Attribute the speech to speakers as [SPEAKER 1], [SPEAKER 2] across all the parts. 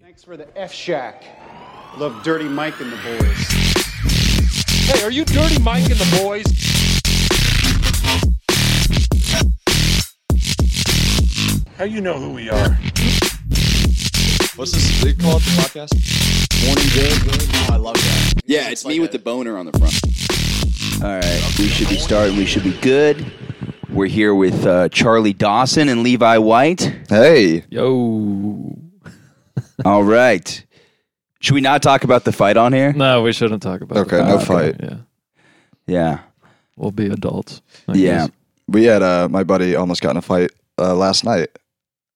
[SPEAKER 1] Thanks for the F Shack. Love Dirty Mike and the boys.
[SPEAKER 2] Hey, are you Dirty Mike and the boys? How you know who we are?
[SPEAKER 3] What's this? They call it the podcast. I love that.
[SPEAKER 4] Yeah, it's, me with the boner on the front. All right, we should be starting. We should be good. We're here with uh, Charlie Dawson and Levi White.
[SPEAKER 3] Hey, Oh.
[SPEAKER 5] Yo.
[SPEAKER 4] All right. Should we not talk about the fight on here?
[SPEAKER 5] No, we shouldn't talk about
[SPEAKER 3] Okay,
[SPEAKER 5] it.
[SPEAKER 3] no fight.
[SPEAKER 5] Yeah.
[SPEAKER 4] Yeah.
[SPEAKER 5] We'll be adults. I
[SPEAKER 4] Yeah.
[SPEAKER 5] guess.
[SPEAKER 3] we had uh, my buddy almost got in a fight uh, last night.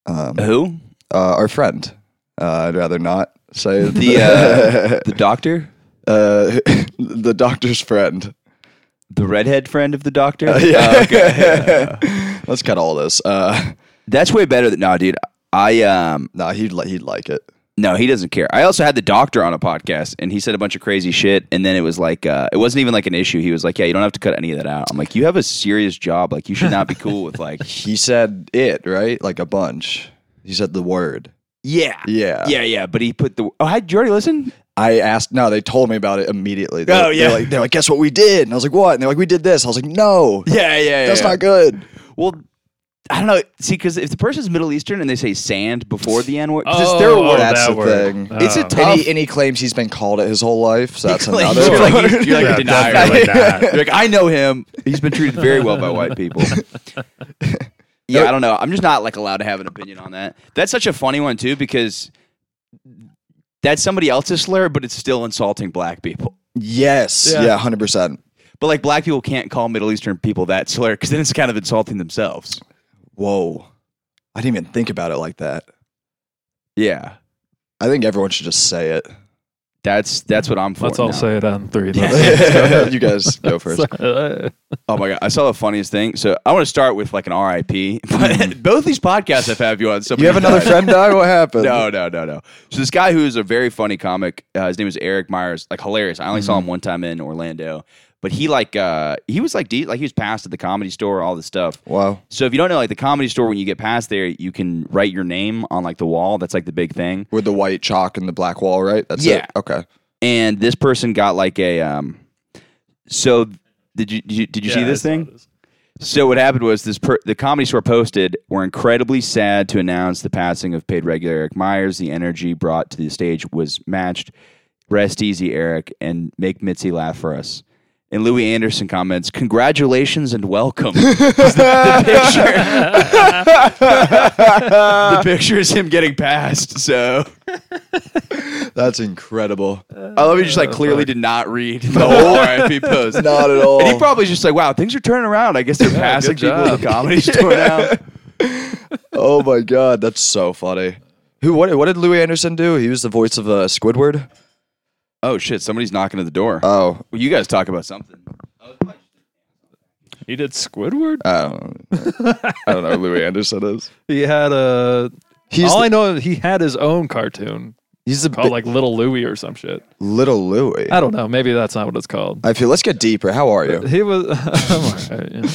[SPEAKER 3] Um, uh,
[SPEAKER 4] Who?
[SPEAKER 3] our friend. Uh, I'd rather not say
[SPEAKER 4] The uh, the doctor?
[SPEAKER 3] uh, the doctor's friend.
[SPEAKER 4] The redhead friend of the doctor?
[SPEAKER 3] yeah.
[SPEAKER 4] Uh, okay.
[SPEAKER 3] Let's cut all this. Uh,
[SPEAKER 4] That's way better than no, dude. I um
[SPEAKER 3] nah, he'd li- he'd like it.
[SPEAKER 4] no, he doesn't care. I also had the doctor on a podcast and he said a bunch of crazy shit and then it was like uh it wasn't even like an issue. He was like, "Yeah, you don't have to cut any of that out." I'm like, "You have a serious job. Like you should not be cool with like
[SPEAKER 3] He said it right, like a bunch. He said the word.
[SPEAKER 4] Yeah.
[SPEAKER 3] Yeah.
[SPEAKER 4] Yeah, yeah. But he put the. Oh, hi, did you already listen?
[SPEAKER 3] I asked. No, they told me about it immediately. They-
[SPEAKER 4] Oh, yeah.
[SPEAKER 3] They're like, they're like, guess what we did? And I was like, what? And they're like, we did this. I was like, no,
[SPEAKER 4] Yeah, yeah, yeah.
[SPEAKER 3] that's not good.
[SPEAKER 4] Well, I don't know. See, because if the person's Middle Eastern and they say sand before the N word, it's
[SPEAKER 5] Oh,
[SPEAKER 4] their
[SPEAKER 5] oh,
[SPEAKER 4] word.
[SPEAKER 3] That's
[SPEAKER 5] that
[SPEAKER 3] the
[SPEAKER 5] word.
[SPEAKER 3] thing.
[SPEAKER 5] Oh.
[SPEAKER 4] It's a tough.
[SPEAKER 3] And he, and he claims he's been called it his whole life. So that's
[SPEAKER 4] Like,
[SPEAKER 3] another.
[SPEAKER 4] you're
[SPEAKER 3] one.
[SPEAKER 4] like, you're like a
[SPEAKER 2] Yeah,
[SPEAKER 4] denier.
[SPEAKER 2] definitely not.
[SPEAKER 4] You're like, I know him. He's been treated very well by white people. yeah, I don't know. I'm just not like allowed to have an opinion on that. That's such a funny one too because that's somebody else's slur, but it's still insulting black people.
[SPEAKER 3] yes.
[SPEAKER 5] Yeah.
[SPEAKER 3] Yeah. Hundred percent.
[SPEAKER 4] But like black people can't call Middle Eastern people that slur because then it's kind of insulting themselves.
[SPEAKER 3] Whoa. I didn't even think about it like that.
[SPEAKER 4] Yeah.
[SPEAKER 3] I think everyone should just say it.
[SPEAKER 4] That's that's what I'm for.
[SPEAKER 5] Let's all
[SPEAKER 4] now.
[SPEAKER 5] say it on three.
[SPEAKER 3] you guys go first.
[SPEAKER 4] Oh my god, I saw the funniest thing. So I want to start with like an RIP. But Both these podcasts I've had you on. Somebody
[SPEAKER 3] Mm-hmm. You have another
[SPEAKER 4] died.
[SPEAKER 3] friend die? What happened?
[SPEAKER 4] No, no, no, no. So this guy who is a very funny comic, uh, his name is Eric Myers, like hilarious. I only saw him one time in Orlando, but he like uh he was like de- like he was passed at the comedy store, all this stuff.
[SPEAKER 3] Wow.
[SPEAKER 4] So if you don't know, like the comedy store, when you get past there, you can write your name on like the wall. That's like the big thing.
[SPEAKER 3] With the white chalk and the black wall, right? That's
[SPEAKER 4] Yeah.
[SPEAKER 3] it. Okay.
[SPEAKER 4] and this person got like a um so did you did you, did you see this thing so what happened was this per, the comedy store posted we're incredibly sad to announce the passing of paid regular eric myers the energy brought to the stage was matched rest easy eric and make mitzi laugh for us and Louis Anderson comments, "Congratulations and welcome." Is the, the picture, the picture is him getting passed. So
[SPEAKER 3] That's incredible.
[SPEAKER 4] I love he just like clearly did not read the whole RIP post.
[SPEAKER 3] Not at all.
[SPEAKER 4] And he probably just like, wow, things are turning around. I guess they're passing
[SPEAKER 5] good
[SPEAKER 4] people at the comedy store now.
[SPEAKER 3] oh my god, that's so funny. Who? What? What did Louis Anderson do? He was the voice of uh, Squidward.
[SPEAKER 4] Oh shit, somebody's knocking at the door.
[SPEAKER 3] Oh,
[SPEAKER 4] well, you guys talk about something.
[SPEAKER 5] He did Squidward.
[SPEAKER 3] I don't. I don't know who Louis Anderson is.
[SPEAKER 5] He had a.
[SPEAKER 3] He's
[SPEAKER 5] all
[SPEAKER 3] the-
[SPEAKER 5] I know, he had his own cartoon
[SPEAKER 3] He's the
[SPEAKER 5] called
[SPEAKER 3] bi-
[SPEAKER 5] like Little Louie or some shit.
[SPEAKER 3] little Louis.
[SPEAKER 5] I don't know. Maybe that's not what it's called.
[SPEAKER 3] I feel. Let's get deeper. How are you?
[SPEAKER 5] He was. I'm all right. Yeah.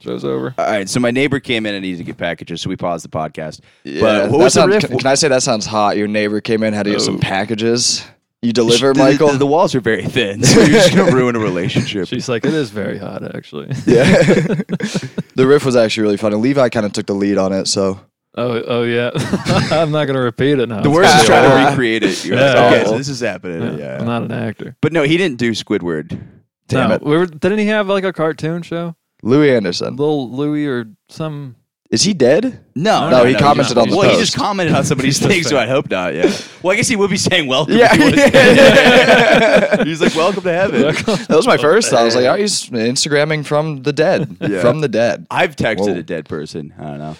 [SPEAKER 5] Show's over.
[SPEAKER 4] All right, so my neighbor came in and needed to get packages, so we paused the podcast.
[SPEAKER 3] Yeah,
[SPEAKER 4] but what
[SPEAKER 3] that
[SPEAKER 4] was the
[SPEAKER 3] sounds-
[SPEAKER 4] riff?
[SPEAKER 3] Can, can I say that sounds hot? Your neighbor came in, had to get some
[SPEAKER 5] Oh.
[SPEAKER 3] packages. You deliver,
[SPEAKER 4] the,
[SPEAKER 3] Michael.
[SPEAKER 4] The, the walls are very thin, so you're just gonna ruin a relationship.
[SPEAKER 5] She's like, it is very hot, actually.
[SPEAKER 3] yeah. the riff was actually really funny. Levi kind of took the lead on it, so
[SPEAKER 5] Oh, oh yeah. I'm not gonna repeat it now.
[SPEAKER 4] The worst is trying to recreate it. You're like,
[SPEAKER 5] Yeah.
[SPEAKER 4] okay, so this is happening. Yeah.
[SPEAKER 5] I'm not an actor.
[SPEAKER 4] But no, he didn't do Squidward.
[SPEAKER 3] damn
[SPEAKER 5] no,
[SPEAKER 3] it.
[SPEAKER 5] We were, didn't he have like a cartoon show?
[SPEAKER 3] Louis Anderson.
[SPEAKER 5] Little Louie or some?
[SPEAKER 3] Is he dead?
[SPEAKER 4] No,
[SPEAKER 3] No, he commented
[SPEAKER 4] he's-
[SPEAKER 3] on the
[SPEAKER 4] Well, he
[SPEAKER 3] post.
[SPEAKER 4] just commented on somebody's thing, so I hope not. Yeah. Well, I guess he would be saying welcome.
[SPEAKER 3] Yeah.
[SPEAKER 4] if he was dead. he's like welcome to heaven.
[SPEAKER 5] That's
[SPEAKER 3] That was my first. thought. I was like, oh, he's Instagramming from the dead. From the dead.
[SPEAKER 4] I've texted
[SPEAKER 3] Whoa.
[SPEAKER 4] a dead person. I don't know.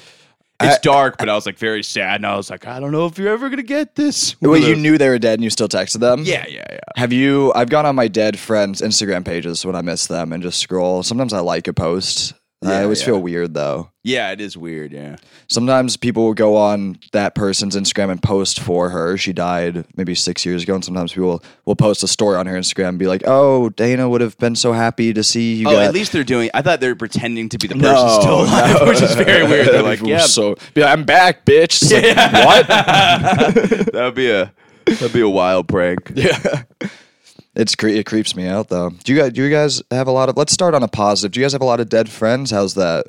[SPEAKER 4] It's dark, but I was like very sad, and I was like, I don't know if you're ever gonna get this.
[SPEAKER 3] Well, you knew they were dead and you still texted them?
[SPEAKER 4] Yeah, yeah, yeah.
[SPEAKER 3] Have you? I've gone on my dead friends' Instagram pages when I miss them and just scroll. Sometimes I like a post. I
[SPEAKER 4] Yeah,
[SPEAKER 3] always
[SPEAKER 4] yeah.
[SPEAKER 3] feel weird though.
[SPEAKER 4] Yeah, it is weird. Yeah.
[SPEAKER 3] Sometimes people will go on that person's Instagram and post for her. She died maybe six years ago, and sometimes people will post a story on her Instagram and be like, "Oh, Dana would have been so happy to see you."
[SPEAKER 4] Oh,
[SPEAKER 3] got-"
[SPEAKER 4] at least they're doing. I thought they were pretending to be the person
[SPEAKER 3] No,
[SPEAKER 4] still alive, which is very weird. They're like,
[SPEAKER 3] People
[SPEAKER 4] yeah,
[SPEAKER 3] so be like, I'm back, bitch. It's like,
[SPEAKER 4] that would be a that'd be a wild prank.
[SPEAKER 3] yeah, it's cre- it creeps me out though. Do you guys do you guys have a lot of? Let's start on a positive. Do you guys have a lot of dead friends? How's that?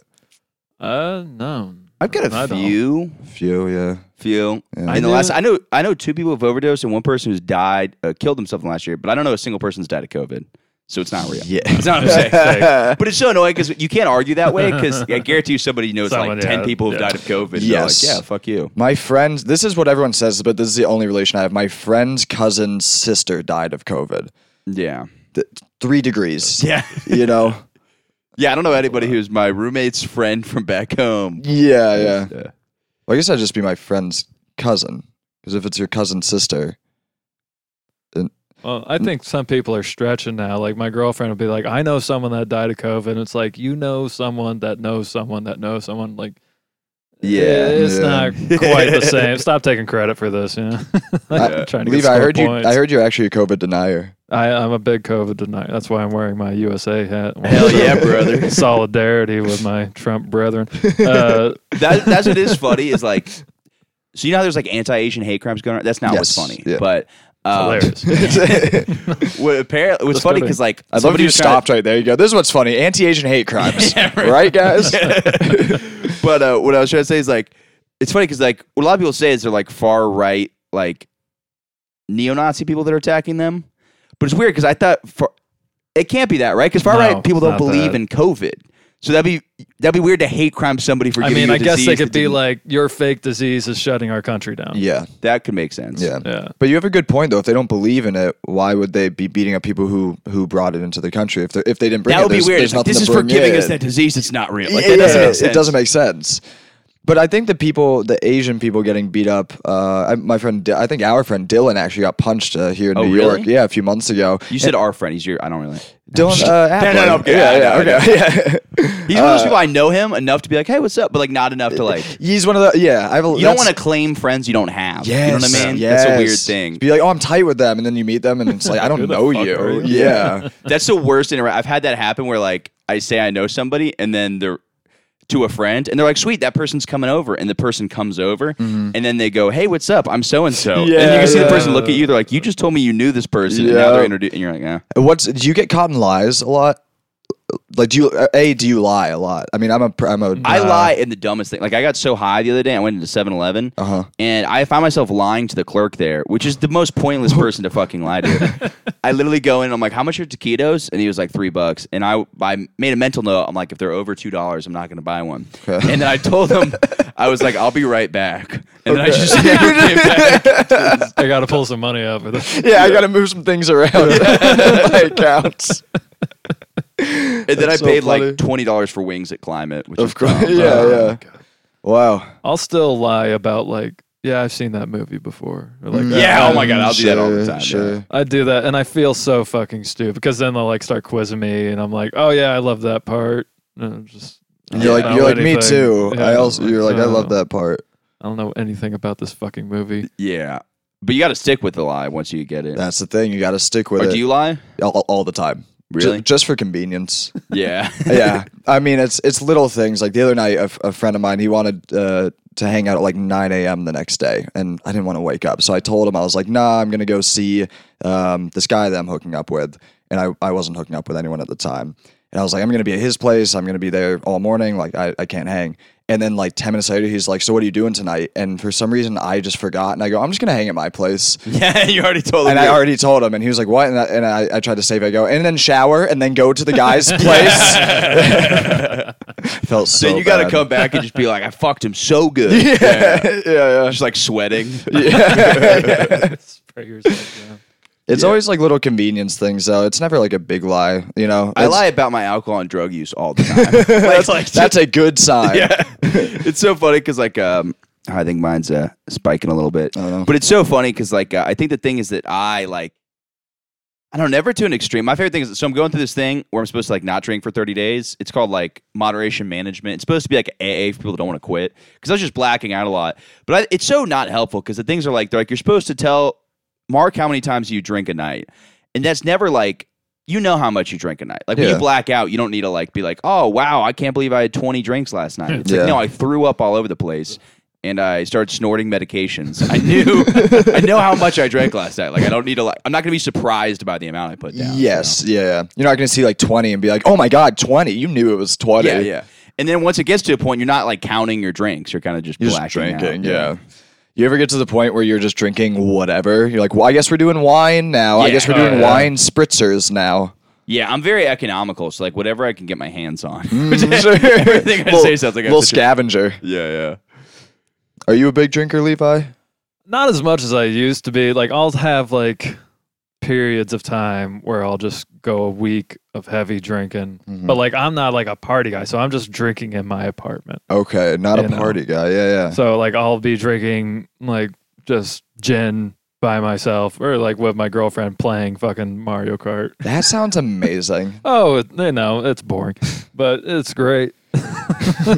[SPEAKER 5] Uh, no.
[SPEAKER 4] I've got a
[SPEAKER 5] I don't.
[SPEAKER 4] few,
[SPEAKER 3] Few, yeah.
[SPEAKER 4] few. In
[SPEAKER 5] I
[SPEAKER 4] the last,
[SPEAKER 5] know-
[SPEAKER 4] I know, I know two people have overdosed and one person who's died, uh, killed themselves in the last year. But I don't know a single person's died of COVID, so it's not real.
[SPEAKER 3] Yeah.
[SPEAKER 4] it's not what I'm saying. but it's so annoying because you can't argue that way because I guarantee you somebody knows
[SPEAKER 5] Someone,
[SPEAKER 4] like ten
[SPEAKER 5] yeah,
[SPEAKER 4] people who've
[SPEAKER 5] yeah.
[SPEAKER 4] died of COVID.
[SPEAKER 3] Yes.
[SPEAKER 4] They're like, yeah, fuck you.
[SPEAKER 3] My friends, this is what everyone says, but this is the only relation I have. My friend's cousin's sister died of COVID.
[SPEAKER 4] Yeah,
[SPEAKER 3] Th- three degrees.
[SPEAKER 4] yeah,
[SPEAKER 3] You know?
[SPEAKER 4] yeah. I don't know anybody who's my roommate's friend from back home.
[SPEAKER 3] Yeah, yeah. Well, I guess I'd just be my friend's cousin. Because if it's your cousin's sister,
[SPEAKER 5] Well, I think some people are stretching now. Like my girlfriend will be like, "I know someone that died of COVID." It's like you know someone that knows someone that knows someone. Like, it's
[SPEAKER 3] yeah.
[SPEAKER 5] not quite the same. Stop taking credit for this. You know,
[SPEAKER 3] I-
[SPEAKER 4] Uh,
[SPEAKER 5] I'm trying to get
[SPEAKER 3] Levi, I
[SPEAKER 5] score
[SPEAKER 3] heard
[SPEAKER 5] points.
[SPEAKER 3] you. I heard you're actually a COVID denier.
[SPEAKER 5] I, I'm a big COVID denier. That's why I'm wearing my USA hat.
[SPEAKER 4] Hell yeah, brother.
[SPEAKER 5] Solidarity with my Trump brethren. Uh,
[SPEAKER 4] that, that's what is funny is like so you know how there's like anti-asian hate crimes going on that's not what's
[SPEAKER 3] Yes,
[SPEAKER 4] funny
[SPEAKER 3] yeah.
[SPEAKER 4] but uh,
[SPEAKER 5] hilarious.
[SPEAKER 4] what apparently what's
[SPEAKER 5] That's
[SPEAKER 4] funny
[SPEAKER 5] good.
[SPEAKER 4] because like
[SPEAKER 3] I love
[SPEAKER 4] somebody
[SPEAKER 3] you
[SPEAKER 4] was trying
[SPEAKER 3] stopped right there. You go. This is what's funny: anti-Asian hate crimes, right. guys?
[SPEAKER 4] to- but uh, what i was trying to say is like it's funny because like what a lot of people say is they're like far right like neo-nazi people that are attacking them but it's weird because i thought for it can't be that right because far
[SPEAKER 5] No,
[SPEAKER 4] right people
[SPEAKER 5] it's
[SPEAKER 4] don't
[SPEAKER 5] not
[SPEAKER 4] believe
[SPEAKER 5] that.
[SPEAKER 4] in covid so that'd be that'd be weird to hate crime somebody for
[SPEAKER 5] I
[SPEAKER 4] giving
[SPEAKER 5] mean,
[SPEAKER 4] you a
[SPEAKER 5] I guess they
[SPEAKER 4] disease
[SPEAKER 5] could
[SPEAKER 4] that
[SPEAKER 5] be
[SPEAKER 4] didn't-
[SPEAKER 5] like, "Your fake disease is shutting our country down."
[SPEAKER 3] yeah,
[SPEAKER 4] that could make sense
[SPEAKER 3] yeah,
[SPEAKER 5] Yeah.
[SPEAKER 3] But you have a good point though. If they don't believe in it, why would they be beating up people who who brought it into the country? If they if they didn't bring
[SPEAKER 4] that
[SPEAKER 3] it,
[SPEAKER 4] would be
[SPEAKER 3] there's-
[SPEAKER 4] weird.
[SPEAKER 3] There's
[SPEAKER 4] It's like,
[SPEAKER 3] nothing
[SPEAKER 4] this is
[SPEAKER 3] to
[SPEAKER 4] for
[SPEAKER 3] bring
[SPEAKER 4] giving
[SPEAKER 3] in.
[SPEAKER 4] us that disease. It's not real. Like,
[SPEAKER 3] Yeah,
[SPEAKER 4] that doesn't
[SPEAKER 3] yeah,
[SPEAKER 4] make sense.
[SPEAKER 3] It doesn't make sense. But I think the people, the Asian people getting beat up. Uh, I, my friend, Di- I think our friend Dylan actually got punched uh, here in
[SPEAKER 4] Oh,
[SPEAKER 3] New
[SPEAKER 4] really?
[SPEAKER 3] York. Yeah, a few months ago.
[SPEAKER 4] You said our friend. He's your. I don't really.
[SPEAKER 3] Dylan, uh,
[SPEAKER 4] No, no, no,
[SPEAKER 3] Adler.
[SPEAKER 4] okay, I
[SPEAKER 3] yeah,
[SPEAKER 4] know,
[SPEAKER 3] yeah,
[SPEAKER 4] I
[SPEAKER 3] okay, yeah.
[SPEAKER 4] He's one of those people I know him enough to be like, hey, what's up? But like, not enough to like.
[SPEAKER 3] He's one of the yeah. I have a,
[SPEAKER 4] You don't want to claim friends you don't have. you know what I mean?
[SPEAKER 3] Yes.
[SPEAKER 4] That's a weird thing.
[SPEAKER 3] Be like, oh, I'm tight with them, and then you meet them, and it's like, I don't know
[SPEAKER 5] fuck
[SPEAKER 3] you.
[SPEAKER 5] are you?
[SPEAKER 3] Yeah,
[SPEAKER 4] That's the worst. Inter- I've had that happen where like I say I know somebody, and then they're to a friend, and they're like, sweet, that person's coming over, and the person comes over, and then they go, hey, what's up? I'm so and so, and you
[SPEAKER 3] Yeah,
[SPEAKER 4] can see the
[SPEAKER 3] Mm-hmm. yeah.
[SPEAKER 4] person look at you. They're like, you just told me you knew this person, and now
[SPEAKER 3] Yeah.
[SPEAKER 4] they're introduced, and you're like, yeah.
[SPEAKER 3] What's do you get caught in lies a lot? Like do you a do you lie a lot? I mean, I'm a pr- I'm a
[SPEAKER 4] I lie in the dumbest thing. Like I got so high the other day, I went into 7-Eleven,
[SPEAKER 3] Uh-huh.
[SPEAKER 4] and I found myself lying to the clerk there, which is the most pointless person to fucking lie to. I literally go in, I'm like, "How much are taquitos?" And he was like, three bucks." And I, I made a mental note. I'm like, "If they're over two dollars, I'm not going to buy one." And then I told him, I was like, "I'll be right back," and then I just never came back.
[SPEAKER 5] I got to pull some money out of this.
[SPEAKER 3] yeah, I got to move some things around. My accounts,
[SPEAKER 4] And then I
[SPEAKER 3] That's so
[SPEAKER 4] paid
[SPEAKER 3] funny.
[SPEAKER 4] like twenty dollars for wings at Climate, which is
[SPEAKER 3] of course.
[SPEAKER 4] dumb.
[SPEAKER 3] Yeah, yeah. Wow.
[SPEAKER 5] Oh I'll still lie about like, yeah, I've seen that movie before. Or like,
[SPEAKER 3] Mm.
[SPEAKER 4] Yeah, oh my god, I'll do that all the time.
[SPEAKER 3] Sure.
[SPEAKER 4] yeah.
[SPEAKER 5] I do that, and I feel so fucking stupid because then they'll like start quizzing me, and I'm like, oh yeah, I love that part. And I'm just I don't
[SPEAKER 3] And You're like
[SPEAKER 5] know
[SPEAKER 3] you're like me
[SPEAKER 5] anything.
[SPEAKER 3] too.
[SPEAKER 5] Yeah,
[SPEAKER 3] I also you're like I
[SPEAKER 5] don't
[SPEAKER 3] love
[SPEAKER 5] know.
[SPEAKER 3] that part.
[SPEAKER 5] I don't know anything about this fucking movie.
[SPEAKER 4] Yeah, but you got to stick with the lie once you get it.
[SPEAKER 3] That's the thing. You got to stick with
[SPEAKER 4] Or
[SPEAKER 3] it
[SPEAKER 4] do you lie?
[SPEAKER 3] all, all the time. Ju-
[SPEAKER 4] Really?
[SPEAKER 3] just for convenience.
[SPEAKER 4] Yeah.
[SPEAKER 3] yeah, I mean it's it's little things. Like the other night, a, f- a friend of mine he wanted uh, to hang out at like 9 a.m. the next day, and I didn't want to wake up, so I told him I was like, "Nah, I'm gonna go see um, this guy that I'm hooking up with," and I I wasn't hooking up with anyone at the time, and I was like, "I'm gonna be at his place. I'm gonna be there all morning. Like I I can't hang." And then like 10 minutes later, he's like, "So what are you doing tonight?" And for some reason, I just forgot, and I go, "I'm just gonna hang at my place."
[SPEAKER 4] Yeah, you already told
[SPEAKER 3] And I already told him, and he was like, "What?" And I, and I, I tried to save. it. I go, and then shower, and then go to the guy's place. Felt so.
[SPEAKER 4] then you got to
[SPEAKER 3] bad.
[SPEAKER 4] come back and just be like, I fucked him so good. Yeah,
[SPEAKER 3] yeah, yeah.
[SPEAKER 4] Just like sweating.
[SPEAKER 5] Spray yourself down.
[SPEAKER 3] It's always like little convenience things, though. It's never like a big lie, you know.
[SPEAKER 4] I
[SPEAKER 3] It's-
[SPEAKER 4] lie about my alcohol and drug use all the time. that's like
[SPEAKER 3] That's a good sign. yeah.
[SPEAKER 4] it's so funny because like um, I think mine's uh, spiking a little bit,
[SPEAKER 3] don't know.
[SPEAKER 4] but it's so funny because like uh, I think the thing is that I like I don't never to an extreme. My favorite thing is so I'm going through this thing where I'm supposed to like not drink for 30 days. It's called like moderation management. It's supposed to be like AA for people that don't want to quit because I was just blacking out a lot. But I, it's so not helpful because the things are like they're like you're supposed to tell Mark how many times you drink a night, and that's never like you know how much you drink a night. Like when
[SPEAKER 3] Yeah.
[SPEAKER 4] you black out, you don't need to like be like, oh wow, I can't believe I had 20 drinks last night. It's
[SPEAKER 3] Yeah.
[SPEAKER 4] like no, I threw up all over the place. And I started snorting medications. I knew, I know how much I drank last night. Like I don't need to. Like I'm not going to be surprised by the amount I put down. so.
[SPEAKER 3] yes, yeah. You're not gonna see like 20 and be like, oh my god, 20. You knew it was 20.
[SPEAKER 4] Yeah, yeah. And then once it gets to a point, you're not like counting your drinks. You're kind of just
[SPEAKER 3] You're just
[SPEAKER 4] blacking out.
[SPEAKER 3] drinking. Yeah. You ever get to the point where you're just drinking whatever? You're like, well, I guess we're doing wine now. I
[SPEAKER 4] Yeah.
[SPEAKER 3] guess we're
[SPEAKER 4] Oh,
[SPEAKER 3] doing
[SPEAKER 4] yeah.
[SPEAKER 3] wine spritzers now.
[SPEAKER 4] Yeah, I'm very economical. So like whatever I can get my hands on.
[SPEAKER 3] Mm.
[SPEAKER 4] Everything I say sounds like I
[SPEAKER 3] little
[SPEAKER 4] have to drink.
[SPEAKER 3] scavenger.
[SPEAKER 4] Yeah, yeah.
[SPEAKER 3] Are you a big drinker, Levi?
[SPEAKER 5] Not as much as I used to be. Like I'll have like periods of time where I'll just go a week of heavy drinking. But like I'm not like a party guy, so I'm just drinking in my apartment.
[SPEAKER 3] Okay, not
[SPEAKER 5] You
[SPEAKER 3] a
[SPEAKER 5] know.
[SPEAKER 3] party guy. Yeah, yeah.
[SPEAKER 5] So like I'll be drinking like just gin by myself or like with my girlfriend playing fucking Mario Kart.
[SPEAKER 3] That sounds amazing.
[SPEAKER 5] Oh, it, you know, it's boring, but it's great. I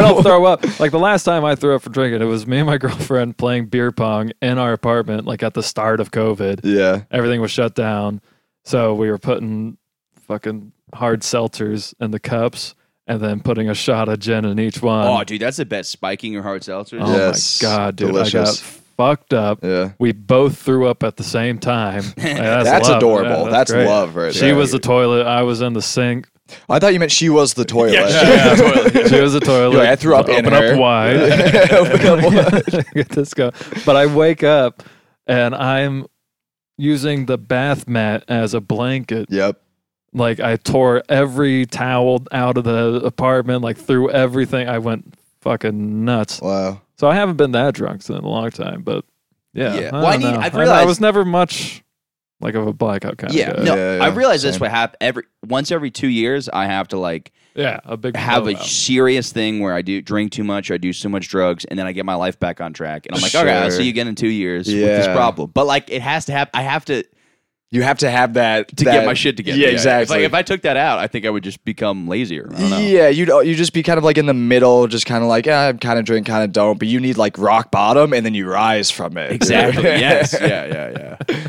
[SPEAKER 5] don't throw up. Like the last time I threw up for drinking, it was me and my girlfriend playing beer pong in our apartment, like at the start of COVID.
[SPEAKER 3] yeah.
[SPEAKER 5] Everything was shut down. So we were putting fucking hard seltzers in the cups and then putting a shot of gin in each one.
[SPEAKER 4] oh, dude, that's the best. Spiking your hard seltzer.
[SPEAKER 5] Oh
[SPEAKER 3] Yes.
[SPEAKER 5] my God, dude.
[SPEAKER 3] Delicious.
[SPEAKER 5] I got fucked up.
[SPEAKER 3] Yeah.
[SPEAKER 5] We both threw up at the same time. Like, that's
[SPEAKER 3] That's
[SPEAKER 5] love.
[SPEAKER 3] adorable.
[SPEAKER 5] Yeah,
[SPEAKER 3] that's
[SPEAKER 5] great.
[SPEAKER 3] love right
[SPEAKER 5] She
[SPEAKER 3] there.
[SPEAKER 5] was the toilet. I was in the sink.
[SPEAKER 3] I thought you meant she was the toilet.
[SPEAKER 5] she was a toilet.
[SPEAKER 3] You're like, I threw up
[SPEAKER 5] Open
[SPEAKER 3] in
[SPEAKER 5] up
[SPEAKER 3] her.
[SPEAKER 5] wide. Get this going. But I wake up and I'm using the bath mat as a blanket.
[SPEAKER 3] yep.
[SPEAKER 5] Like I tore every towel out of the apartment. Like threw everything. I went fucking nuts.
[SPEAKER 3] Wow.
[SPEAKER 5] So I haven't been that drunk in a long time. But yeah,
[SPEAKER 4] Yeah.
[SPEAKER 5] I
[SPEAKER 4] Well, I
[SPEAKER 5] don't
[SPEAKER 4] need-
[SPEAKER 5] know.
[SPEAKER 4] I've
[SPEAKER 5] I- I
[SPEAKER 4] realized-
[SPEAKER 5] was never much like of a blackout kind
[SPEAKER 4] Yeah,
[SPEAKER 5] of guy.
[SPEAKER 4] no,
[SPEAKER 3] Yeah, yeah,
[SPEAKER 4] I realize that's
[SPEAKER 3] same.
[SPEAKER 4] what happen every once every two years. I have to like
[SPEAKER 5] yeah, a big
[SPEAKER 4] have a
[SPEAKER 5] blowout.
[SPEAKER 4] serious thing where I do drink too much, or I do so much drugs, and then I get my life back on track. And I'm like, okay, I'll
[SPEAKER 3] Sure.
[SPEAKER 4] see you again in two years with this
[SPEAKER 3] Yeah.
[SPEAKER 4] problem. But like, it has to happen. I have to
[SPEAKER 3] You have to have that
[SPEAKER 4] to
[SPEAKER 3] that-
[SPEAKER 4] get my shit together.
[SPEAKER 3] Yeah,
[SPEAKER 4] It's
[SPEAKER 3] exactly.
[SPEAKER 4] like if I took that out, I think I would just become lazier. I don't know.
[SPEAKER 3] yeah, you'd you just be kind of like in the middle, just kind of like eh, I kind of drink, kind of don't, but you need like rock bottom, and then you rise from it.
[SPEAKER 4] Exactly. yes. Yeah. Yeah. Yeah.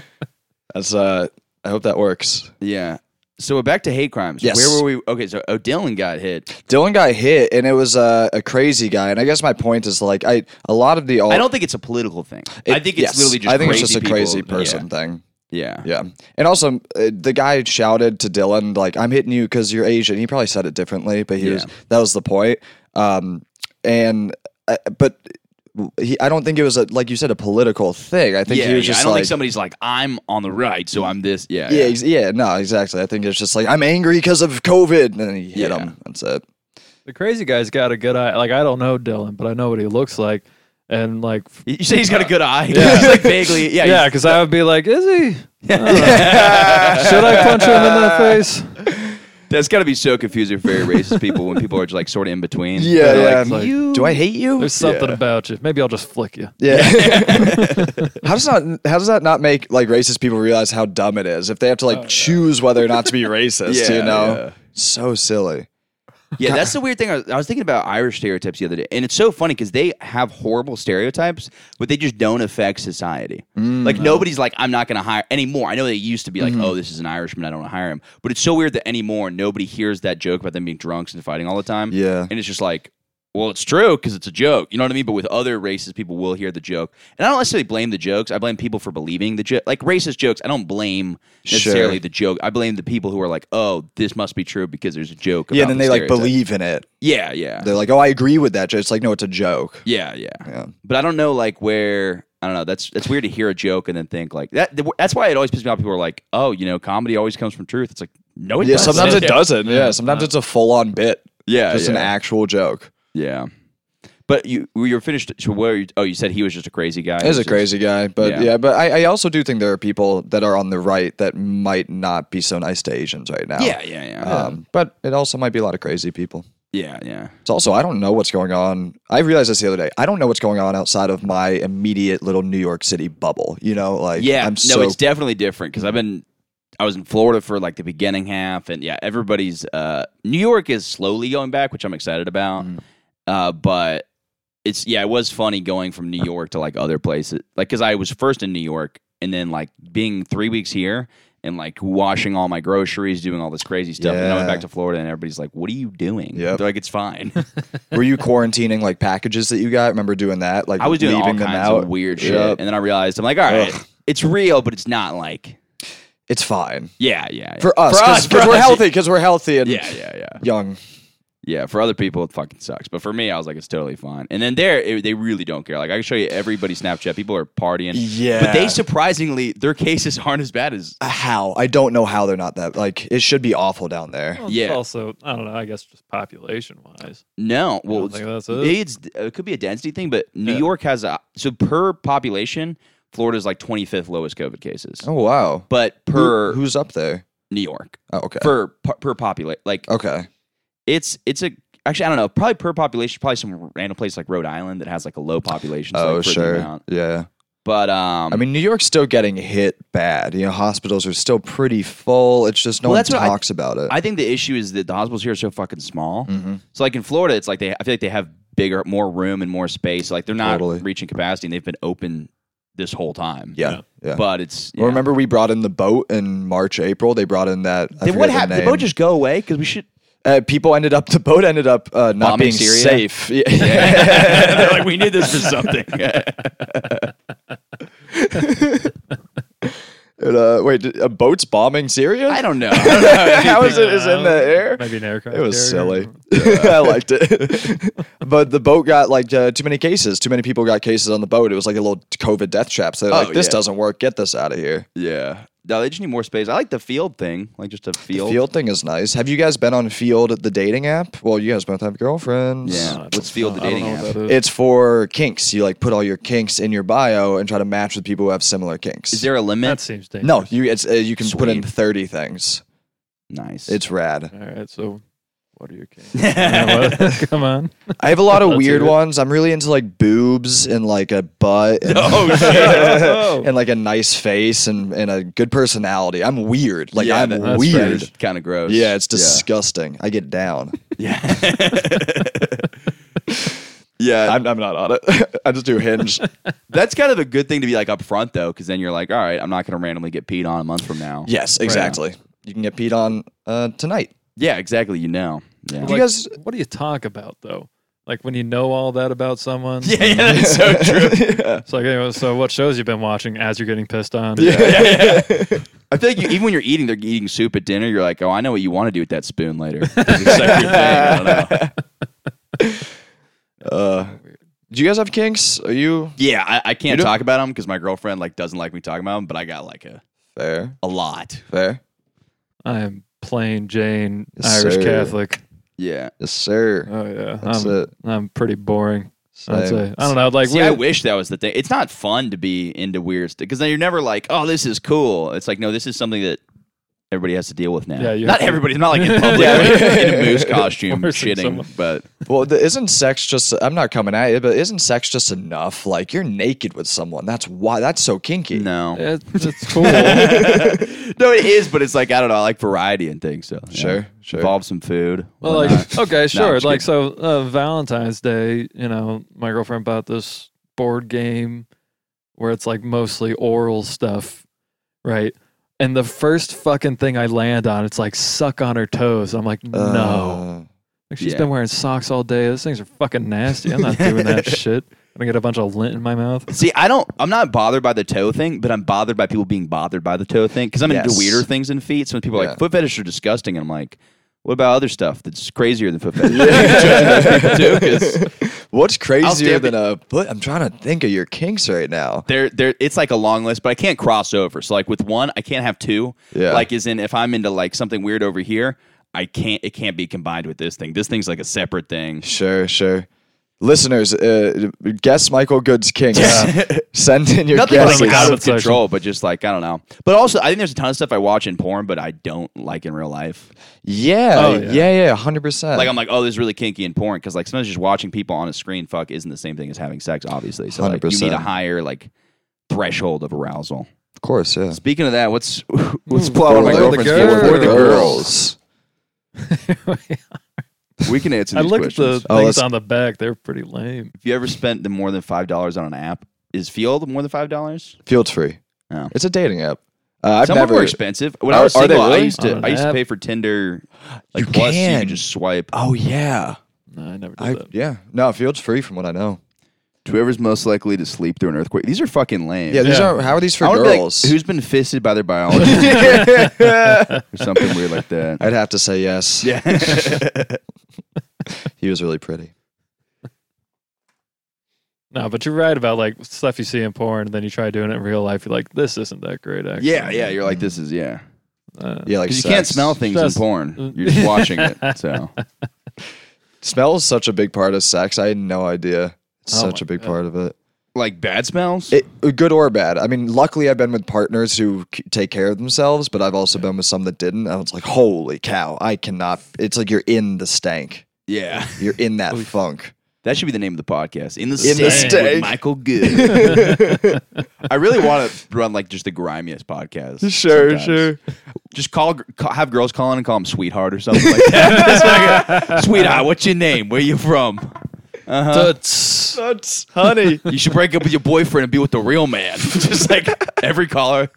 [SPEAKER 3] That's uh, I hope that works.
[SPEAKER 4] Yeah. So we're back to hate crimes.
[SPEAKER 3] Yes.
[SPEAKER 4] Where were we? Okay. So O'Dillon got hit.
[SPEAKER 3] Dylan got hit, and it was uh, a crazy guy, and I guess my point is like I a lot of the all
[SPEAKER 4] I don't think it's a political thing. I
[SPEAKER 3] Oh. it-
[SPEAKER 4] think it's
[SPEAKER 3] yes,
[SPEAKER 4] literally just.
[SPEAKER 3] I think
[SPEAKER 4] crazy
[SPEAKER 3] it's just a
[SPEAKER 4] people.
[SPEAKER 3] crazy person thing.
[SPEAKER 4] Yeah. yeah.
[SPEAKER 3] Yeah, and also uh, the guy shouted to Dylan like, "I'm hitting you because you're Asian." He probably said it differently, but he was
[SPEAKER 4] Yeah.
[SPEAKER 3] that was the point. Um, and uh, but he, I don't think it was a, like you said a political thing. I think
[SPEAKER 4] Yeah,
[SPEAKER 3] he was
[SPEAKER 4] yeah.
[SPEAKER 3] just
[SPEAKER 4] I don't
[SPEAKER 3] like,
[SPEAKER 4] think somebody's like, I'm on the right, so I'm this. Yeah,
[SPEAKER 3] yeah, ex- yeah, no, exactly. I think it's just like I'm angry because of COVID, and then he hit
[SPEAKER 4] Yeah.
[SPEAKER 3] him. That's it.
[SPEAKER 5] The crazy guy's got a good eye. Like I don't know Dylan, but I know what he looks like, and like f-
[SPEAKER 4] You say he's got a good eye. Yeah. like vaguely. Yeah.
[SPEAKER 5] yeah,
[SPEAKER 4] he's-
[SPEAKER 5] because I would be like, is he? I don't know. Should I punch him in the face?
[SPEAKER 4] That's got to be so confusing for very racist people when people are just like sort of in between.
[SPEAKER 3] Yeah,
[SPEAKER 4] They're
[SPEAKER 3] yeah.
[SPEAKER 4] like,
[SPEAKER 5] like-
[SPEAKER 4] you.
[SPEAKER 3] Do I hate you?
[SPEAKER 5] There's something about you. Maybe I'll just flick you.
[SPEAKER 3] Yeah. how does not how does that not make like racist people realize how dumb it is if they have to like choose whether or not to be racist,
[SPEAKER 4] Yeah,
[SPEAKER 3] you know?
[SPEAKER 4] yeah.
[SPEAKER 3] So silly.
[SPEAKER 4] Yeah, that's the weird thing. I was, I was thinking about Irish stereotypes the other day, and it's so funny because they have horrible stereotypes, but they just don't affect society.
[SPEAKER 3] Mm.
[SPEAKER 4] like
[SPEAKER 3] Oh.
[SPEAKER 4] nobody's like, I'm not going to hire anymore. I know they used to be
[SPEAKER 3] Mm-hmm.
[SPEAKER 4] like, oh, this is an Irishman, I don't want to hire him. But it's so weird that anymore nobody hears that joke about them being drunks and fighting all the time.
[SPEAKER 3] Yeah.
[SPEAKER 4] and it's just like. Well, it's true because it's a joke. You know what I mean? But with other races, people will hear the joke. And I don't necessarily blame the jokes. I blame people for believing the joke. Like racist jokes, I don't blame necessarily
[SPEAKER 3] Sure.
[SPEAKER 4] the joke. I blame the people who are like, oh, this must be true because there's a joke.
[SPEAKER 3] Yeah,
[SPEAKER 4] about
[SPEAKER 3] and then
[SPEAKER 4] the
[SPEAKER 3] they like
[SPEAKER 4] stereotype.
[SPEAKER 3] believe in it.
[SPEAKER 4] Yeah, yeah,
[SPEAKER 3] They're like, "Oh, I agree with that." joke." It's like, "No, it's a joke."
[SPEAKER 4] yeah, yeah,
[SPEAKER 3] Yeah.
[SPEAKER 4] But I don't know, like where I don't know. That's that's weird to hear a joke and then think like that. That's why it always pisses me off. People are like, oh, you know, comedy always comes from truth. It's like no, it
[SPEAKER 3] yeah,
[SPEAKER 4] doesn't.
[SPEAKER 3] sometimes it
[SPEAKER 4] yeah. Uh-huh.
[SPEAKER 3] doesn't. Yeah, sometimes it's a full-on bit,
[SPEAKER 4] Yeah,
[SPEAKER 3] just an
[SPEAKER 4] yeah.
[SPEAKER 3] actual joke.
[SPEAKER 4] Yeah. But you you were finished. So where? You, oh, you said he was just a crazy guy.
[SPEAKER 3] He's a
[SPEAKER 4] It's just-
[SPEAKER 3] crazy guy, but
[SPEAKER 4] Yeah.
[SPEAKER 3] yeah, but I, I also do think there are people that are on the right that might not be so nice to Asians right now.
[SPEAKER 4] Yeah, yeah, yeah.
[SPEAKER 3] Uh, Um, but it also might be a lot of crazy people.
[SPEAKER 4] Yeah, yeah.
[SPEAKER 3] It's also I don't know what's going on. I realized this the other day. I don't know what's going on outside of my immediate little New York City bubble. You know, like
[SPEAKER 4] Yeah,
[SPEAKER 3] I'm
[SPEAKER 4] no,
[SPEAKER 3] so
[SPEAKER 4] it's definitely different because I've been, I was in Florida for like the beginning half, and yeah, everybody's. uh New York is slowly going back, which I'm excited about.
[SPEAKER 3] Mm-hmm.
[SPEAKER 4] Uh But it's yeah, it was funny going from New York to like other places, like because I was first in New York, and then like being three weeks here. And like washing all my groceries, doing all this crazy stuff, and then I went
[SPEAKER 3] Yeah.
[SPEAKER 4] back to Florida, and everybody's like, "What are you doing?"
[SPEAKER 3] Yep.
[SPEAKER 4] They're like, "It's fine."
[SPEAKER 3] were you quarantining like packages that you got? Remember doing that? Like
[SPEAKER 4] I was doing all
[SPEAKER 3] leaving
[SPEAKER 4] kinds
[SPEAKER 3] them out.
[SPEAKER 4] of weird shit,
[SPEAKER 3] Yep.
[SPEAKER 4] and then I realized I'm like, "All right,
[SPEAKER 3] Ugh.
[SPEAKER 4] it's real, but it's not like,
[SPEAKER 3] It's fine
[SPEAKER 4] yeah, yeah." yeah.
[SPEAKER 3] for us
[SPEAKER 4] us, for
[SPEAKER 3] because we're
[SPEAKER 4] us,
[SPEAKER 3] healthy because we're healthy and
[SPEAKER 4] Yeah, yeah, yeah.
[SPEAKER 3] young.
[SPEAKER 4] Yeah, for other people, it fucking sucks. But for me, I was like, it's totally fine. And then there, it, they really don't care. Like, I can show you everybody's Snapchat. People are partying.
[SPEAKER 3] Yeah.
[SPEAKER 4] But they surprisingly, their cases aren't as bad as.
[SPEAKER 3] Uh, How I don't know how they're not that. Like it should be awful down there.
[SPEAKER 5] Well, it's
[SPEAKER 4] Yeah.
[SPEAKER 5] Also, I don't know. I guess just population wise.
[SPEAKER 4] No.
[SPEAKER 5] I
[SPEAKER 4] Well,
[SPEAKER 5] don't think
[SPEAKER 4] it's,
[SPEAKER 5] that's it.
[SPEAKER 4] it's- it could be a density thing, but New
[SPEAKER 5] Yeah.
[SPEAKER 4] York has a. So per population, Florida's like 25th lowest COVID cases.
[SPEAKER 3] Oh wow.
[SPEAKER 4] But
[SPEAKER 3] Who-
[SPEAKER 4] per
[SPEAKER 3] who's up there?
[SPEAKER 4] New York,
[SPEAKER 3] Oh, okay.
[SPEAKER 4] per per, per population, like
[SPEAKER 3] okay.
[SPEAKER 4] it's it's a actually I don't know, probably per population, probably some random place like Rhode Island that has like a low population. so,
[SPEAKER 3] Oh
[SPEAKER 4] like, for the
[SPEAKER 3] sure.
[SPEAKER 4] amount.
[SPEAKER 3] Yeah.
[SPEAKER 4] But um,
[SPEAKER 3] I mean, New York's still getting hit bad. You know, hospitals are still pretty full. It's just no
[SPEAKER 4] Well,
[SPEAKER 3] one
[SPEAKER 4] that's what I-
[SPEAKER 3] talks about it.
[SPEAKER 4] I think the issue is that the hospitals here are so fucking small.
[SPEAKER 3] Mm-hmm.
[SPEAKER 4] So like in Florida, it's like they I feel like they have bigger, more room and more space. Like they're not
[SPEAKER 3] Totally.
[SPEAKER 4] reaching capacity, and they've been open this whole time.
[SPEAKER 3] yeah. Yeah.
[SPEAKER 4] but it's
[SPEAKER 3] Well, remember we brought in the boat in March, April. They brought in that. I
[SPEAKER 4] Then what
[SPEAKER 3] forget the
[SPEAKER 4] happened? Did
[SPEAKER 3] name.
[SPEAKER 4] boat just go away? Because we should.
[SPEAKER 3] uh, people ended up. The boat ended up uh, not
[SPEAKER 4] Bombing
[SPEAKER 3] being
[SPEAKER 4] Syria?
[SPEAKER 3] safe. Yeah.
[SPEAKER 4] They're like we need this for something.
[SPEAKER 3] And, uh, wait, did- a boat's bombing Syria?
[SPEAKER 4] I don't know. I don't know.
[SPEAKER 3] How is it? Is in the air?
[SPEAKER 5] Maybe an aircraft.
[SPEAKER 3] It was
[SPEAKER 5] carrier.
[SPEAKER 3] silly. I liked it. but the boat got like uh, too many cases. Too many people got cases on the boat. It was like a little COVID death trap. So they're
[SPEAKER 4] Oh,
[SPEAKER 3] like, this
[SPEAKER 4] yeah.
[SPEAKER 3] doesn't work. Get this out of here.
[SPEAKER 4] Yeah. No, they just need more space. I like the field thing, like just a field.
[SPEAKER 3] Field thing is nice. Have you guys been on Field, the dating app? Well, you guys both have girlfriends.
[SPEAKER 4] Yeah. What's field the
[SPEAKER 5] I don't
[SPEAKER 4] dating
[SPEAKER 5] know what
[SPEAKER 4] app?
[SPEAKER 5] that is.
[SPEAKER 3] It's for kinks. You like put all your kinks in your bio and try to match with people who have similar kinks.
[SPEAKER 4] Is there a limit?
[SPEAKER 5] That seems dangerous.
[SPEAKER 3] no, you it's uh, you can put in
[SPEAKER 4] Sweet.
[SPEAKER 3] 30 things.
[SPEAKER 4] nice.
[SPEAKER 3] It's rad.
[SPEAKER 5] All right. So, what are your games? Come on.
[SPEAKER 3] I have a lot of weird
[SPEAKER 5] hear it.
[SPEAKER 3] ones. I'm really into like boobs and like a butt and,
[SPEAKER 4] oh shit.
[SPEAKER 3] and like a nice face and, and a good personality. I'm weird. Like I'm
[SPEAKER 5] that's
[SPEAKER 3] weird.
[SPEAKER 5] right.
[SPEAKER 4] Kind of gross.
[SPEAKER 3] Yeah, it's disgusting. I get down.
[SPEAKER 4] Yeah.
[SPEAKER 3] I'm, I'm not on it. I just do hinge.
[SPEAKER 4] That's kind of a good thing to be like upfront though, because then you're like, all right, I'm not going to randomly get peed on a month from now.
[SPEAKER 3] yes, exactly. You can get peed on uh, tonight.
[SPEAKER 4] yeah, exactly. You know, yeah,
[SPEAKER 3] you
[SPEAKER 5] Like,
[SPEAKER 3] guys-
[SPEAKER 5] what do you talk about though? Like when you know all that about someone.
[SPEAKER 4] yeah, yeah, that's so true.
[SPEAKER 5] It's like, anyway, so what shows you've been watching as you're getting pissed on?
[SPEAKER 4] I feel like you, even when you're eating, they're eating soup at dinner. You're like, oh, I know what you want to do with that spoon later. It's like your thing. I don't know.
[SPEAKER 3] Uh, Do you guys have kinks? Are you
[SPEAKER 4] Yeah, I, I can't talk about them because my girlfriend like doesn't like me talking about them, but I got like a
[SPEAKER 3] fair?
[SPEAKER 4] a lot.
[SPEAKER 3] Fair.
[SPEAKER 5] I am plain Jane
[SPEAKER 3] Yes,
[SPEAKER 5] Irish
[SPEAKER 3] sir.
[SPEAKER 5] Catholic.
[SPEAKER 4] Yeah.
[SPEAKER 3] Yes, sir.
[SPEAKER 5] Oh yeah,
[SPEAKER 3] That's
[SPEAKER 5] I'm,
[SPEAKER 3] it.
[SPEAKER 5] I'm pretty boring. I'd
[SPEAKER 3] Same.
[SPEAKER 5] say. I don't know. Like,
[SPEAKER 4] See,
[SPEAKER 5] we-
[SPEAKER 4] I wish that was the thing. It's not fun to be into weird stuff because then you're never like, oh, this is cool. It's like, no, this is something that everybody has to deal with now.
[SPEAKER 5] Yeah, you
[SPEAKER 4] not
[SPEAKER 5] have to-
[SPEAKER 4] everybody. Not like in public in a moose costume
[SPEAKER 5] Forcing
[SPEAKER 4] shitting,
[SPEAKER 5] someone.
[SPEAKER 4] but
[SPEAKER 3] Well, the, isn't sex just? I'm not coming at you, but isn't sex just enough? Like you're naked with someone. That's why. That's so kinky.
[SPEAKER 4] no,
[SPEAKER 5] it- it's cool. yeah,
[SPEAKER 4] no, it is. But it's like I don't know, I like variety and things. So yeah.
[SPEAKER 3] Sure, sure.
[SPEAKER 4] involve some food.
[SPEAKER 5] well,
[SPEAKER 4] whatnot.
[SPEAKER 5] like, okay, sure.
[SPEAKER 4] just
[SPEAKER 5] like, so uh, Valentine's Day, you know, my girlfriend bought this board game where it's like mostly oral stuff, right? And the first fucking thing I land on, it's like suck on her toes. I'm like, no.
[SPEAKER 3] Uh,
[SPEAKER 5] Like she's
[SPEAKER 4] Oh. yeah.
[SPEAKER 5] been wearing socks all day. Those things are fucking nasty. I'm not doing that shit. I'm gonna get a bunch of lint in my mouth.
[SPEAKER 4] See, I don't. I'm not bothered by the toe thing, but I'm bothered by people being bothered by the toe thing because I'm into
[SPEAKER 3] Yes.
[SPEAKER 4] weirder things than feet. Some people are
[SPEAKER 3] Yeah.
[SPEAKER 4] like foot fetishes are disgusting, and I'm like, what about other stuff that's crazier than foot fetishes? Judge those people, too, 'cause-
[SPEAKER 3] What's crazier
[SPEAKER 4] stamp
[SPEAKER 3] than a butt? I'm trying to think of your kinks right now.
[SPEAKER 4] there there it's like a long list but i can't cross over so like with one i can't have two
[SPEAKER 3] Yeah.
[SPEAKER 4] like as in if i'm into like something weird over here i can't it can't be combined with this thing this thing's like a separate thing
[SPEAKER 3] Sure, sure. listeners, uh, guess Michael Good's king. Send in your
[SPEAKER 4] Nothing
[SPEAKER 3] guesses.
[SPEAKER 4] like out of
[SPEAKER 5] Comment section.
[SPEAKER 4] control, but just like I don't know. But also, I think there's a ton of stuff I watch in porn, but I don't like in real life.
[SPEAKER 3] yeah,
[SPEAKER 5] Oh,
[SPEAKER 3] yeah,
[SPEAKER 5] yeah.
[SPEAKER 3] yeah, hundred percent.
[SPEAKER 4] Like I'm like, oh, this is really kinky in porn because like sometimes just watching people on a screen fuck isn't the same thing as having sex, obviously. So like, you
[SPEAKER 3] 100%.
[SPEAKER 4] need a higher like threshold of arousal.
[SPEAKER 3] of course, yeah.
[SPEAKER 4] Speaking of that, what's what's blowing my
[SPEAKER 3] Or the
[SPEAKER 4] girlfriend's keyboard? Or the girls?
[SPEAKER 3] girls.
[SPEAKER 4] We can answer
[SPEAKER 5] I
[SPEAKER 4] these
[SPEAKER 5] look at
[SPEAKER 4] questions.
[SPEAKER 5] the
[SPEAKER 3] Oh,
[SPEAKER 5] things
[SPEAKER 3] let's-
[SPEAKER 5] on the back; they're pretty lame.
[SPEAKER 4] If you ever spent the more than five dollars on an app, is Field more than five dollars?
[SPEAKER 3] Field free.
[SPEAKER 4] Oh.
[SPEAKER 3] It's a dating app. Uh, I've
[SPEAKER 4] Some
[SPEAKER 3] never.
[SPEAKER 4] of them are expensive. When I
[SPEAKER 3] Are-
[SPEAKER 4] was
[SPEAKER 3] are they
[SPEAKER 4] single, I
[SPEAKER 3] really?
[SPEAKER 4] used to
[SPEAKER 5] On
[SPEAKER 4] I used to
[SPEAKER 5] app?
[SPEAKER 4] pay for Tinder. Like
[SPEAKER 3] You
[SPEAKER 4] plus, you
[SPEAKER 3] can.
[SPEAKER 4] could just swipe.
[SPEAKER 3] oh yeah,
[SPEAKER 5] No, I never did
[SPEAKER 3] I
[SPEAKER 5] that.
[SPEAKER 3] yeah. No, Field's free from what I know.
[SPEAKER 4] Whoever's most likely to sleep through an earthquake. These are fucking lame.
[SPEAKER 3] Yeah, these
[SPEAKER 5] Yeah.
[SPEAKER 3] are how are these for
[SPEAKER 4] I wanna be like,
[SPEAKER 3] girls?
[SPEAKER 4] who's been fisted by their biologist or something weird like that.
[SPEAKER 3] I'd have to say yes.
[SPEAKER 4] Yeah.
[SPEAKER 3] He was really pretty.
[SPEAKER 5] No, but you're right about like stuff you see in porn, and then you try doing it in real life. You're like, this isn't that great. Actually.
[SPEAKER 4] yeah, yeah. You're like, this is yeah.
[SPEAKER 5] Uh,
[SPEAKER 3] Yeah, like
[SPEAKER 4] Because you can't
[SPEAKER 3] sex.
[SPEAKER 4] smell things in
[SPEAKER 5] Just-
[SPEAKER 4] porn. You're just watching it. So
[SPEAKER 3] Smell is such a big part of sex. I had no idea. It's
[SPEAKER 5] Oh
[SPEAKER 3] such
[SPEAKER 5] my
[SPEAKER 3] a big
[SPEAKER 5] God.
[SPEAKER 3] part of it.
[SPEAKER 4] like bad smells.
[SPEAKER 3] it. Good or bad. I mean, luckily I've been with partners who c- take care of themselves, but I've also been with some that didn't. I was like, holy cow, I cannot. It's like you're in the stank.
[SPEAKER 4] yeah.
[SPEAKER 3] You're in that funk.
[SPEAKER 4] That should be the name of the podcast. In the
[SPEAKER 3] In the
[SPEAKER 4] Stank
[SPEAKER 3] Stank.
[SPEAKER 4] with Michael Good. I really want to run like just the grimiest podcast. sometimes. Just call, call, have girls call in and call them sweetheart or something like that. It's like, sweetheart, what's your name? Where you from?
[SPEAKER 5] Uh-huh. Toots.
[SPEAKER 3] That's honey.
[SPEAKER 4] You should break up with your boyfriend and be with the real man. just like every caller.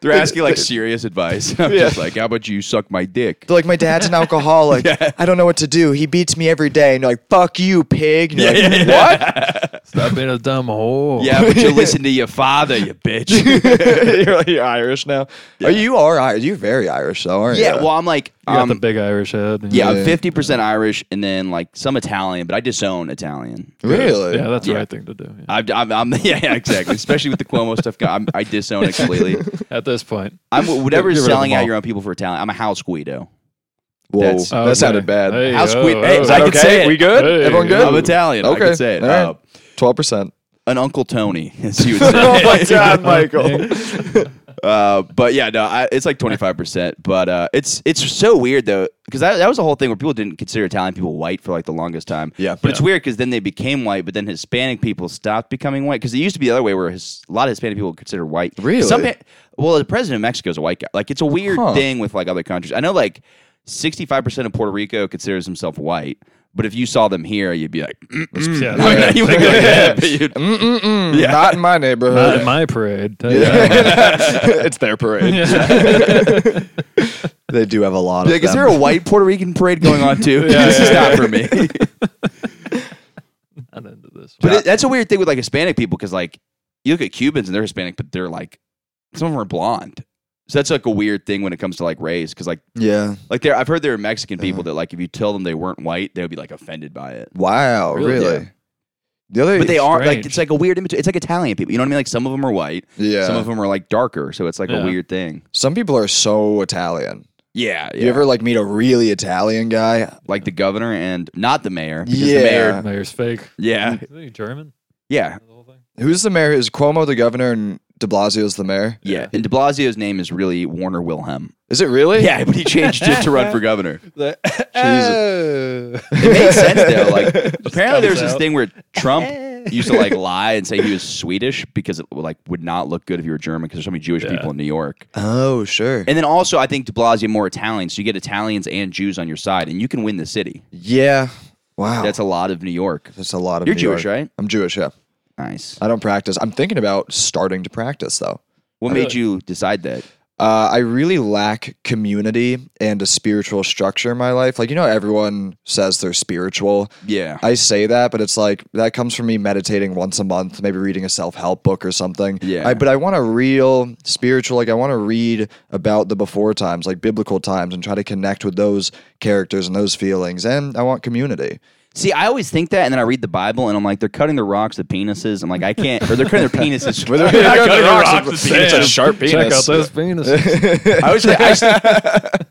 [SPEAKER 4] They're asking like serious advice. I'm just like, how about you suck my dick?
[SPEAKER 3] They're like, my dad's an alcoholic. I don't know what to do. He beats me every day. And you're like, fuck you, pig. And you're like,
[SPEAKER 5] Stop being a dumb whore.
[SPEAKER 4] Yeah, but you listen to your father, you bitch.
[SPEAKER 3] you're, like, you're Irish now. Are you are Irish? You're very Irish though, aren't
[SPEAKER 4] yeah,
[SPEAKER 3] you?
[SPEAKER 4] well, I'm like,
[SPEAKER 5] You got the
[SPEAKER 4] um,
[SPEAKER 5] big Irish head. and-
[SPEAKER 4] yeah,
[SPEAKER 3] Yeah.
[SPEAKER 4] I'm 50% Irish and then like some Italian, but I disown Italian.
[SPEAKER 3] really?
[SPEAKER 5] Yeah, that's the
[SPEAKER 4] Yeah.
[SPEAKER 5] right thing to do. yeah.
[SPEAKER 4] I've, I'm, I'm, yeah, yeah, exactly. Especially with the Cuomo stuff, I'm, I disown it completely.
[SPEAKER 5] At this point,
[SPEAKER 4] I'm whatever
[SPEAKER 5] Get rid
[SPEAKER 4] is
[SPEAKER 5] of them
[SPEAKER 4] selling out
[SPEAKER 5] all.
[SPEAKER 4] your own people for Italian. I'm a house guido.
[SPEAKER 3] Whoa,
[SPEAKER 4] That's-
[SPEAKER 3] that
[SPEAKER 5] Okay.
[SPEAKER 3] sounded bad.
[SPEAKER 5] Hey,
[SPEAKER 4] House
[SPEAKER 5] oh,
[SPEAKER 4] Guido. Hey,
[SPEAKER 5] oh.
[SPEAKER 4] is that I could
[SPEAKER 3] okay,
[SPEAKER 4] say it.
[SPEAKER 3] we good?
[SPEAKER 5] Hey.
[SPEAKER 3] Everyone good?
[SPEAKER 4] I'm Italian. I can say it. Uh,
[SPEAKER 3] Twelve percent.
[SPEAKER 4] an Uncle Tony, as you would say.
[SPEAKER 3] my God, Michael.
[SPEAKER 4] uh, but yeah, no, I, it's like twenty five percent. But uh, it's it's so weird though, because that, that was the whole thing where people didn't consider Italian people white for like the longest time.
[SPEAKER 3] Yeah.
[SPEAKER 4] but it's weird because then they became white, but then Hispanic people stopped becoming white because it used to be the other way where his, a lot of Hispanic people were considered white.
[SPEAKER 3] Really?
[SPEAKER 4] Some, pa- well, the president of Mexico is a white guy. Like it's a weird
[SPEAKER 3] Huh.
[SPEAKER 4] thing with like other countries. I know like sixty five percent of Puerto Rico considers himself white. But if you saw them here, you'd be like, mm,
[SPEAKER 5] Yeah,
[SPEAKER 4] mm. you wouldn't go like that, but you'd-
[SPEAKER 3] yeah. Hmm, Not in my
[SPEAKER 5] Not
[SPEAKER 3] neighborhood.
[SPEAKER 5] in my parade. tell you that.
[SPEAKER 3] it's their parade. they do have a lot of.
[SPEAKER 4] Like, is
[SPEAKER 3] them.
[SPEAKER 4] there a white Puerto Rican parade going on too? this is not for me.
[SPEAKER 5] Not into this.
[SPEAKER 4] but it, that's a weird thing with like Hispanic people because like you look at Cubans and they're Hispanic, but they're like some of them are blonde. So that's like a weird thing when it comes to like race because like
[SPEAKER 3] yeah.
[SPEAKER 4] like there I've heard there are Mexican people that like if you tell them they weren't white, they would be like offended by it.
[SPEAKER 3] Wow. Really.
[SPEAKER 5] Really?
[SPEAKER 4] Yeah.
[SPEAKER 3] The other.
[SPEAKER 4] But they are like
[SPEAKER 5] strange.
[SPEAKER 4] it's like a weird in between. It's like Italian people. You know what I mean? Like some of them are white,
[SPEAKER 3] Yeah.
[SPEAKER 4] some of them are like darker. So it's like a
[SPEAKER 5] Yeah.
[SPEAKER 4] weird thing.
[SPEAKER 3] Some people are so Italian.
[SPEAKER 4] Yeah, yeah.
[SPEAKER 3] You ever like meet a really Italian guy?
[SPEAKER 4] like the governor and not the mayor. because
[SPEAKER 3] Yeah.
[SPEAKER 4] the mayor,
[SPEAKER 5] Mayor's fake.
[SPEAKER 4] yeah, Mm-hmm.
[SPEAKER 5] Isn't he German?
[SPEAKER 4] yeah,
[SPEAKER 5] The whole thing.
[SPEAKER 3] Who's the mayor? Is Cuomo the governor and De Blasio's the mayor?
[SPEAKER 4] yeah. And De Blasio's name is really Warner Wilhelm.
[SPEAKER 3] Is it really?
[SPEAKER 4] Yeah, but he changed it to run for governor.
[SPEAKER 3] Jesus.
[SPEAKER 4] It made sense though. Like apparently there was this thing where Trump used to like lie and say he was Swedish because it like would not look good if you were German because there's so many Jewish people in New York.
[SPEAKER 3] oh sure.
[SPEAKER 4] And then also I think De Blasio more Italian, so you get Italians and Jews on your side, and you can win the city.
[SPEAKER 3] yeah. Wow.
[SPEAKER 4] That's
[SPEAKER 3] That's
[SPEAKER 4] a lot of New York.
[SPEAKER 3] that's a lot of.
[SPEAKER 4] You're
[SPEAKER 3] New
[SPEAKER 4] Jewish,
[SPEAKER 3] York.
[SPEAKER 4] right?
[SPEAKER 3] I'm Jewish. Yeah.
[SPEAKER 4] Nice.
[SPEAKER 3] I don't practice. I'm thinking about starting to practice though.
[SPEAKER 4] What made you decide that?
[SPEAKER 3] Uh, I really lack community and a spiritual structure in my life. Like you know, everyone says they're spiritual.
[SPEAKER 4] Yeah.
[SPEAKER 3] I say that, but it's like that comes from me meditating once a month, maybe reading a self help book or something.
[SPEAKER 4] Yeah.
[SPEAKER 3] I, but I want a real spiritual, like I want to read about the before times, like biblical times, and try to connect with those characters and those feelings. And I want community.
[SPEAKER 4] See, I always think that, and then I read the Bible, and I'm like, they're cutting the rocks with penises. I'm like, I can't, or they're cutting their penises.
[SPEAKER 3] It's a sharp
[SPEAKER 5] Check out
[SPEAKER 3] penis.
[SPEAKER 5] those penises.
[SPEAKER 4] I was, I, st-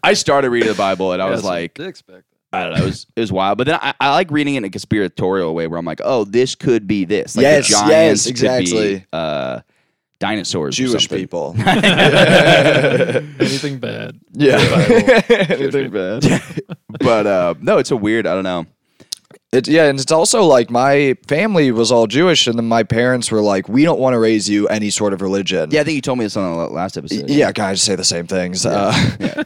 [SPEAKER 4] I started reading the Bible, and I was like,
[SPEAKER 5] expect.
[SPEAKER 4] I don't know. It was, it was wild. But then I, I like reading it in a conspiratorial way where I'm like, oh, this could be this. Like the
[SPEAKER 3] Yes,
[SPEAKER 4] Giants
[SPEAKER 3] yes,
[SPEAKER 4] could be,
[SPEAKER 3] exactly.
[SPEAKER 4] uh, dinosaurs. or
[SPEAKER 3] Jewish
[SPEAKER 4] something.
[SPEAKER 3] people.
[SPEAKER 5] Anything bad?
[SPEAKER 3] Yeah. Anything bad.
[SPEAKER 4] But uh, no, it's a weird, I don't know.
[SPEAKER 3] It, yeah, and it's also like my family was all Jewish, and then my parents were like, "We don't want to raise you any sort of religion."
[SPEAKER 4] Yeah, I think you told me this on the la- last episode.
[SPEAKER 3] yeah, guys say the same things. Uh,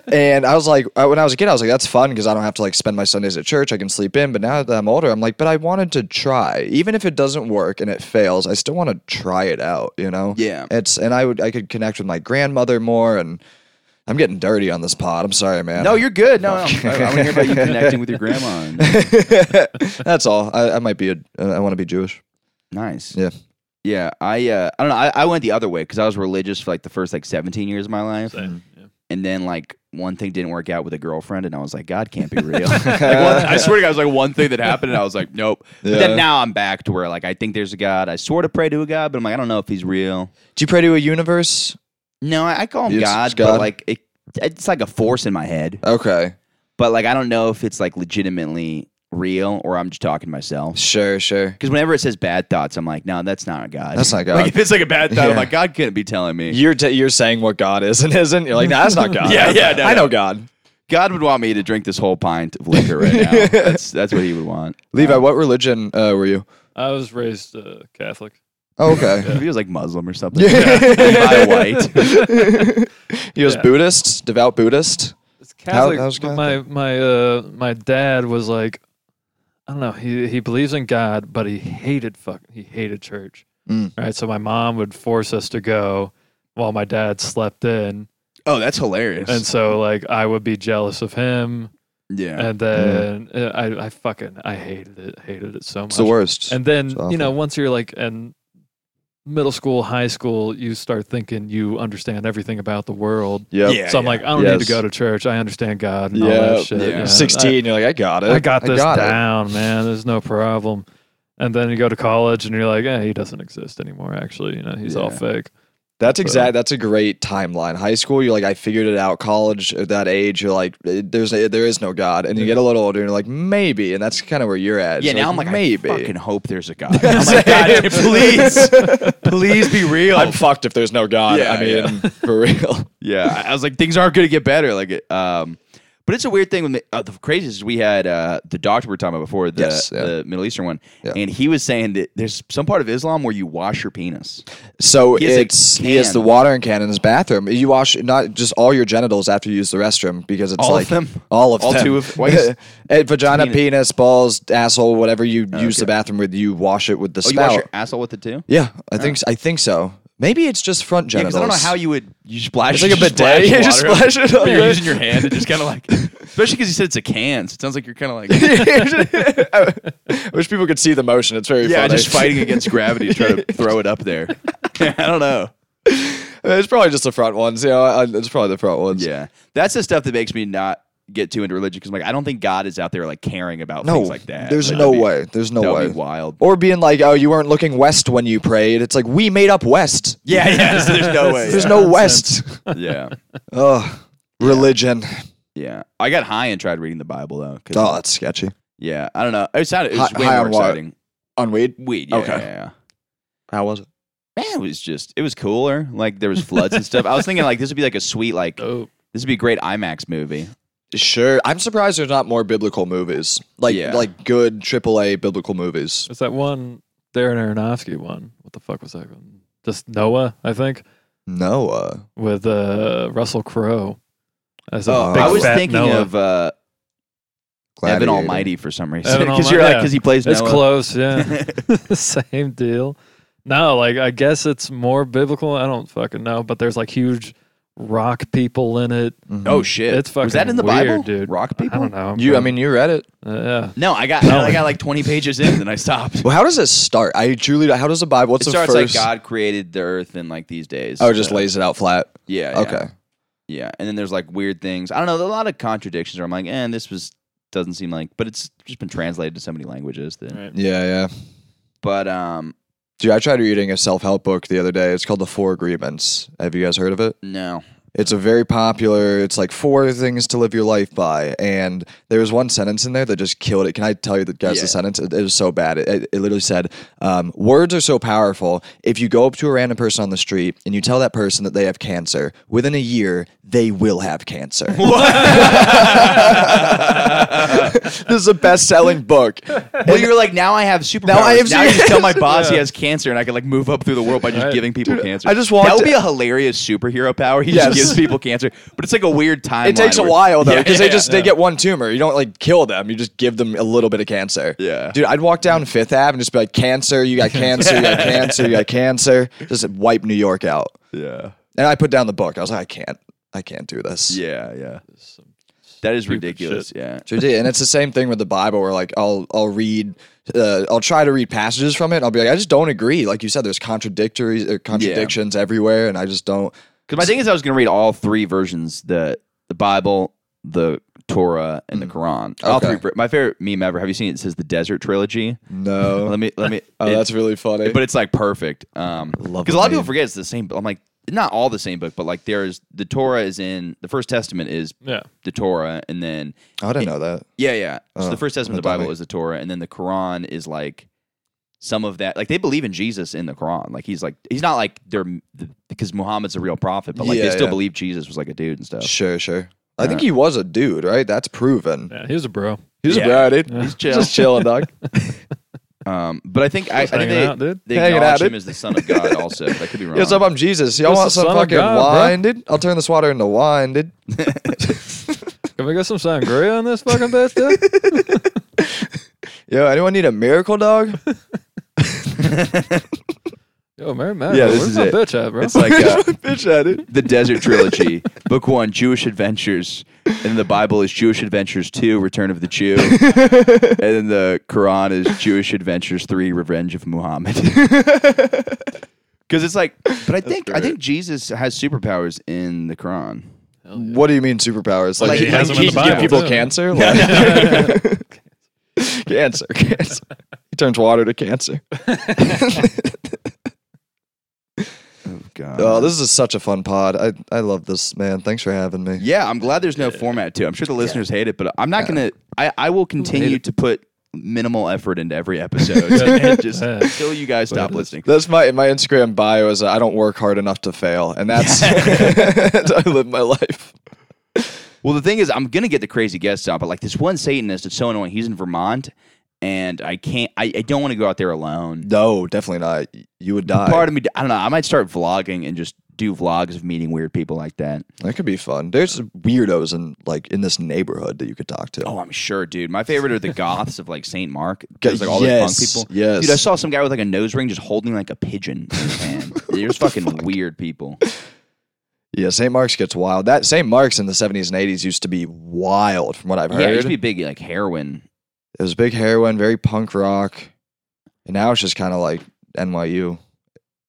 [SPEAKER 3] And I was like, I- when I was a kid, I was like, that's fun because I don't have to like spend my Sundays at church. I can sleep in. But now that I'm older, I'm like, but I wanted to try, even if it doesn't work and it fails, I still want to try it out. You know?
[SPEAKER 4] Yeah.
[SPEAKER 3] It's and I would I could connect with my grandmother more, and I'm getting dirty on this pod. I'm sorry, man.
[SPEAKER 4] No, you're good. No, no. I, I want to hear about you connecting with your grandma. and-
[SPEAKER 3] that's all. I, I might be a. Uh, I want to be Jewish.
[SPEAKER 4] nice.
[SPEAKER 3] Yeah.
[SPEAKER 4] Yeah, I uh, I don't know. I, I went the other way because I was religious for like the first like 17 years of my life,
[SPEAKER 5] Same,
[SPEAKER 4] and then like one thing didn't work out with a girlfriend, and I was like, God can't be real. Like, one- I swear to God, it was like one thing that happened, and I was like, Nope. But
[SPEAKER 3] Yeah.
[SPEAKER 4] then now I'm back to where like I think there's a God. I sort of pray to a God, but I'm like, I don't know if he's real.
[SPEAKER 3] Do you pray to a universe?
[SPEAKER 4] No, I, I call him
[SPEAKER 3] Yes,
[SPEAKER 4] God,
[SPEAKER 3] it's God.
[SPEAKER 4] but like it, it's like a force in my head,
[SPEAKER 3] Okay.
[SPEAKER 4] but like I don't know if it's like legitimately real or I'm just talking to myself.
[SPEAKER 3] Sure. Sure.
[SPEAKER 4] Because whenever it says bad thoughts, I'm like, no, that's not God.
[SPEAKER 3] That's not God.
[SPEAKER 4] like if it's like a bad thought,
[SPEAKER 3] Yeah.
[SPEAKER 4] I'm like, God couldn't be telling me.
[SPEAKER 3] You're t- you're saying what God is and isn't. You're like, nah, that's not God.
[SPEAKER 4] Yeah, yeah, no,
[SPEAKER 3] I
[SPEAKER 4] no.
[SPEAKER 3] know God.
[SPEAKER 4] God would want me to drink this whole pint of liquor right now. that's that's what he would want.
[SPEAKER 3] Levi, what religion uh, were you?
[SPEAKER 5] I was raised uh, Catholic.
[SPEAKER 3] Oh, okay.
[SPEAKER 4] If he was like Muslim or something. Levi White.
[SPEAKER 3] He was
[SPEAKER 5] Yeah.
[SPEAKER 3] Buddhist, devout Buddhist.
[SPEAKER 5] It's Catholic.
[SPEAKER 3] how's
[SPEAKER 5] but my my uh, my dad was like, I don't know. He he believes in God, but he hated fuck. He hated church.
[SPEAKER 3] Mm.
[SPEAKER 5] Right. So my mom would force us to go while my dad slept in,
[SPEAKER 4] Oh, that's hilarious.
[SPEAKER 5] and so like I would be jealous of him,
[SPEAKER 4] yeah.
[SPEAKER 3] Mm.
[SPEAKER 5] and then uh, I I fucking I hated it. Hated it so much.
[SPEAKER 3] It's the worst.
[SPEAKER 5] And then
[SPEAKER 3] It's
[SPEAKER 5] you know
[SPEAKER 3] awful.
[SPEAKER 5] once you're like in middle school, high school, you start thinking you understand everything about the world.
[SPEAKER 3] yep.
[SPEAKER 4] Yeah.
[SPEAKER 5] So I'm like, I don't need
[SPEAKER 3] Yes.
[SPEAKER 5] to go to church. I understand God and all
[SPEAKER 3] Yeah.
[SPEAKER 5] that shit.
[SPEAKER 4] Yeah.
[SPEAKER 5] you know.
[SPEAKER 3] 16, you're like, I got it.
[SPEAKER 5] I, I got this
[SPEAKER 3] it.
[SPEAKER 5] down, man. There's no problem. And then you go to college and you're like, eh, he doesn't exist anymore, actually. You know, he's all
[SPEAKER 4] Yeah.
[SPEAKER 5] fake.
[SPEAKER 3] That's exact. That's a great timeline. High school, you're like, I figured it out. College, at that age, you're like, eh, there's there is no God. And you get a little older, and you're like, maybe. And that's kind of where you're at.
[SPEAKER 4] yeah,
[SPEAKER 3] So,
[SPEAKER 4] now I'm like,
[SPEAKER 3] maybe.
[SPEAKER 4] I fucking hope there's a God. I'm like, God, please, please be real.
[SPEAKER 3] I'm fucked if there's no God.
[SPEAKER 4] Yeah,
[SPEAKER 3] I mean, for real.
[SPEAKER 4] Yeah, I- I was like, things aren't going to get better. Like, it, um, but it's a weird thing. With me, uh, the craziest is we had uh, the doctor we were talking about before, the,
[SPEAKER 3] Yes, yeah.
[SPEAKER 4] the Middle Eastern one,
[SPEAKER 3] Yeah.
[SPEAKER 4] and he was saying that there's some part of Islam where you wash your penis. Oh,
[SPEAKER 3] So
[SPEAKER 4] He has a
[SPEAKER 3] it's he has
[SPEAKER 4] can.
[SPEAKER 3] the watering can in his bathroom. You wash not just all your genitals after you use the restroom because it's
[SPEAKER 4] All of
[SPEAKER 3] like
[SPEAKER 4] them?
[SPEAKER 3] all of
[SPEAKER 4] All
[SPEAKER 3] them.
[SPEAKER 4] two of- why is-
[SPEAKER 3] Eh, vagina, penis, balls, asshole, whatever you use
[SPEAKER 4] okay.
[SPEAKER 3] the bathroom with, you wash it with the
[SPEAKER 4] Oh, you
[SPEAKER 3] spout.
[SPEAKER 4] wash your asshole with it too?
[SPEAKER 3] yeah, I think s- I think so. Maybe it's just front
[SPEAKER 4] Yeah, because
[SPEAKER 3] genitals.
[SPEAKER 4] I don't know how you would you splash.
[SPEAKER 3] It's like a
[SPEAKER 4] you
[SPEAKER 3] bidet. Yeah, just
[SPEAKER 4] water.
[SPEAKER 3] splash it on
[SPEAKER 4] But
[SPEAKER 3] your-
[SPEAKER 4] You're using your hand. It just kind of like, especially because you said it's a can. So it sounds like you're kind of like
[SPEAKER 3] I wish people could see the motion. It's very
[SPEAKER 4] yeah,
[SPEAKER 3] funny.
[SPEAKER 4] just fighting against gravity, trying to throw it up there. I don't know.
[SPEAKER 3] it's probably just the front ones. Yeah, I- I- it's probably the front ones.
[SPEAKER 4] Yeah, that's the stuff that makes me not get too into religion because like I don't think God is out there like caring about
[SPEAKER 3] No,
[SPEAKER 4] things like that.
[SPEAKER 3] there's
[SPEAKER 4] Like,
[SPEAKER 3] no
[SPEAKER 4] that'd be-
[SPEAKER 3] way. There's no
[SPEAKER 4] that
[SPEAKER 3] way.
[SPEAKER 4] Would be wild.
[SPEAKER 3] Or being like, oh, you weren't looking west when you prayed. It's like we made up west.
[SPEAKER 4] yeah, yeah. so there's no way.
[SPEAKER 3] There's no west.
[SPEAKER 4] Yeah,
[SPEAKER 3] Oh, religion.
[SPEAKER 4] yeah. I got high and tried reading the Bible though. 'cause-
[SPEAKER 3] Oh, that's sketchy.
[SPEAKER 4] Yeah, I don't know. It sounded it was
[SPEAKER 3] Hi-
[SPEAKER 4] way
[SPEAKER 3] high
[SPEAKER 4] more
[SPEAKER 3] on what?
[SPEAKER 4] exciting.
[SPEAKER 3] On weed?
[SPEAKER 4] Weed. Yeah,
[SPEAKER 3] Okay.
[SPEAKER 4] yeah, yeah.
[SPEAKER 3] How was it?
[SPEAKER 4] Man, it was just it was cooler. Like there was floods and stuff. I was thinking like this would be like a sweet like
[SPEAKER 5] Dope.
[SPEAKER 4] this would be a great IMAX movie.
[SPEAKER 3] Sure. I'm surprised there's not more biblical movies. Like
[SPEAKER 4] Yeah.
[SPEAKER 3] like good AAA biblical movies.
[SPEAKER 5] It's that one Darren Aronofsky one. What the fuck was that? one? Just Noah, I think,
[SPEAKER 3] Noah.
[SPEAKER 5] with uh, Russell Crowe. As a
[SPEAKER 3] Oh,
[SPEAKER 5] big
[SPEAKER 4] I was
[SPEAKER 5] fat
[SPEAKER 4] thinking
[SPEAKER 5] Noah.
[SPEAKER 4] of uh, Evan
[SPEAKER 3] Gladiator.
[SPEAKER 4] Almighty for some reason
[SPEAKER 5] Evan
[SPEAKER 4] because you're
[SPEAKER 5] Almighty,
[SPEAKER 4] like because he plays
[SPEAKER 5] It's
[SPEAKER 4] Noah.
[SPEAKER 5] close, yeah. Same deal. No, like I guess it's more biblical. I don't fucking know, but there's like huge rock people in it.
[SPEAKER 3] Mm-hmm.
[SPEAKER 4] Oh shit!
[SPEAKER 5] It's fucking
[SPEAKER 4] was that in the
[SPEAKER 5] weird,
[SPEAKER 4] Bible,
[SPEAKER 5] dude.
[SPEAKER 4] Rock people.
[SPEAKER 5] I don't know.
[SPEAKER 3] You I mean you read it.
[SPEAKER 5] Uh, yeah.
[SPEAKER 4] No, I got I got like 20 pages in, then I stopped.
[SPEAKER 3] Well, how does this start? I truly don't- how does the Bible what's
[SPEAKER 4] it
[SPEAKER 3] the
[SPEAKER 4] starts
[SPEAKER 3] first
[SPEAKER 4] like God created the earth in like these days.
[SPEAKER 3] Oh, it just
[SPEAKER 4] Uh,
[SPEAKER 3] lays it out flat.
[SPEAKER 4] Yeah. yeah,
[SPEAKER 3] Okay.
[SPEAKER 4] Yeah, and then there's like weird things. I don't know. There's a lot of contradictions where I'm like, eh, this was doesn't seem like, but it's just been translated to so many languages. That,
[SPEAKER 5] Right.
[SPEAKER 3] Yeah, yeah.
[SPEAKER 4] But um,
[SPEAKER 3] Dude, I tried reading a self-help book the other day. It's called The Four Agreements. Have you guys heard of it?
[SPEAKER 4] no,
[SPEAKER 3] It's a very popular. It's like four things to live your life by, and there was one sentence in there that just killed it. Can I tell you the guys
[SPEAKER 4] Yeah.
[SPEAKER 3] the sentence? It, it was so bad. It, it, it literally said, um, "Words are so powerful. If you go up to a random person on the street and you tell that person that they have cancer, within a year they will have cancer." this is a best-selling book.
[SPEAKER 4] Well, you were like, now I have superpowers.
[SPEAKER 3] Now
[SPEAKER 4] Now
[SPEAKER 3] I
[SPEAKER 4] I
[SPEAKER 3] have
[SPEAKER 4] you
[SPEAKER 3] super-
[SPEAKER 4] just tell my boss he has cancer, and I can like move up through the world by just giving people cancer.
[SPEAKER 3] I just walked-
[SPEAKER 4] that would be a hilarious superhero power. He
[SPEAKER 3] Yes.
[SPEAKER 4] just gives people cancer, but it's like a weird time.
[SPEAKER 3] It takes a while though, because they just they get one tumor. You don't like kill them. You just give them a little bit of cancer.
[SPEAKER 4] Yeah.
[SPEAKER 3] dude, I'd walk down Fifth Ave and just be like, "Cancer, you got cancer, you got cancer, you got cancer." Just wipe New York out.
[SPEAKER 4] yeah,
[SPEAKER 3] And I put down the book. I was like, "I can't, I can't do this."
[SPEAKER 4] yeah, yeah. That is ridiculous. Yeah,
[SPEAKER 3] Sure did. And it's the same thing with the Bible, where like I'll I'll read, uh, I'll try to read passages from it. I'll be like, I just don't agree. Like you said, there's contradictory or contradictions everywhere, and I just don't.
[SPEAKER 4] because my thing is, I was going to read all three versions: the the Bible, the Torah, and the Quran. All
[SPEAKER 3] Mm. Okay. Mm.
[SPEAKER 4] three. ver- My favorite meme ever. Have you seen it? It says the Desert Trilogy.
[SPEAKER 3] No,
[SPEAKER 4] Let me let me.
[SPEAKER 3] oh,
[SPEAKER 4] it-
[SPEAKER 3] that's really funny.
[SPEAKER 4] but it's like perfect. Um,
[SPEAKER 3] Love
[SPEAKER 4] because a lot of
[SPEAKER 3] it,
[SPEAKER 4] people
[SPEAKER 3] man.
[SPEAKER 4] forget it's the same. But I'm like, not all the same book, but like there is the Torah is in the First Testament is
[SPEAKER 5] Yeah.
[SPEAKER 4] the Torah, and then
[SPEAKER 3] I didn't know that.
[SPEAKER 4] yeah, yeah. So the First Testament,
[SPEAKER 3] I'm
[SPEAKER 4] of the
[SPEAKER 3] a
[SPEAKER 4] Bible
[SPEAKER 3] dummy.
[SPEAKER 4] is the Torah, and then the Quran is like some of that. Like they believe in Jesus in the Quran. Like he's like he's not like they're because Muhammad's a real prophet, but like
[SPEAKER 3] Yeah,
[SPEAKER 4] they still
[SPEAKER 3] yeah.
[SPEAKER 4] believe Jesus was like a dude and stuff.
[SPEAKER 3] Sure, sure. I think he was a dude, right? That's proven.
[SPEAKER 5] Yeah, he was a bro.
[SPEAKER 3] He's
[SPEAKER 4] Yeah.
[SPEAKER 3] a bro, dude.
[SPEAKER 4] He's chill.
[SPEAKER 3] Just chilling, dog.
[SPEAKER 4] Um, but I think I, I think
[SPEAKER 5] hanging
[SPEAKER 4] they,
[SPEAKER 5] out, dude.
[SPEAKER 4] they
[SPEAKER 3] Hanging
[SPEAKER 4] acknowledge
[SPEAKER 3] out,
[SPEAKER 4] him
[SPEAKER 3] dude.
[SPEAKER 4] as the Son of God. Also, I could be wrong.
[SPEAKER 3] Yo, what's up? I'm Jesus. Y'all
[SPEAKER 5] Just
[SPEAKER 3] want
[SPEAKER 5] the
[SPEAKER 3] some
[SPEAKER 5] son of
[SPEAKER 3] fucking
[SPEAKER 5] God, bro.
[SPEAKER 3] wine, dude? I'll turn this water into wine, dude.
[SPEAKER 5] Can we get some sangria on this fucking bitch, dude?
[SPEAKER 3] Yo, anyone need a miracle, dog?
[SPEAKER 5] Yo, Mary Matt,
[SPEAKER 4] Yeah,
[SPEAKER 5] yeah,
[SPEAKER 4] this
[SPEAKER 5] where's
[SPEAKER 4] is
[SPEAKER 5] my
[SPEAKER 4] it.
[SPEAKER 5] bitch at, bro?
[SPEAKER 4] It's like uh,
[SPEAKER 3] Bitch at it.
[SPEAKER 4] the Desert Trilogy, Book One, Jewish Adventures, and the Bible is Jewish Adventures Two, Return of the Jew, and then the Quran is Jewish Adventures Three, Revenge of Muhammad. Because it's like, but I think I think Jesus has superpowers in the Quran.
[SPEAKER 3] What do you mean superpowers? Like,
[SPEAKER 4] Like, he
[SPEAKER 3] like,
[SPEAKER 4] has them in
[SPEAKER 3] he
[SPEAKER 4] the
[SPEAKER 3] can give
[SPEAKER 5] Bible,
[SPEAKER 3] people
[SPEAKER 5] too.
[SPEAKER 3] cancer? Like, cancer, cancer. He turns water to cancer.
[SPEAKER 4] God.
[SPEAKER 3] Oh, this is such a fun pod. I, I love this, man. Thanks for having me.
[SPEAKER 4] yeah, I'm glad there's no format too. I'm sure the listeners hate it, but I'm not gonna. I, I will continue to put minimal effort into every episode and just
[SPEAKER 5] Yeah.
[SPEAKER 4] until you guys stop listening.
[SPEAKER 3] That's my my Instagram bio is uh, I don't work hard enough to fail, and that's that's how I live my life.
[SPEAKER 4] Well, the thing is, I'm gonna get the crazy guests on, but like this one Satanist, it's so annoying. He's in Vermont, and I can't. I, I don't want to go out there alone.
[SPEAKER 3] No, definitely not. You would die.
[SPEAKER 4] Part of me, I don't know. I might start vlogging and just do vlogs of meeting weird people like that.
[SPEAKER 3] That could be fun. There's weirdos in like in this neighborhood that you could talk to.
[SPEAKER 4] Oh, I'm sure, dude. My favorite are the goths of like Saint Mark. There's like all
[SPEAKER 3] Yes,
[SPEAKER 4] those punk people.
[SPEAKER 3] yes.
[SPEAKER 4] dude. I saw some guy with like a nose ring just holding like a pigeon in his hand. There's fucking weird people.
[SPEAKER 3] Yeah, St. Mark's gets wild. That St. Mark's in the 70s and 80s used to be wild, from what I've heard.
[SPEAKER 4] Yeah, it used to be big like heroin.
[SPEAKER 3] it was big heroin, very punk rock, and now it's just kind of like NYU.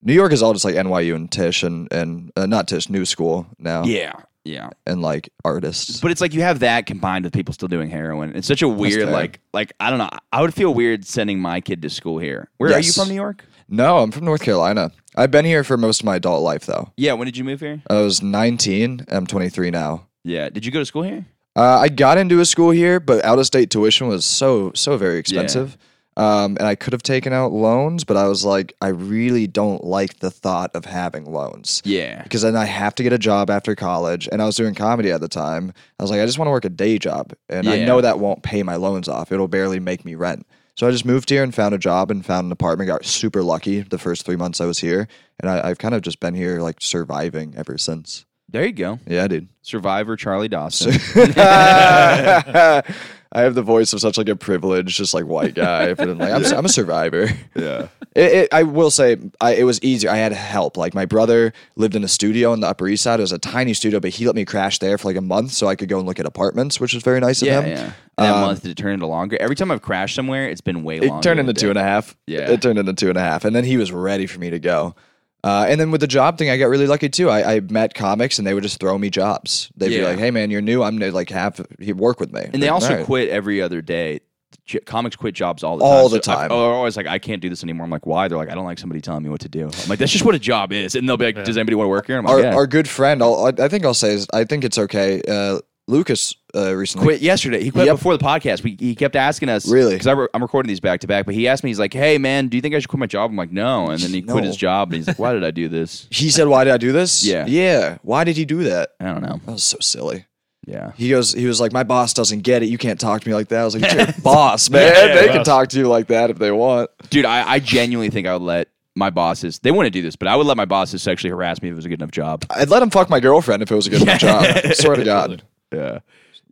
[SPEAKER 3] New York is all just like NYU and Tish and and uh, not Tish, New School now,
[SPEAKER 4] Yeah, yeah.
[SPEAKER 3] and like artists.
[SPEAKER 4] But it's like you have that combined with people still doing heroin. It's such a weird,
[SPEAKER 3] fair.
[SPEAKER 4] like, like I don't know. I would feel weird sending my kid to school here. Where are you
[SPEAKER 3] Yes.
[SPEAKER 4] from, New York?
[SPEAKER 3] No, I'm from North Carolina. I've been here for most of my adult life, though.
[SPEAKER 4] Yeah. When did you move here?
[SPEAKER 3] I was 19. I'm 23 now.
[SPEAKER 4] Yeah. Did you go to school here?
[SPEAKER 3] Uh, I got into a school here, but out of state tuition was so so very expensive. Um, and I could have taken out loans, but I was like, I really don't like the thought of having loans
[SPEAKER 4] Yeah.
[SPEAKER 3] because then I have to get a job after college. And I was doing comedy at the time. I was like, I just want to work a day job, and I
[SPEAKER 4] Yeah.
[SPEAKER 3] know that won't pay my loans off. It'll barely make me rent. So I just moved here and found a job and found an apartment. Got super lucky the first three months I was here, and I, I've kind of just been here like surviving ever since.
[SPEAKER 4] There you go.
[SPEAKER 3] Yeah, dude.
[SPEAKER 4] Survivor Charlie Dawson.
[SPEAKER 3] I have the voice of such like a privileged, just like white guy, but I'm like I'm, I'm a survivor.
[SPEAKER 4] yeah.
[SPEAKER 3] It, it, I will say I, it was easier. I had help. Like my brother lived in a studio on the Upper East Side. It was a tiny studio, but he let me crash there for like a month so I could go and look at apartments, which was very nice of
[SPEAKER 4] Yeah.
[SPEAKER 3] him.
[SPEAKER 4] yeah. And that month did it turn into longer? Every time I've crashed somewhere, it's been way longer.
[SPEAKER 3] um, It turned
[SPEAKER 4] than a
[SPEAKER 3] into two
[SPEAKER 4] day.
[SPEAKER 3] and a half.
[SPEAKER 4] Yeah.
[SPEAKER 3] It turned into two and a half. And then he was ready for me to go. Uh, and then with the job thing, I got really lucky too. I, I met comics and they would just throw me jobs. They'd
[SPEAKER 4] Yeah.
[SPEAKER 3] be like, hey man, you're new. I'm going to like have, he work with me.
[SPEAKER 4] And they
[SPEAKER 3] Like,
[SPEAKER 4] also
[SPEAKER 3] "All right."
[SPEAKER 4] quit every other day. j- comics quit jobs all the time.
[SPEAKER 3] All the
[SPEAKER 4] So I-
[SPEAKER 3] time.
[SPEAKER 4] Or always like, I can't do this anymore. I'm like, why? They're like, I don't like somebody telling me what to do. I'm like, that's just what a job is. And they'll be like, does anybody want to work here? I'm like,
[SPEAKER 3] Our,
[SPEAKER 4] yeah.
[SPEAKER 3] our good friend, I'll, I I think I'll say, is, I think it's okay. Uh, Lucas uh, recently
[SPEAKER 4] quit yesterday. He quit
[SPEAKER 3] Yep.
[SPEAKER 4] before the podcast. We, he kept asking us.
[SPEAKER 3] Really?
[SPEAKER 4] Because re- I'm recording these back to back. But he asked me, he's like, hey, man, do you think I should quit my job? I'm like, no. And then he quit
[SPEAKER 3] No.
[SPEAKER 4] his job. And he's like, why did I do this?
[SPEAKER 3] He said, "Why did I do this?
[SPEAKER 4] Yeah.
[SPEAKER 3] yeah. Why did he do that?
[SPEAKER 4] I don't know.
[SPEAKER 3] That was so silly."
[SPEAKER 4] Yeah.
[SPEAKER 3] He goes, he was like, "My boss doesn't get it. You can't talk to me like that." I was like, "It's your boss, man.
[SPEAKER 5] Yeah,
[SPEAKER 3] they can
[SPEAKER 5] boss.
[SPEAKER 3] talk to you like that if they want."
[SPEAKER 4] Dude, I, I genuinely think I would let my bosses, they want to do this, but I would let my bosses sexually harass me if it was a good enough job.
[SPEAKER 3] I'd let him fuck my girlfriend if it was a good enough job. Swear to God.
[SPEAKER 4] Yeah.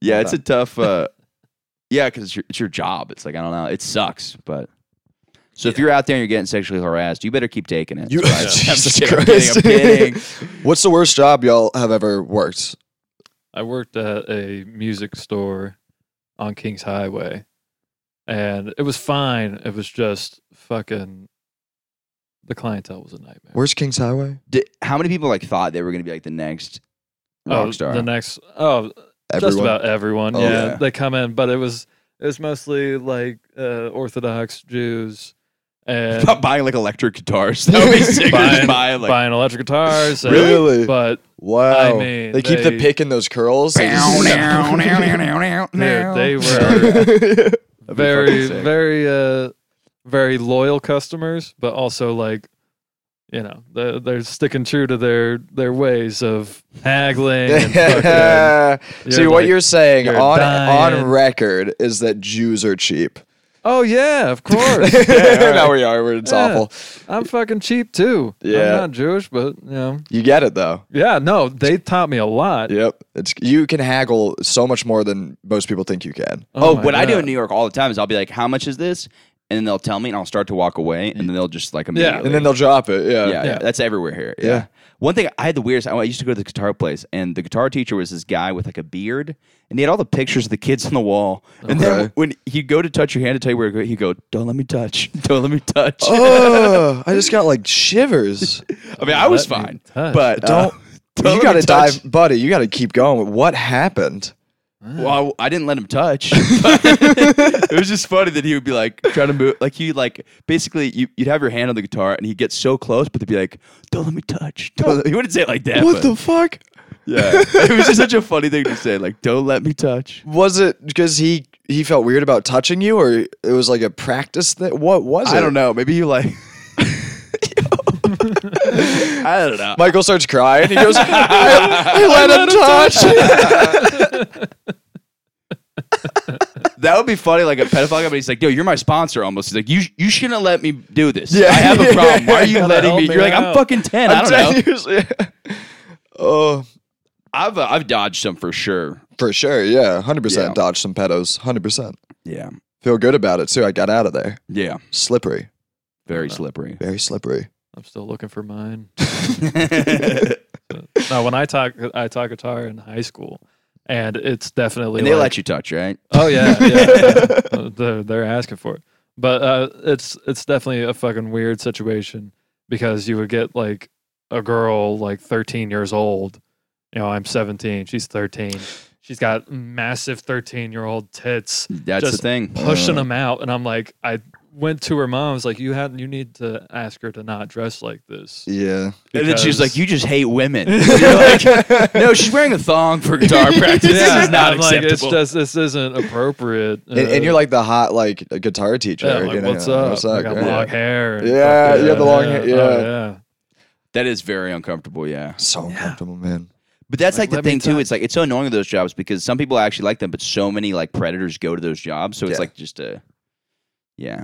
[SPEAKER 4] Yeah, it's a tough. Uh, yeah, because it's your, it's your job. It's like, I don't know. It sucks, but. So if you're out there and you're getting sexually harassed, you better keep taking it.
[SPEAKER 3] You,
[SPEAKER 4] Right.
[SPEAKER 3] Jesus
[SPEAKER 4] I'm kidding,
[SPEAKER 3] Christ.
[SPEAKER 4] I'm kidding.
[SPEAKER 3] What's the worst job y'all have ever worked?
[SPEAKER 5] I worked at a music store on Kings Highway, and it was fine. It was just fucking. The clientele was a nightmare.
[SPEAKER 3] Where's Kings Highway?
[SPEAKER 4] Did- how many people like thought they were going to be like the next rock
[SPEAKER 5] oh,
[SPEAKER 4] star?
[SPEAKER 5] The next, oh, just about everyone.
[SPEAKER 3] Oh,
[SPEAKER 5] yeah,
[SPEAKER 4] yeah.
[SPEAKER 5] they come in, but it was it was mostly like uh, Orthodox Jews and
[SPEAKER 4] buying like electric guitars. That would be sick. Just
[SPEAKER 5] buying,
[SPEAKER 4] buy, like,
[SPEAKER 5] buying electric guitars. and-
[SPEAKER 3] Really?
[SPEAKER 5] But
[SPEAKER 3] Wow.
[SPEAKER 5] I mean,
[SPEAKER 3] they keep the
[SPEAKER 5] they-
[SPEAKER 3] pick in those curls.
[SPEAKER 5] dude, they were very,
[SPEAKER 4] sick.
[SPEAKER 5] very, uh, very loyal customers, but also like, you know, they're, they're sticking true to their their ways of haggling. And fucking,
[SPEAKER 3] See
[SPEAKER 5] you're
[SPEAKER 3] what
[SPEAKER 5] like-
[SPEAKER 3] you're saying
[SPEAKER 5] you're
[SPEAKER 3] on
[SPEAKER 5] dying.
[SPEAKER 3] on record is that Jews are cheap.
[SPEAKER 5] oh yeah, of course.
[SPEAKER 3] now we are. We're, it's
[SPEAKER 5] Yeah.
[SPEAKER 3] awful.
[SPEAKER 5] I'm fucking cheap too.
[SPEAKER 3] Yeah.
[SPEAKER 5] I'm not Jewish, but you know,
[SPEAKER 3] You get it though.
[SPEAKER 5] yeah, no, they taught me a lot.
[SPEAKER 3] Yep. It's you can haggle so much more than most people think you can.
[SPEAKER 4] Oh,
[SPEAKER 5] my
[SPEAKER 4] what I do
[SPEAKER 5] God.
[SPEAKER 4] in New York all the time is I'll be like, "How much is this?" And then they'll tell me, and I'll start to walk away, and then they'll just like immediately.
[SPEAKER 3] And then they'll drop it.
[SPEAKER 4] yeah,
[SPEAKER 3] Yeah.
[SPEAKER 4] yeah,
[SPEAKER 5] Yeah.
[SPEAKER 4] that's everywhere here. Yeah.
[SPEAKER 3] Yeah.
[SPEAKER 4] One thing I had the weirdest. I used to go to the guitar place, and the guitar teacher was this guy with like a beard, and he had all the pictures of the kids on the wall. And
[SPEAKER 3] Okay.
[SPEAKER 4] then when he'd go to touch your hand to tell you where to go, he'd go, "Don't let me touch. Don't let me touch."
[SPEAKER 3] Oh, I just got like shivers.
[SPEAKER 4] I mean, I was
[SPEAKER 5] let me
[SPEAKER 4] fine,
[SPEAKER 5] touch.
[SPEAKER 4] but uh,
[SPEAKER 3] Don't. you
[SPEAKER 4] let
[SPEAKER 3] got
[SPEAKER 4] me
[SPEAKER 3] to
[SPEAKER 4] touch.
[SPEAKER 3] dive, buddy. You got to keep going. What happened?
[SPEAKER 4] Well, I, I didn't let him touch. it was just funny that he would be like trying to move, like he like basically you, you'd have your hand on the guitar and he'd get so close, but they'd be like, "Don't let me touch." Don't let-" He wouldn't say it like that.
[SPEAKER 3] What the
[SPEAKER 4] F-
[SPEAKER 3] fuck?
[SPEAKER 4] yeah, it was just such a funny thing to say, like, "Don't let me touch."
[SPEAKER 3] Was it because he he felt weird about touching you, or it was like a practice thing? What was it?
[SPEAKER 4] I don't know. Maybe you like. I don't know.
[SPEAKER 3] Michael starts crying. He goes, I, I let him touch.
[SPEAKER 4] That would be funny, like a pedophile company. He's like, "Yo, you're my sponsor." Almost, he's like, "You you shouldn't let me do this. I have a problem. Why are you
[SPEAKER 5] Gotta
[SPEAKER 4] letting
[SPEAKER 5] help
[SPEAKER 4] me?"
[SPEAKER 5] me
[SPEAKER 4] You're like, "I'm
[SPEAKER 5] out."
[SPEAKER 4] fucking ten. I don't know."
[SPEAKER 3] oh,
[SPEAKER 4] I've uh, I've dodged some for sure.
[SPEAKER 3] for sure. Yeah. 100%
[SPEAKER 4] Yeah.
[SPEAKER 3] dodge some pedos. 100%.
[SPEAKER 4] Yeah,
[SPEAKER 3] Feel good about it, too. I got out of there.
[SPEAKER 4] yeah,
[SPEAKER 3] Slippery.
[SPEAKER 4] very slippery.
[SPEAKER 3] Very slippery.
[SPEAKER 5] I'm still looking for mine. no, when I talk, I taught guitar in high school, and it's definitely
[SPEAKER 4] And they
[SPEAKER 5] like-
[SPEAKER 4] let you touch, right?
[SPEAKER 5] Oh yeah, yeah, yeah. Uh, they're, they're asking for it. But uh, it's it's definitely a fucking weird situation because you would get like a girl like 13 years old. You know, I'm 17. She's 13. She's got massive 13 year old tits,
[SPEAKER 4] That's the
[SPEAKER 5] Just
[SPEAKER 4] thing.
[SPEAKER 5] pushing them out, and I'm like, I went to her mom's like, you had you need to ask her to not dress like this.
[SPEAKER 3] Yeah.
[SPEAKER 4] And then she's
[SPEAKER 5] because-
[SPEAKER 4] like, "You just hate women." You're like, no, she's wearing a thong for guitar practice. This is not
[SPEAKER 5] I'm like, it's
[SPEAKER 4] acceptable.
[SPEAKER 5] just this isn't appropriate.
[SPEAKER 3] And, and
[SPEAKER 5] Uh,
[SPEAKER 3] you're like the hot like guitar teacher.
[SPEAKER 5] Yeah, I'm like,
[SPEAKER 3] you know,
[SPEAKER 5] what's up? I got
[SPEAKER 3] yeah.
[SPEAKER 5] long hair. and
[SPEAKER 3] Yeah,
[SPEAKER 5] fucking-
[SPEAKER 3] you have the long hair,
[SPEAKER 5] oh,
[SPEAKER 3] yeah.
[SPEAKER 4] that is very uncomfortable. Yeah,
[SPEAKER 3] So uncomfortable, man.
[SPEAKER 4] but that's like,
[SPEAKER 5] Like,
[SPEAKER 4] the
[SPEAKER 5] let me
[SPEAKER 4] thing too.
[SPEAKER 5] touch.
[SPEAKER 4] It's like it's so annoying with those jobs because some people actually like them, but so many like predators go to those jobs. So it's
[SPEAKER 3] Yeah.
[SPEAKER 4] like just a yeah,
[SPEAKER 5] yeah.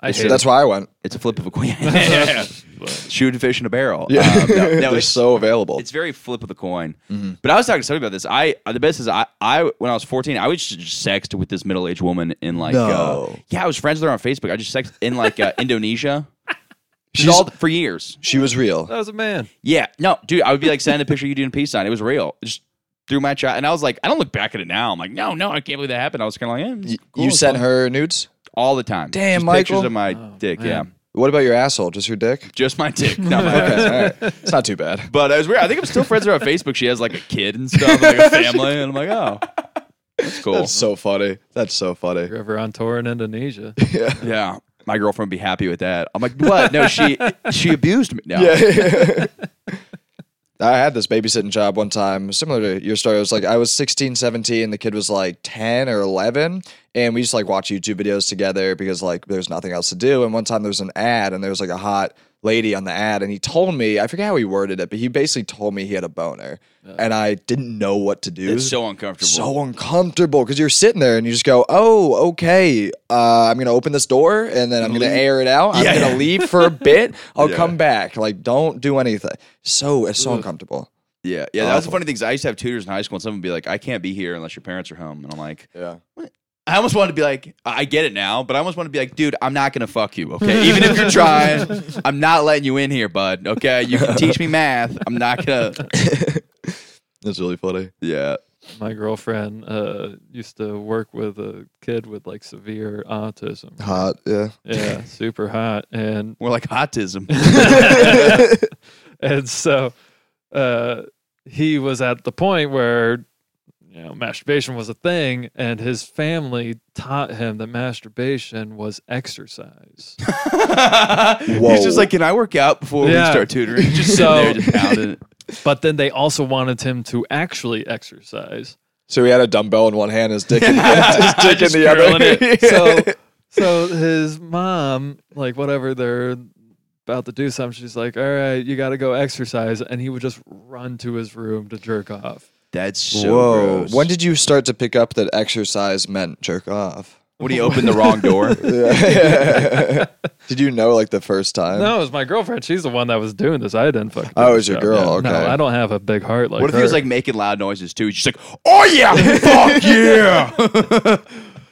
[SPEAKER 5] I
[SPEAKER 4] It's
[SPEAKER 5] hate
[SPEAKER 3] That's why I went.
[SPEAKER 4] it's a flip of a coin.
[SPEAKER 5] it.
[SPEAKER 4] Shooting fish in a barrel.
[SPEAKER 3] Yeah,
[SPEAKER 4] Um, no, no,
[SPEAKER 3] Uh, they're
[SPEAKER 4] it's-
[SPEAKER 3] so available.
[SPEAKER 4] It's very flip of the coin.
[SPEAKER 3] Mm-hmm.
[SPEAKER 4] But I was talking to somebody about this. I uh, the best is I, I when I was fourteen, I was just sext with this middle aged woman in like uh,
[SPEAKER 3] No.
[SPEAKER 4] yeah, I was friends with her on Facebook. I just sexted in like uh, Indonesia. She's
[SPEAKER 3] She's-
[SPEAKER 4] all for years.
[SPEAKER 3] She was real.
[SPEAKER 5] That was a man.
[SPEAKER 4] Yeah, no, dude, I would be like sending a picture of you doing a peace sign. It was real. Just through my chat, and I was like, I don't look back at it now. I'm like, no, no, I can't believe that happened. I was kind of like, eh,
[SPEAKER 3] Y-
[SPEAKER 4] it's cool,
[SPEAKER 3] you
[SPEAKER 4] it's
[SPEAKER 3] sent
[SPEAKER 4] fine.
[SPEAKER 3] her nudes.
[SPEAKER 4] all the time.
[SPEAKER 3] Damn,
[SPEAKER 4] just pictures
[SPEAKER 3] Michael.
[SPEAKER 4] of my
[SPEAKER 5] Oh,
[SPEAKER 4] dick.
[SPEAKER 5] man.
[SPEAKER 4] Yeah,
[SPEAKER 3] What about your asshole? Just your dick?
[SPEAKER 4] just my dick. Not my
[SPEAKER 3] Okay, all right. It's not too bad.
[SPEAKER 4] But it was weird. I think I'm still friends with her on Facebook. She has like a kid and stuff, and, like a family, and I'm like, oh, That's cool.
[SPEAKER 3] That's so funny. That's so funny.
[SPEAKER 5] You're ever on tour in Indonesia.
[SPEAKER 4] yeah. My girlfriend would be happy with that. I'm like, what? No, she she abused me. No.
[SPEAKER 3] Yeah. I had this babysitting job one time, similar to your story. It was like I was 16, 17, the kid was like 10 or 11, and we just like watch YouTube videos together because like there's nothing else to do. And one time there was an ad, and there was like a hot lady on the ad, and he told me, I forget how he worded it, but he basically told me he had a boner, and I didn't know what to do. It
[SPEAKER 4] Uh. It's
[SPEAKER 3] was
[SPEAKER 4] so uncomfortable.
[SPEAKER 3] so uncomfortable because you're sitting there and you just go, "Oh, okay. Uh, I'm gonna open this door and then I'm gonna air it out. I'm gonna leave for a bit. I'll come back. Like, don't do anything. So it's so uncomfortable.
[SPEAKER 4] yeah. Yeah. That was the funny thing. 'cause I used to have tutors in high school and someone would be like, I can't be here unless your parents are home. And I'm like,
[SPEAKER 3] Yeah.
[SPEAKER 4] I almost wanted to be like, I I get it now, but I almost want to be like, dude, I'm not gonna fuck you, okay? Even if you're trying, I'm not letting you in here, bud. Okay, you can teach me math. I'm not gonna.
[SPEAKER 3] That's really funny.
[SPEAKER 4] Yeah,
[SPEAKER 5] My girlfriend uh, used to work with a kid with like severe autism.
[SPEAKER 3] Hot. Yeah.
[SPEAKER 5] Yeah, super hot. And
[SPEAKER 4] we're like autism.
[SPEAKER 5] and so uh, he was at the point where you know masturbation was a thing, and his family taught him that masturbation was exercise.
[SPEAKER 4] He's just like, can I work out before we
[SPEAKER 5] Yeah.
[SPEAKER 4] start tutoring? Just so
[SPEAKER 5] So-
[SPEAKER 4] there, just pounding it.
[SPEAKER 5] but then they also wanted him to actually exercise.
[SPEAKER 3] So he had a dumbbell in one hand, his dick in the, his dick
[SPEAKER 5] Just
[SPEAKER 3] in the other.
[SPEAKER 5] curling it. So, so his mom, like whatever they're about to do something, she's like, "All right, you got to go exercise," and he would just run to his room to jerk off.
[SPEAKER 4] That's so
[SPEAKER 3] Whoa.
[SPEAKER 4] gross.
[SPEAKER 3] When did you start to pick up that exercise meant jerk off?
[SPEAKER 4] when he opened the wrong door?
[SPEAKER 3] Did you know like the first time?
[SPEAKER 5] No, it was my girlfriend. She's the one that was doing this. I didn't fucking.
[SPEAKER 3] Oh,
[SPEAKER 5] do
[SPEAKER 3] it was
[SPEAKER 5] the
[SPEAKER 3] your
[SPEAKER 5] job.
[SPEAKER 3] girl.
[SPEAKER 5] No,
[SPEAKER 3] Okay.
[SPEAKER 5] I don't have a big heart like.
[SPEAKER 4] What if he was
[SPEAKER 5] her.
[SPEAKER 4] like making loud noises too? He's just like, oh yeah, fuck yeah.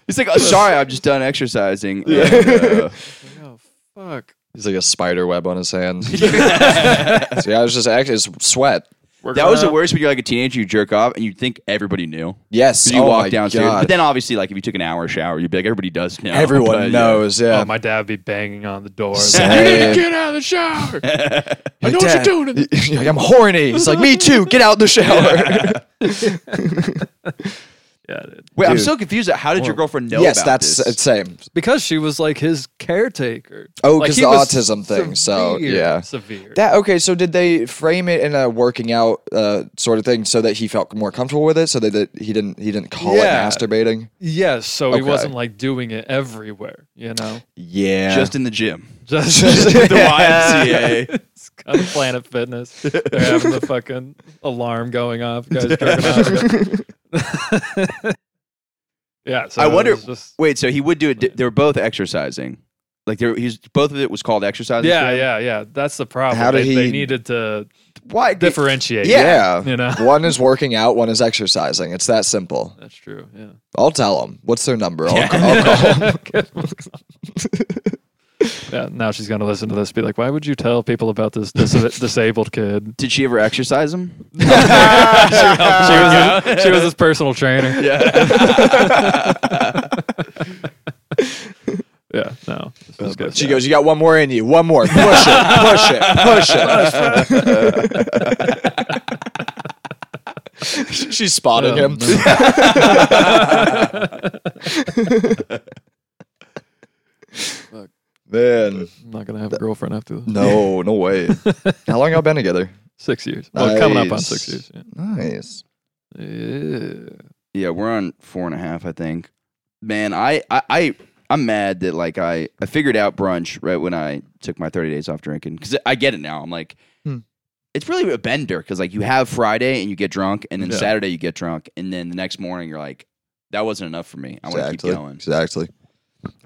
[SPEAKER 4] He's like, oh, sorry, I'm just done exercising. And, uh,
[SPEAKER 5] Oh fuck!
[SPEAKER 3] He's like a spider web on his hand. See, I was just actually it's sweat.
[SPEAKER 4] that was the worst when you're like a teenager, you jerk off, and you think everybody knew.
[SPEAKER 3] Yes.
[SPEAKER 4] So you
[SPEAKER 3] oh my
[SPEAKER 4] walk downstairs.
[SPEAKER 3] God.
[SPEAKER 4] But then obviously, like if you took an hour shower, you'd be like, everybody does know.
[SPEAKER 3] Everyone
[SPEAKER 4] But, yeah.
[SPEAKER 3] knows. Yeah.
[SPEAKER 5] Oh, my dad would be banging on the door.
[SPEAKER 3] Same.
[SPEAKER 2] Get out of the shower.
[SPEAKER 3] I know
[SPEAKER 2] what you're doing.
[SPEAKER 3] I'm horny. It's like me too. Get out the shower.
[SPEAKER 5] yeah, dude.
[SPEAKER 4] Wait, I'm
[SPEAKER 3] Dude.
[SPEAKER 4] so confused. at How did your girlfriend know?
[SPEAKER 3] yes,
[SPEAKER 4] about
[SPEAKER 3] that's
[SPEAKER 4] this?
[SPEAKER 3] it's same.
[SPEAKER 5] because she was like his caretaker.
[SPEAKER 3] Oh,
[SPEAKER 5] Like,
[SPEAKER 3] 'cause
[SPEAKER 5] he
[SPEAKER 3] the
[SPEAKER 5] was
[SPEAKER 3] autism thing, so,
[SPEAKER 5] severe-
[SPEAKER 3] yeah.
[SPEAKER 5] severe.
[SPEAKER 3] That okay? So did they frame it in a working out uh, sort of thing so that he felt more comfortable with it, so that, that he didn't he didn't call
[SPEAKER 5] Yeah.
[SPEAKER 3] it masturbating?
[SPEAKER 5] yes, so he
[SPEAKER 3] Okay.
[SPEAKER 5] wasn't like doing it everywhere. You know,
[SPEAKER 3] Yeah.
[SPEAKER 4] just in the gym.
[SPEAKER 5] just
[SPEAKER 4] the YMCA.
[SPEAKER 5] It's kind of Planet Fitness. They're having the fucking alarm going off. Guys, jerking off. yeah. So
[SPEAKER 4] I
[SPEAKER 5] it
[SPEAKER 4] wonder-
[SPEAKER 5] was Just,
[SPEAKER 4] Wait, so he would do it. They were both exercising. Like they were, he's both of it was called exercising.
[SPEAKER 5] yeah, yeah, yeah. That's the problem.
[SPEAKER 3] How did
[SPEAKER 5] they, they
[SPEAKER 3] he-
[SPEAKER 5] needed to
[SPEAKER 4] Why
[SPEAKER 5] differentiate.
[SPEAKER 3] yeah.
[SPEAKER 5] You know?
[SPEAKER 3] one is working out, one is exercising. It's that simple.
[SPEAKER 5] That's true. Yeah.
[SPEAKER 3] I'll tell him. What's their number? I'll, I'll call.
[SPEAKER 5] yeah, now she's gonna listen to this. Be like, why would you tell people about this dis- disabled kid?
[SPEAKER 4] Did she ever exercise him?
[SPEAKER 3] Uh,
[SPEAKER 5] she, was his, she was his personal trainer. Yeah. yeah. No. This was good.
[SPEAKER 3] Oh, She goes, "You got one more in you. One more. Push it. Push it. Push it." she spotted him. Man,
[SPEAKER 5] I'm not gonna have a girlfriend after this.
[SPEAKER 3] no, no way. How long y'all been together?
[SPEAKER 5] Six years. Well, coming up on
[SPEAKER 3] Nice.
[SPEAKER 5] six years. Yeah.
[SPEAKER 3] Nice.
[SPEAKER 5] Yeah.
[SPEAKER 4] Yeah, we're on four and a half, I think. Man, I, I, I I'm mad that like I, I figured out brunch right when I took my 30 days off drinking because I get it now. I'm like, it's really a bender because like you have Friday and you get drunk, and then
[SPEAKER 5] Yeah.
[SPEAKER 4] Saturday you get drunk, and then the next morning you're like, that wasn't enough for me. I want to
[SPEAKER 3] Exactly.
[SPEAKER 4] keep going.
[SPEAKER 3] Exactly.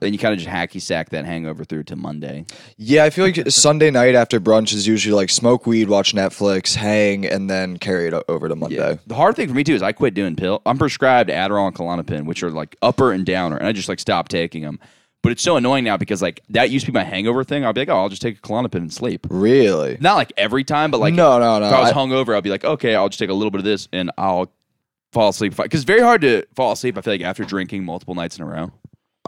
[SPEAKER 4] Then you kind of just hacky sack that hangover through to Monday.
[SPEAKER 3] Yeah, I feel like Sunday night after brunch is usually like smoke weed, watch Netflix, hang, and then carry it o- over to Monday.
[SPEAKER 4] The hard thing for me too is I quit doing pill. I'm prescribed Adderall and Klonopin, which are like upper and downer, and I just like stopped taking them. But it's so annoying now because like that used to be my hangover thing. I'll be like, oh, I'll just take a Klonopin and sleep.
[SPEAKER 3] Really?
[SPEAKER 4] Not like every time, but like
[SPEAKER 3] No, no, no.
[SPEAKER 4] If I was
[SPEAKER 3] I-
[SPEAKER 4] hungover, I'd be like, okay, I'll just take a little bit of this and I'll fall asleep. Because it's very hard to fall asleep. I feel like after drinking multiple nights in a row.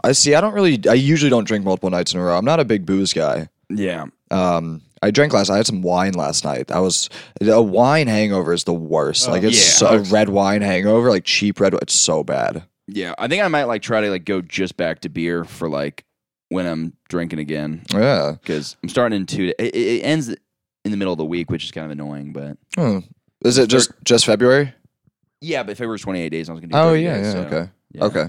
[SPEAKER 3] I see. I don't really. I usually don't drink multiple nights in a row. I'm not a big booze guy.
[SPEAKER 4] Yeah,
[SPEAKER 3] Um, I I drank last. I had some wine last night. I was a wine hangover is the worst. Like
[SPEAKER 4] Yeah.
[SPEAKER 3] it's a red wine hangover, like cheap red. wi- It's so bad.
[SPEAKER 4] Yeah, I think I might like try to like go just back to beer for like when I'm drinking again
[SPEAKER 3] Yeah.
[SPEAKER 4] because I'm starting in two. It, it- it ends in the middle of the week, which is kind of annoying, but
[SPEAKER 3] Hmm. Is it just just February?
[SPEAKER 4] yeah. But February's 28 days. I was gonna. Do
[SPEAKER 3] Oh
[SPEAKER 4] 30
[SPEAKER 3] yeah,
[SPEAKER 4] days,
[SPEAKER 3] yeah.
[SPEAKER 4] so,
[SPEAKER 3] Okay.
[SPEAKER 4] yeah.
[SPEAKER 3] Okay.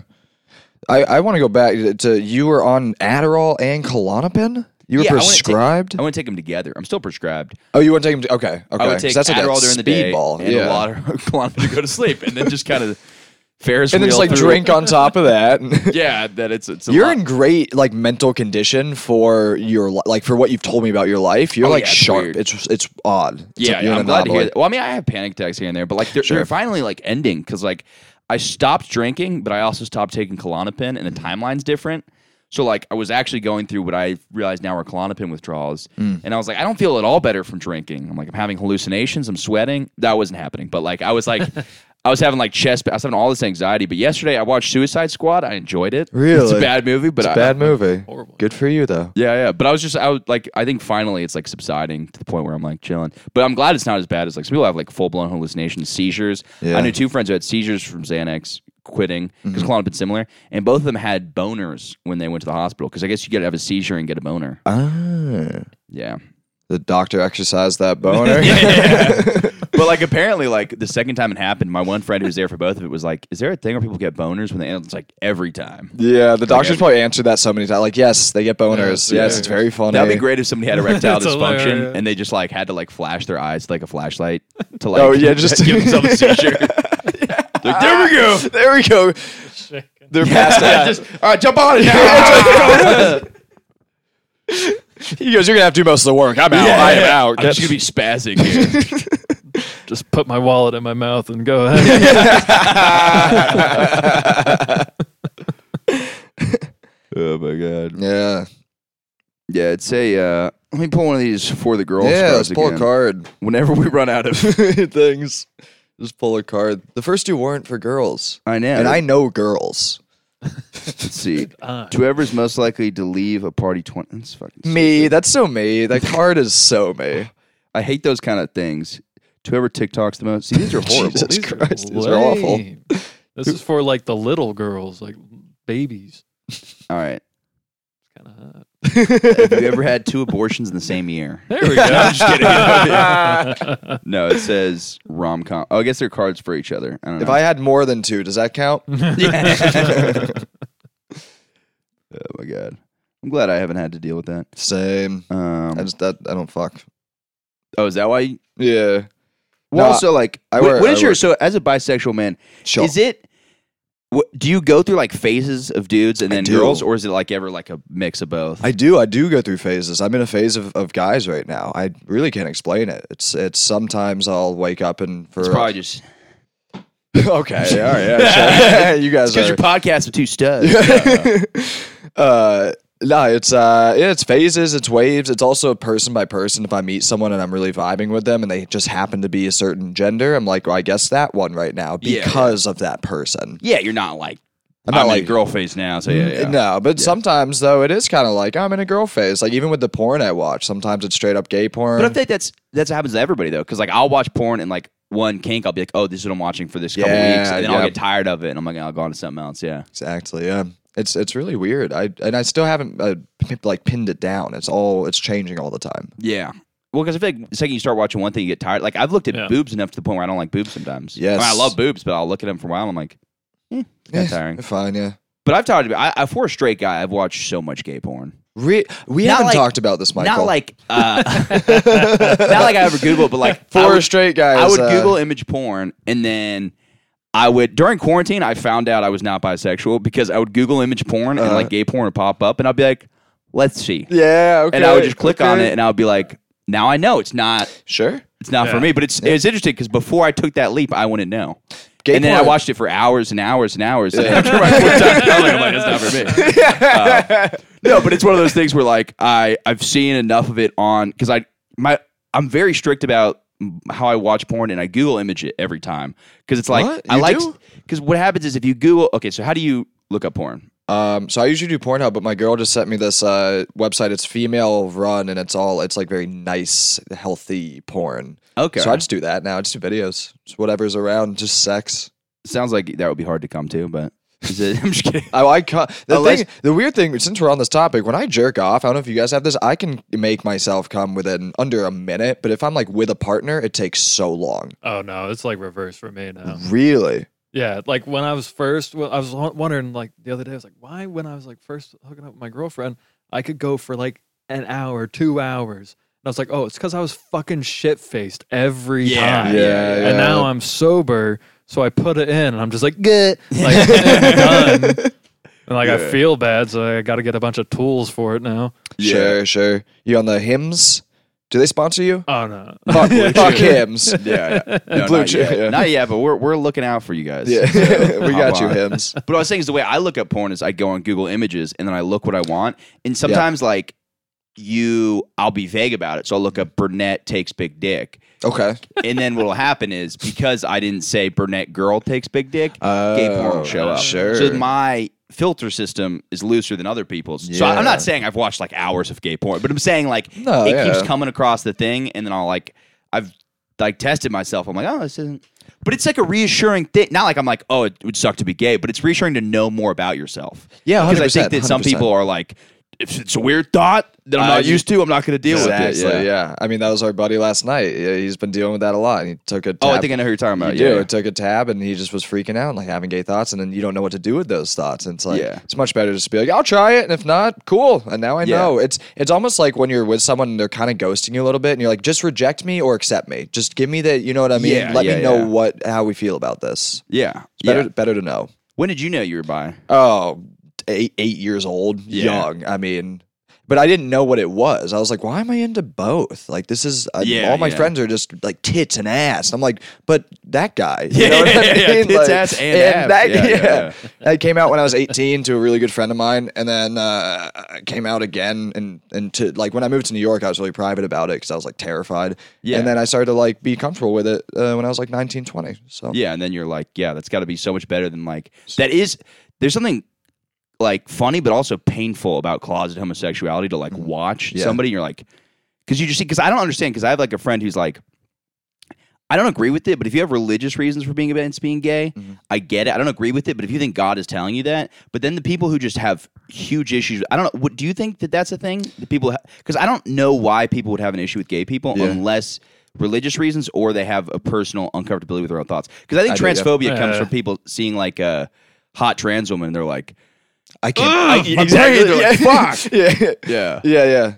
[SPEAKER 3] I, I want to go back to- to you were on Adderall and Klonopin. You were
[SPEAKER 4] Yeah, I wanna take-
[SPEAKER 3] prescribed.
[SPEAKER 4] I want to take them together. I'm still prescribed.
[SPEAKER 3] oh, you want to take him? To, okay. Okay.
[SPEAKER 4] I would
[SPEAKER 3] 'Cause
[SPEAKER 4] take
[SPEAKER 3] that's like a
[SPEAKER 4] Adderall during the day
[SPEAKER 3] speedball.
[SPEAKER 4] and
[SPEAKER 3] yeah.
[SPEAKER 4] a lot of to go to sleep, and then just kind of Ferris
[SPEAKER 3] and then just
[SPEAKER 4] wheel
[SPEAKER 3] like
[SPEAKER 4] through.
[SPEAKER 3] drink on top of that.
[SPEAKER 4] Yeah, that it's it's. A
[SPEAKER 3] You're
[SPEAKER 4] lot.
[SPEAKER 3] in great like mental condition for your li- like for what you've told me about your life. You're
[SPEAKER 4] Oh,
[SPEAKER 3] like
[SPEAKER 4] yeah, it's
[SPEAKER 3] sharp.
[SPEAKER 4] weird.
[SPEAKER 3] It's it's odd. It's
[SPEAKER 4] Yeah,
[SPEAKER 3] like you're
[SPEAKER 4] yeah,
[SPEAKER 3] an
[SPEAKER 4] I'm glad to hear
[SPEAKER 3] anomaly.
[SPEAKER 4] that. Well, I mean, I have panic attacks here and there, but like they're,
[SPEAKER 3] Sure.
[SPEAKER 4] they're finally like ending because like I stopped drinking, but I also stopped taking Klonopin, and the
[SPEAKER 3] Mm.
[SPEAKER 4] timeline's different. So like I was actually going through what I realized now are Klonopin withdrawals,
[SPEAKER 3] Mm.
[SPEAKER 4] and I was like, I don't feel at all better from drinking. I'm like, I'm having hallucinations, I'm sweating. That wasn't happening, but like I was like. I was having like chest. I was having all this anxiety, but yesterday I watched Suicide Squad. I enjoyed it. it's a
[SPEAKER 3] Really?
[SPEAKER 4] bad movie, but
[SPEAKER 3] It's a
[SPEAKER 4] I-
[SPEAKER 3] bad movie.
[SPEAKER 5] Horrible.
[SPEAKER 3] Good for you though.
[SPEAKER 4] yeah, yeah. But I was just, I was like, I think finally it's like subsiding to the point where I'm like chilling. But I'm glad it's not as bad as like some people have like full blown hallucinations, seizures.
[SPEAKER 3] Yeah. Mm-hmm.
[SPEAKER 4] I knew two friends who had seizures from Xanax quitting because Klonopin's similar, and both of them had boners when they went to the hospital because I guess you got to have a seizure and get a boner.
[SPEAKER 3] Ah,
[SPEAKER 4] Yeah.
[SPEAKER 3] the doctor exercised that boner.
[SPEAKER 4] But like apparently, like the second time it happened, my one friend who was there for both of it was like, "Is there a thing where people get boners when they?" And it's like every time.
[SPEAKER 3] Yeah, the doctors
[SPEAKER 4] every-
[SPEAKER 3] probably answered that so many times. Like, yes, they get boners.
[SPEAKER 5] Yeah,
[SPEAKER 3] yes,
[SPEAKER 5] yeah,
[SPEAKER 3] it's very funny.
[SPEAKER 4] That'd be great if somebody had erectile
[SPEAKER 5] That's
[SPEAKER 4] dysfunction
[SPEAKER 5] hilarious.
[SPEAKER 4] and they just like had to like flash their eyes like a flashlight to like
[SPEAKER 3] Oh, yeah, just-
[SPEAKER 4] give themselves a seizure. like, there we go.
[SPEAKER 3] There we go. They're
[SPEAKER 4] Yeah,
[SPEAKER 3] past that.
[SPEAKER 4] uh, just, all right, jump on it now.
[SPEAKER 3] he goes, "You're gonna have to do most of the work. I'm out. I am out."
[SPEAKER 4] I'm just gonna be spazzing here.
[SPEAKER 5] Just put my wallet in my mouth and go ahead.
[SPEAKER 4] oh my god.
[SPEAKER 3] yeah,
[SPEAKER 4] Yeah, it's a. Uh, let me pull one of these for the girls.
[SPEAKER 3] yeah.
[SPEAKER 4] for
[SPEAKER 3] Let's
[SPEAKER 4] us
[SPEAKER 3] pull a
[SPEAKER 4] again.
[SPEAKER 3] card.
[SPEAKER 4] Whenever we run out of,
[SPEAKER 3] Things. Just pull a card. The first two weren't for girls,
[SPEAKER 4] I know.
[SPEAKER 3] and I know girls.
[SPEAKER 4] let's see.
[SPEAKER 5] on.
[SPEAKER 4] To whoever's most likely to leave a party twenty. That's fucking.
[SPEAKER 3] Me. That's so me. That card is so me.
[SPEAKER 4] I hate those kind of things. To whoever TikToks the most. See, these are horrible.
[SPEAKER 3] Jesus
[SPEAKER 4] These-
[SPEAKER 3] Christ, these are awful.
[SPEAKER 5] lame. This is for like the little girls, like babies.
[SPEAKER 4] All right.
[SPEAKER 5] Kind of hot.
[SPEAKER 4] Have you ever had two abortions in the same year?
[SPEAKER 5] There we go. I'm just kidding.
[SPEAKER 4] No, it says rom com. Oh, I guess they're cards for each other. I don't know.
[SPEAKER 3] If I had more than two, does that count?
[SPEAKER 4] oh my god, I'm glad I haven't had to deal with that.
[SPEAKER 3] Same.
[SPEAKER 4] Um,
[SPEAKER 3] I just that I don't fuck.
[SPEAKER 4] oh, is that why? You,
[SPEAKER 3] Yeah.
[SPEAKER 4] well,
[SPEAKER 3] No,
[SPEAKER 4] also like,
[SPEAKER 3] I
[SPEAKER 4] wh-
[SPEAKER 3] wear-
[SPEAKER 4] what
[SPEAKER 3] I
[SPEAKER 4] is your
[SPEAKER 3] wear-
[SPEAKER 4] so as a bisexual man?
[SPEAKER 3] Sure.
[SPEAKER 4] Is it? What, do you go through like phases of dudes and
[SPEAKER 3] I
[SPEAKER 4] then
[SPEAKER 3] do.
[SPEAKER 4] girls, or is it like ever like a mix of both?
[SPEAKER 3] I do. I do go through phases. I'm in a phase of, of guys right now. I really can't explain it. It's it's sometimes I'll wake up and for
[SPEAKER 4] it's probably just
[SPEAKER 3] okay, all right, yeah, sure. you guys
[SPEAKER 4] because
[SPEAKER 3] are.
[SPEAKER 4] your podcast with two studs.
[SPEAKER 3] uh, no, it's uh, yeah, it's phases, it's waves. It's also person by person. If I meet someone and I'm really vibing with them, and they just happen to be a certain gender, I'm like, well, I guess that one right now
[SPEAKER 4] Yeah, yeah.
[SPEAKER 3] because of that person.
[SPEAKER 4] yeah, you're not like
[SPEAKER 3] I'm
[SPEAKER 4] I'm,
[SPEAKER 3] not
[SPEAKER 4] in
[SPEAKER 3] like-
[SPEAKER 4] a girl phase now. So yeah, yeah.
[SPEAKER 3] No, but sometimes though it is kind of like I'm in a girl phase. Like even with the porn I watch, sometimes it's straight up gay porn.
[SPEAKER 4] But I think that's that's what happens to everybody though, because like I'll watch porn and like one kink, I'll be like, oh, this is what I'm watching for this couple
[SPEAKER 3] Yeah,
[SPEAKER 4] weeks, and then
[SPEAKER 3] yeah.
[SPEAKER 4] I'll get tired of it, and I'm like, "Oh, I'll go on to something else. Yeah,
[SPEAKER 3] Exactly. Yeah. It's it's really weird. I and I still haven't uh, p- like pinned it down. It's all it's changing all the time.
[SPEAKER 4] yeah. Well, because I feel like the second you start watching one thing, you get tired. Like I've looked at
[SPEAKER 5] Yeah.
[SPEAKER 4] boobs enough to the point where I don't like boobs sometimes. I,
[SPEAKER 3] Yes.
[SPEAKER 4] mean, I love boobs, but I'll look at them for a while. And I'm like, eh, that's tiring.
[SPEAKER 3] Fine. Yeah.
[SPEAKER 4] But I've talked about I, I for a straight guy, I've watched so much gay porn.
[SPEAKER 3] Re- we
[SPEAKER 4] Not
[SPEAKER 3] haven't
[SPEAKER 4] like-
[SPEAKER 3] talked about this, Michael.
[SPEAKER 4] Not like uh, not like I ever Google, but like I
[SPEAKER 3] four
[SPEAKER 4] would-
[SPEAKER 3] straight guys.
[SPEAKER 4] I would
[SPEAKER 3] uh,
[SPEAKER 4] Google image porn and then I would during quarantine I found out I was not bisexual because I would Google image porn and
[SPEAKER 3] Uh-huh.
[SPEAKER 4] like gay porn would pop up and I'd be like, let's see.
[SPEAKER 3] Yeah. Okay.
[SPEAKER 4] and I would just click on
[SPEAKER 3] okay.
[SPEAKER 4] it and I would be like, now I know it's not
[SPEAKER 3] Sure.
[SPEAKER 4] it's not for
[SPEAKER 5] Yeah.
[SPEAKER 4] me. But it's it's interesting because before I took that leap, I wouldn't know.
[SPEAKER 3] Gay
[SPEAKER 4] and then I
[SPEAKER 3] porn.
[SPEAKER 4] watched it for hours and hours and hours. And after my fourth time telling, I'm like, it's not for me. Uh, no, but it's one of those things where like I I've seen enough of it on because I my I'm very strict about how I watch porn and I Google image it every time because it's like
[SPEAKER 3] What?
[SPEAKER 4] I
[SPEAKER 3] You
[SPEAKER 4] like
[SPEAKER 3] do?
[SPEAKER 4] because what happens is if you Google okay, so how do you look up porn?
[SPEAKER 3] Um, so I usually do Pornhub, but my girl just sent me this uh, website. It's female run, and it's all it's like very nice, healthy porn.
[SPEAKER 4] Okay.
[SPEAKER 3] So I just do that now. I just do videos, just whatever's around, just sex.
[SPEAKER 4] Sounds like that would be hard to come to, but is it, I'm just kidding.
[SPEAKER 3] I, I ca- the
[SPEAKER 4] Unless-
[SPEAKER 3] thing, the weird thing, since we're on this topic, when I jerk off, I don't know if you guys have this. I can make myself come within under a minute, but if I'm like with a partner, it takes so long.
[SPEAKER 5] Oh no, it's like reverse for me
[SPEAKER 4] Oh.
[SPEAKER 5] now.
[SPEAKER 3] Really?
[SPEAKER 5] Yeah, like when I was first, well, I was won- wondering like the other day, I was like, why when I was like first hooking up with my girlfriend, I could go for like an hour, two hours, and I was like, oh, it's because I was fucking shit faced every time.
[SPEAKER 3] yeah, yeah.
[SPEAKER 5] And now I'm sober, so I put it in, and I'm just like, good, like done. And like I feel bad, so I got to get a bunch of tools for it now.
[SPEAKER 3] Sure, sure. You on the hymns? Do they sponsor you?
[SPEAKER 5] Oh no,
[SPEAKER 3] Fuck, fuck hymns.
[SPEAKER 4] Yeah, yeah. No,
[SPEAKER 3] Blue
[SPEAKER 4] not,
[SPEAKER 3] chew,
[SPEAKER 4] yet.
[SPEAKER 3] yeah.
[SPEAKER 4] Not yet, but we're we're looking out for you guys.
[SPEAKER 3] Yeah,
[SPEAKER 4] So,
[SPEAKER 3] we
[SPEAKER 4] hop
[SPEAKER 3] got you
[SPEAKER 4] on.
[SPEAKER 3] hymns.
[SPEAKER 4] But what I was saying is the way I look at porn is I go on Google Images and then I look what I want, and sometimes like you, I'll be vague about it, so I'll look up Burnett takes big dick,
[SPEAKER 3] Okay.
[SPEAKER 4] and then what'll happen is because I didn't say Burnett girl takes big dick, gay porn
[SPEAKER 3] Oh,
[SPEAKER 4] will show up.
[SPEAKER 3] sure.
[SPEAKER 4] So my filter system is looser than other people's. So I- I'm
[SPEAKER 3] Yeah.
[SPEAKER 4] not saying I've watched like hours of gay porn, but I'm saying like
[SPEAKER 3] No,
[SPEAKER 4] it
[SPEAKER 3] yeah.
[SPEAKER 4] keeps coming across the thing, and then I'll like I've like tested myself. I'm like, oh, this isn't. But it's like a reassuring thing. Not like I'm like, oh, it would suck to be gay, but it's reassuring to know more about yourself.
[SPEAKER 3] Yeah,
[SPEAKER 4] because I
[SPEAKER 3] 100%,
[SPEAKER 4] think that some
[SPEAKER 3] 100%.
[SPEAKER 4] people are like, if it's a weird thought that I'm
[SPEAKER 3] Uh,
[SPEAKER 4] not
[SPEAKER 3] you-
[SPEAKER 4] used to, I'm not going to deal
[SPEAKER 3] Exactly.
[SPEAKER 4] with
[SPEAKER 3] Yeah.
[SPEAKER 4] it.
[SPEAKER 3] I mean, that was our buddy last night. Yeah, He's been dealing with that a lot. And he took a. Tab.
[SPEAKER 4] Oh, I think I know who you're talking about.
[SPEAKER 3] You
[SPEAKER 4] yeah,
[SPEAKER 3] do.
[SPEAKER 4] yeah.
[SPEAKER 3] It took a tab, and he just was freaking out and like having gay thoughts, and then you don't know what to do with those thoughts. And it's like
[SPEAKER 4] Yeah.
[SPEAKER 3] it's much better to just be like, I'll try it, and if not, cool. And now I
[SPEAKER 4] Yeah.
[SPEAKER 3] know. It's it's almost like when you're with someone and they're kind of ghosting you a little bit, and you're like, just reject me or accept me. Just give me the, you know what I mean?
[SPEAKER 4] Yeah,
[SPEAKER 3] Let
[SPEAKER 4] yeah,
[SPEAKER 3] me know
[SPEAKER 4] yeah.
[SPEAKER 3] what how we feel about this.
[SPEAKER 4] yeah.
[SPEAKER 3] It's better
[SPEAKER 4] yeah.
[SPEAKER 3] better to know.
[SPEAKER 4] When did you know you were bi?
[SPEAKER 3] oh eight eight years old
[SPEAKER 4] Yeah.
[SPEAKER 3] young i mean but i didn't know what it was i was like why am i into both like this is I,
[SPEAKER 4] Yeah,
[SPEAKER 3] all my
[SPEAKER 4] yeah.
[SPEAKER 3] friends are just like tits and ass i'm like but that guy you know what
[SPEAKER 4] Yeah,
[SPEAKER 3] i
[SPEAKER 4] yeah,
[SPEAKER 3] mean
[SPEAKER 4] tits,
[SPEAKER 3] Like,
[SPEAKER 4] ass, and abs.
[SPEAKER 3] that,
[SPEAKER 4] Yeah,
[SPEAKER 3] yeah,
[SPEAKER 4] yeah, yeah.
[SPEAKER 3] that came out when i was 18 to a really good friend of mine and then uh it came out again and and to like when i moved to new york i was really private about it because i was like terrified
[SPEAKER 4] Yeah.
[SPEAKER 3] and then i started to like be comfortable with it uh, when i was like 19 20 so
[SPEAKER 4] Yeah, and then you're like, yeah, that's got to be so much better than like that is. There's something like funny, but also painful about closet homosexuality to like watch
[SPEAKER 3] Yeah.
[SPEAKER 4] somebody. And you're like, because you just see because I don't understand because I have like a friend who's like. I don't agree with it, but if you have religious reasons for being against being gay,
[SPEAKER 3] Mm-hmm.
[SPEAKER 4] I get it. I don't agree with it, but if you think God is telling you that, but then the people who just have huge issues, I don't know. What do you think that that's a thing? The people because I don't know why people would have an issue with gay people
[SPEAKER 3] Yeah.
[SPEAKER 4] unless religious reasons or they have a personal uncomfortability with their own thoughts. Because I think
[SPEAKER 3] do, yeah.
[SPEAKER 4] transphobia comes
[SPEAKER 5] Yeah.
[SPEAKER 4] from people seeing like a hot trans woman, they're like,
[SPEAKER 3] i can't
[SPEAKER 4] I, exactly, they're like, fuck,
[SPEAKER 3] yeah
[SPEAKER 4] yeah.
[SPEAKER 3] Yeah, yeah.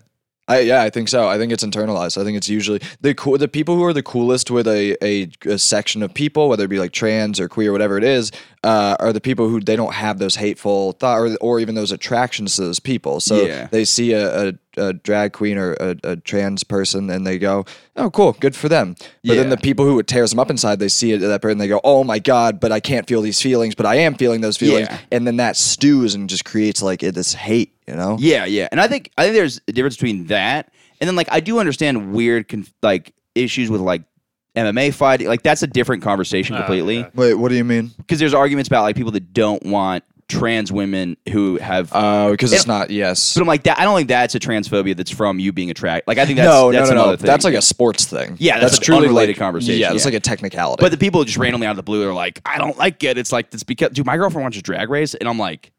[SPEAKER 3] I, yeah, I think so. I think it's internalized. I think it's usually the cool, the people who are the coolest with a, a, a section of people, whether it be like trans or queer, whatever it is, uh, are the people who they don't have those hateful thought or, or even those attractions to those people. So
[SPEAKER 4] Yeah.
[SPEAKER 3] they see a, a, a drag queen or a, a trans person and they go, "Oh, cool, good for them." But then
[SPEAKER 4] Yeah.
[SPEAKER 3] the people who it tears them up inside, they see it that person, they go, "Oh my god, but I can't feel these feelings, but I am feeling those feelings,"
[SPEAKER 4] Yeah.
[SPEAKER 3] and then that stews and just creates like this hate, you know?
[SPEAKER 4] Yeah, yeah. And I think I think there's a difference between that and then like I do understand weird conf- like issues with like MMA fighting. Like that's a different conversation
[SPEAKER 3] Ah,
[SPEAKER 4] completely
[SPEAKER 5] yeah.
[SPEAKER 4] because
[SPEAKER 3] Wait, what do you mean?
[SPEAKER 4] there's arguments about like people that don't want trans women who have.
[SPEAKER 3] Oh, because it's
[SPEAKER 4] And-
[SPEAKER 3] not. Yes.
[SPEAKER 4] but I'm like that. I don't think that's a transphobia that's from you being attracted. Like I think that's
[SPEAKER 3] No,
[SPEAKER 4] that's
[SPEAKER 3] no, no,
[SPEAKER 4] another
[SPEAKER 3] no.
[SPEAKER 4] thing.
[SPEAKER 3] That's like a sports thing.
[SPEAKER 4] Yeah, that's an unrelated
[SPEAKER 3] like,
[SPEAKER 4] conversation,
[SPEAKER 3] Yeah, that's
[SPEAKER 4] yeah.
[SPEAKER 3] like a technicality.
[SPEAKER 4] But the people just randomly out of the blue are like, I don't like it. It's like it's because dude, my girlfriend watches Drag Race, and I'm like,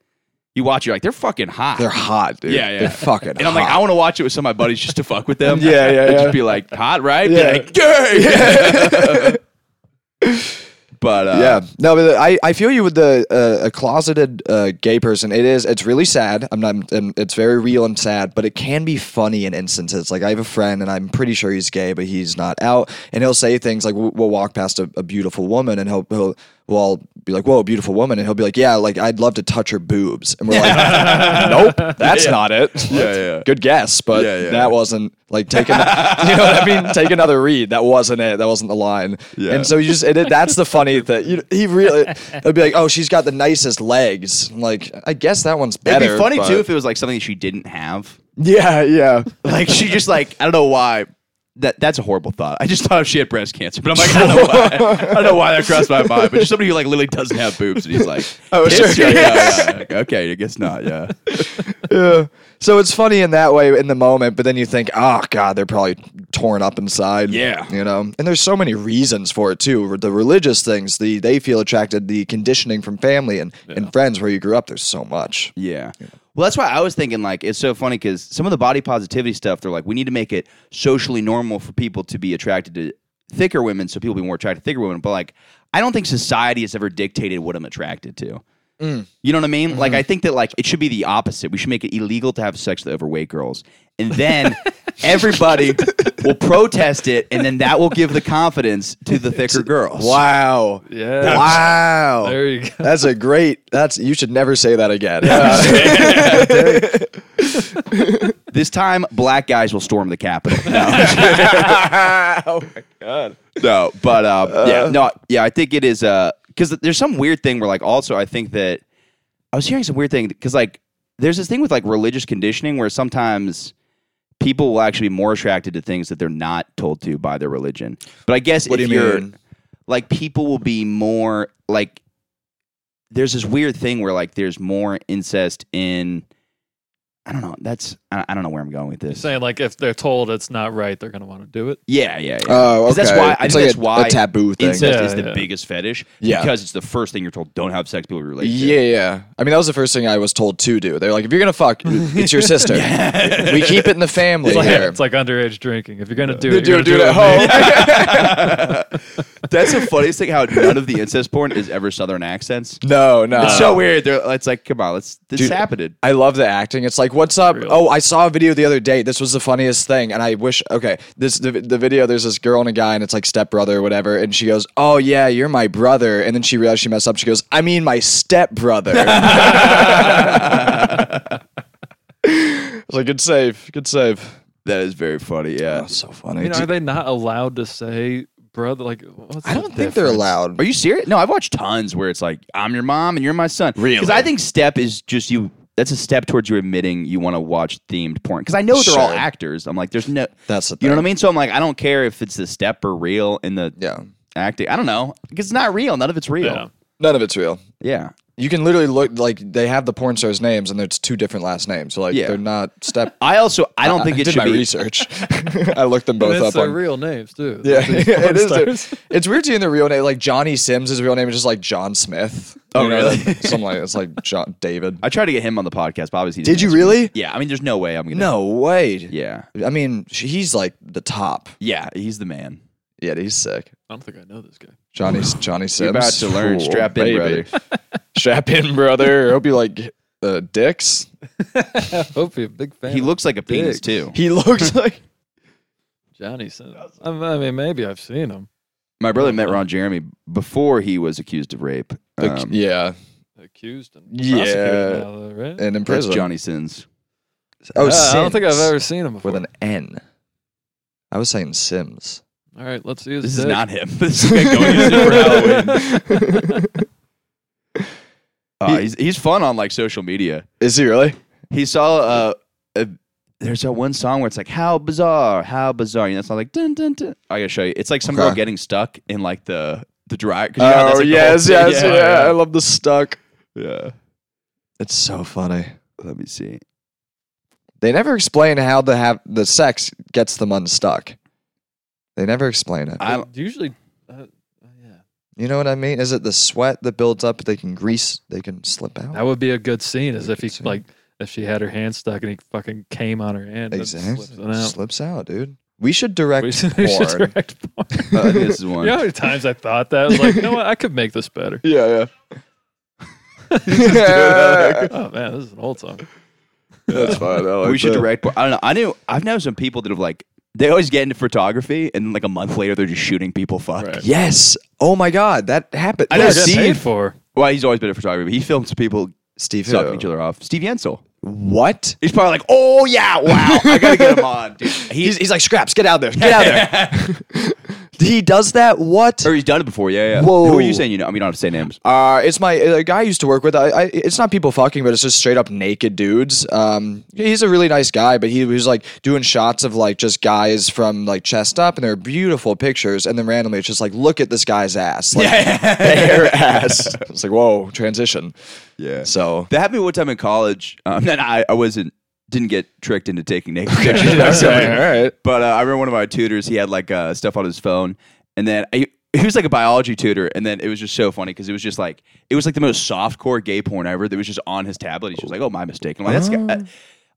[SPEAKER 4] you watch, you're like, they're fucking hot.
[SPEAKER 3] they're hot, dude.
[SPEAKER 4] Yeah, yeah.
[SPEAKER 3] They're fucking.
[SPEAKER 4] And I'm like, I want to watch it with some of my buddies just to fuck with them.
[SPEAKER 3] Yeah, yeah,
[SPEAKER 4] And
[SPEAKER 3] yeah.
[SPEAKER 4] Just be like, hot, right? Be
[SPEAKER 3] Yeah.
[SPEAKER 4] like, gay. but uh,
[SPEAKER 3] yeah, no, but I, I feel you with the uh, a closeted uh, gay person. It is it's really sad. I'm not. um it's very real and sad, but it can be funny in instances. Like I have a friend, and I'm pretty sure he's gay, but he's not out, and he'll say things like, "We'll, we'll walk past a, a beautiful woman," and he'll he'll we'll all be like, "Whoa, beautiful woman," and he'll be like, "Yeah, like I'd love to touch her boobs," and we're like, "Nope, that's not it."
[SPEAKER 4] Yeah, yeah.
[SPEAKER 3] Good guess, but
[SPEAKER 4] Yeah, yeah.
[SPEAKER 3] that wasn't like taking. you know what I mean? Take another read. That wasn't it. That wasn't the line.
[SPEAKER 4] Yeah.
[SPEAKER 3] And so you just and it, that's the funny thing. You, he really it'd be like, oh, she's got the nicest legs. I'm like, I guess that one's better.
[SPEAKER 4] It'd be funny
[SPEAKER 3] but-
[SPEAKER 4] too if it was like something she didn't have.
[SPEAKER 3] yeah, yeah.
[SPEAKER 4] Like she just like I don't know why that that's a horrible thought. I just thought she had breast cancer, but I'm like, I don't know why. I don't know why that crossed my mind. But just somebody who like literally doesn't have boobs, and he's like,
[SPEAKER 3] Oh,
[SPEAKER 4] "Kiss
[SPEAKER 3] sure.
[SPEAKER 4] her?" Yeah, yeah. Like, okay, I guess not. Yeah,
[SPEAKER 3] Yeah. So it's funny in that way in the moment, but then you think, oh God, they're probably torn up inside.
[SPEAKER 4] Yeah.
[SPEAKER 3] You know? And there's so many reasons for it too. The religious things, the they feel attracted, the conditioning from family and, and friends where you grew up, there's so much.
[SPEAKER 4] yeah. Well, that's why I was thinking like it's so funny because some of the body positivity stuff, they're like, we need to make it socially normal for people to be attracted to thicker women, so people be more attracted to thicker women. But like, I don't think society has ever dictated what I'm attracted to. You know what I mean? Like I think that like it should be the opposite. We should make it illegal to have sex with overweight girls. And then everybody will protest it and then that will give the confidence to the thicker girls.
[SPEAKER 3] Wow.
[SPEAKER 5] Yeah.
[SPEAKER 3] Wow.
[SPEAKER 5] There you go.
[SPEAKER 3] That's a great that's you should never say that again.
[SPEAKER 4] This time black guys will storm the Capitol. No. No, but um,
[SPEAKER 3] Uh.
[SPEAKER 4] yeah, no, yeah, I think it is because there's some weird thing where like also I think that I was hearing some weird thing because like there's this thing with like religious conditioning where sometimes people will actually be more attracted to things that they're not told to by their religion. But I guess
[SPEAKER 3] What do
[SPEAKER 4] if
[SPEAKER 3] you
[SPEAKER 4] are
[SPEAKER 3] mean?
[SPEAKER 4] like people will be more like there's this weird thing where like there's more incest in I don't know that's I, I don't know where I'm going with this.
[SPEAKER 5] Saying like if they're told it's not right, they're gonna want to do it.
[SPEAKER 4] Yeah, yeah, yeah.
[SPEAKER 3] Oh,
[SPEAKER 4] 'Cause That's
[SPEAKER 3] okay.
[SPEAKER 4] why I think
[SPEAKER 3] It's like
[SPEAKER 4] that's
[SPEAKER 3] a-
[SPEAKER 4] why
[SPEAKER 3] a taboo thing.
[SPEAKER 4] Incest
[SPEAKER 5] Yeah,
[SPEAKER 4] is the
[SPEAKER 5] yeah.
[SPEAKER 4] biggest fetish
[SPEAKER 3] Yeah.
[SPEAKER 4] because it's the first thing you're told. Don't have sex. People relate.
[SPEAKER 3] Yeah,
[SPEAKER 4] To.
[SPEAKER 3] yeah. I mean, that was the first thing I was told to do. They're like, if you're gonna fuck, it's your sister. We keep it in the family.
[SPEAKER 5] It's like,
[SPEAKER 3] here.
[SPEAKER 5] it's like underage drinking. If you're gonna do
[SPEAKER 3] They
[SPEAKER 5] it, you're
[SPEAKER 3] do
[SPEAKER 5] gonna
[SPEAKER 3] it at home.
[SPEAKER 4] That's the funniest thing. How none of the incest porn is ever Southern accents.
[SPEAKER 3] No, no.
[SPEAKER 4] It's so weird. They're, it's like, come on, let's this
[SPEAKER 3] Dude,
[SPEAKER 4] happened.
[SPEAKER 3] I love the acting. It's like, what's up? Oh, I saw a video the other day. This was the funniest thing, and I wish. Okay, this the, the video. There's this girl and a guy, and it's like stepbrother or whatever. And she goes, "Oh yeah, you're my brother." And then she realized she messed up. She goes, "I mean my stepbrother." I was like, "Good save, good save."
[SPEAKER 4] That is very funny. Yeah.
[SPEAKER 3] So funny.
[SPEAKER 5] You know, are they not allowed to say brother? Like, what's
[SPEAKER 3] I don't think they're allowed.
[SPEAKER 4] Are you serious? No, I've watched tons where it's like, I'm your mom and you're my son. Really? Because I think step is just you. That's a step towards you admitting you want to watch themed porn. Because I know they're all
[SPEAKER 3] Sure.
[SPEAKER 4] actors. I'm like, there's no.
[SPEAKER 3] That's the
[SPEAKER 4] you know what I
[SPEAKER 3] thing.
[SPEAKER 4] mean. So I'm like, I don't care if it's the step or real in the
[SPEAKER 3] Yeah.
[SPEAKER 4] acting. I don't know because it's not real. None of it's real.
[SPEAKER 5] Yeah.
[SPEAKER 3] None of it's real.
[SPEAKER 4] Yeah.
[SPEAKER 3] You can literally look like they have the porn stars' names, and it's two different last names. So like,
[SPEAKER 4] Yeah.
[SPEAKER 3] they're not step.
[SPEAKER 4] I also I don't think
[SPEAKER 3] I
[SPEAKER 4] it
[SPEAKER 3] did
[SPEAKER 4] should
[SPEAKER 3] my
[SPEAKER 4] be.
[SPEAKER 3] research. I looked them both
[SPEAKER 5] Both
[SPEAKER 3] up
[SPEAKER 5] it's their
[SPEAKER 3] on
[SPEAKER 5] real names too.
[SPEAKER 3] Yeah,
[SPEAKER 5] These
[SPEAKER 3] yeah,
[SPEAKER 5] porn
[SPEAKER 3] it is.
[SPEAKER 5] stars.
[SPEAKER 3] It's weird seeing the real name. Like Johnny Sims, his real name is just like John Smith.
[SPEAKER 4] Oh,
[SPEAKER 3] You know,
[SPEAKER 4] really?
[SPEAKER 3] like, something like it's like John David.
[SPEAKER 4] I tried to get him on the podcast, but obviously he
[SPEAKER 3] Did
[SPEAKER 4] didn't
[SPEAKER 3] you
[SPEAKER 4] answer me.
[SPEAKER 3] really?
[SPEAKER 4] Yeah. I mean, there's no way I'm gonna.
[SPEAKER 3] No way.
[SPEAKER 4] Yeah.
[SPEAKER 3] I mean, sh- he's like the top.
[SPEAKER 4] Yeah. He's the man.
[SPEAKER 3] Yeah, he's sick.
[SPEAKER 5] I don't think I know this guy.
[SPEAKER 3] Johnny Johnny Sims.
[SPEAKER 4] You're about to learn.
[SPEAKER 3] Ooh,
[SPEAKER 4] Strap in,
[SPEAKER 3] baby.
[SPEAKER 4] brother.
[SPEAKER 3] Strap in, brother. I hope you like uh, dicks.
[SPEAKER 5] Hope you're a big fan.
[SPEAKER 4] He looks like a penis
[SPEAKER 5] Dicks.
[SPEAKER 4] too.
[SPEAKER 3] He looks like.
[SPEAKER 5] Johnny Sins. I mean, maybe I've seen him.
[SPEAKER 4] My brother met Ron Jeremy before he was accused of rape.
[SPEAKER 3] Like,
[SPEAKER 4] Um,
[SPEAKER 3] yeah,
[SPEAKER 5] Accused and
[SPEAKER 3] Yeah.
[SPEAKER 5] prosecuted now, though, right?
[SPEAKER 3] and in
[SPEAKER 4] That's
[SPEAKER 3] prison.
[SPEAKER 4] Johnny Sins.
[SPEAKER 5] Uh, I
[SPEAKER 3] Oh,
[SPEAKER 5] don't
[SPEAKER 3] Sims
[SPEAKER 5] think I've ever seen him before.
[SPEAKER 3] with an N. I was saying Sims.
[SPEAKER 5] All right, let's use
[SPEAKER 4] This is
[SPEAKER 5] dick.
[SPEAKER 4] not him. This is going to Super Halloween. Uh, he's, he's fun on like social media.
[SPEAKER 3] Is he really?
[SPEAKER 4] He saw uh, a, there's that one song where it's like how bizarre, how bizarre. You know, it's not like dun dun dun. I gotta show you. It's like some girl
[SPEAKER 3] Okay.
[SPEAKER 4] getting stuck in like the the dry. 'cause you know how that's,
[SPEAKER 3] Oh
[SPEAKER 4] like, the
[SPEAKER 3] yes,
[SPEAKER 4] whole
[SPEAKER 3] yes,
[SPEAKER 4] thing.
[SPEAKER 3] yeah, I love the stuck.
[SPEAKER 4] yeah.
[SPEAKER 3] It's so funny.
[SPEAKER 4] Let me see.
[SPEAKER 3] They never explain how the have the sex gets them unstuck. They never explain it.
[SPEAKER 4] I
[SPEAKER 5] It usually, uh, yeah,
[SPEAKER 3] you know what I mean? Is it the sweat that builds up? They can grease. They can slip out.
[SPEAKER 5] that would be a good scene. Is if he
[SPEAKER 3] scene.
[SPEAKER 5] like if she had her hand stuck and he fucking came on her hand. and
[SPEAKER 3] exactly.
[SPEAKER 5] slips it out.
[SPEAKER 3] Slips out, dude. We should direct
[SPEAKER 5] We should, we
[SPEAKER 3] porn.
[SPEAKER 5] should direct porn.
[SPEAKER 4] I think uh, this is one.
[SPEAKER 5] You know how many times I thought that? I was like, you know what? I could make this better.
[SPEAKER 3] yeah, yeah.
[SPEAKER 5] Oh man, this is an old song.
[SPEAKER 3] That's fine. I like
[SPEAKER 4] we should
[SPEAKER 3] that.
[SPEAKER 4] direct. I don't know. I knew. I've known some people that have like they always get into photography and like a month later they're just shooting people. Fuck.
[SPEAKER 5] Right.
[SPEAKER 3] Yes. Oh my God, that happened.
[SPEAKER 4] I know,
[SPEAKER 3] Yeah,
[SPEAKER 5] Get
[SPEAKER 4] Steve-
[SPEAKER 5] paid for.
[SPEAKER 4] Well, he's always been a photographer. He films people
[SPEAKER 3] Steve who?
[SPEAKER 4] sucking each other off. Steve Yensel.
[SPEAKER 3] What?
[SPEAKER 4] He's probably like, oh yeah, wow, I gotta get him on, dude.
[SPEAKER 3] He's, he's like scraps. Get out there. Get out there. He does that. What?
[SPEAKER 4] Or he's done it before. Yeah, yeah.
[SPEAKER 3] Whoa.
[SPEAKER 4] Who are you saying you know? I mean, you don't have to say names.
[SPEAKER 3] Uh, it's my a guy I used to work with. I, I, it's not people fucking, but it's just straight up naked dudes. Um, he's a really nice guy, but he was like doing shots of like just guys from like chest up, and they're beautiful pictures. And then randomly, it's just like, look at this guy's ass, like bare ass. It's like, whoa, transition.
[SPEAKER 4] Yeah.
[SPEAKER 3] So
[SPEAKER 4] That happened one time in college. Um, and I, I wasn't didn't get tricked into taking naked pictures. by somebody.
[SPEAKER 3] right.
[SPEAKER 4] But uh, I remember one of our tutors. He had like uh, stuff on his phone, and then I, he was like a biology tutor, and then it was just so funny because it was just like it was like the most softcore gay porn ever that was just on his tablet. He's just like, "Oh, my mistake." And I'm like, "That's."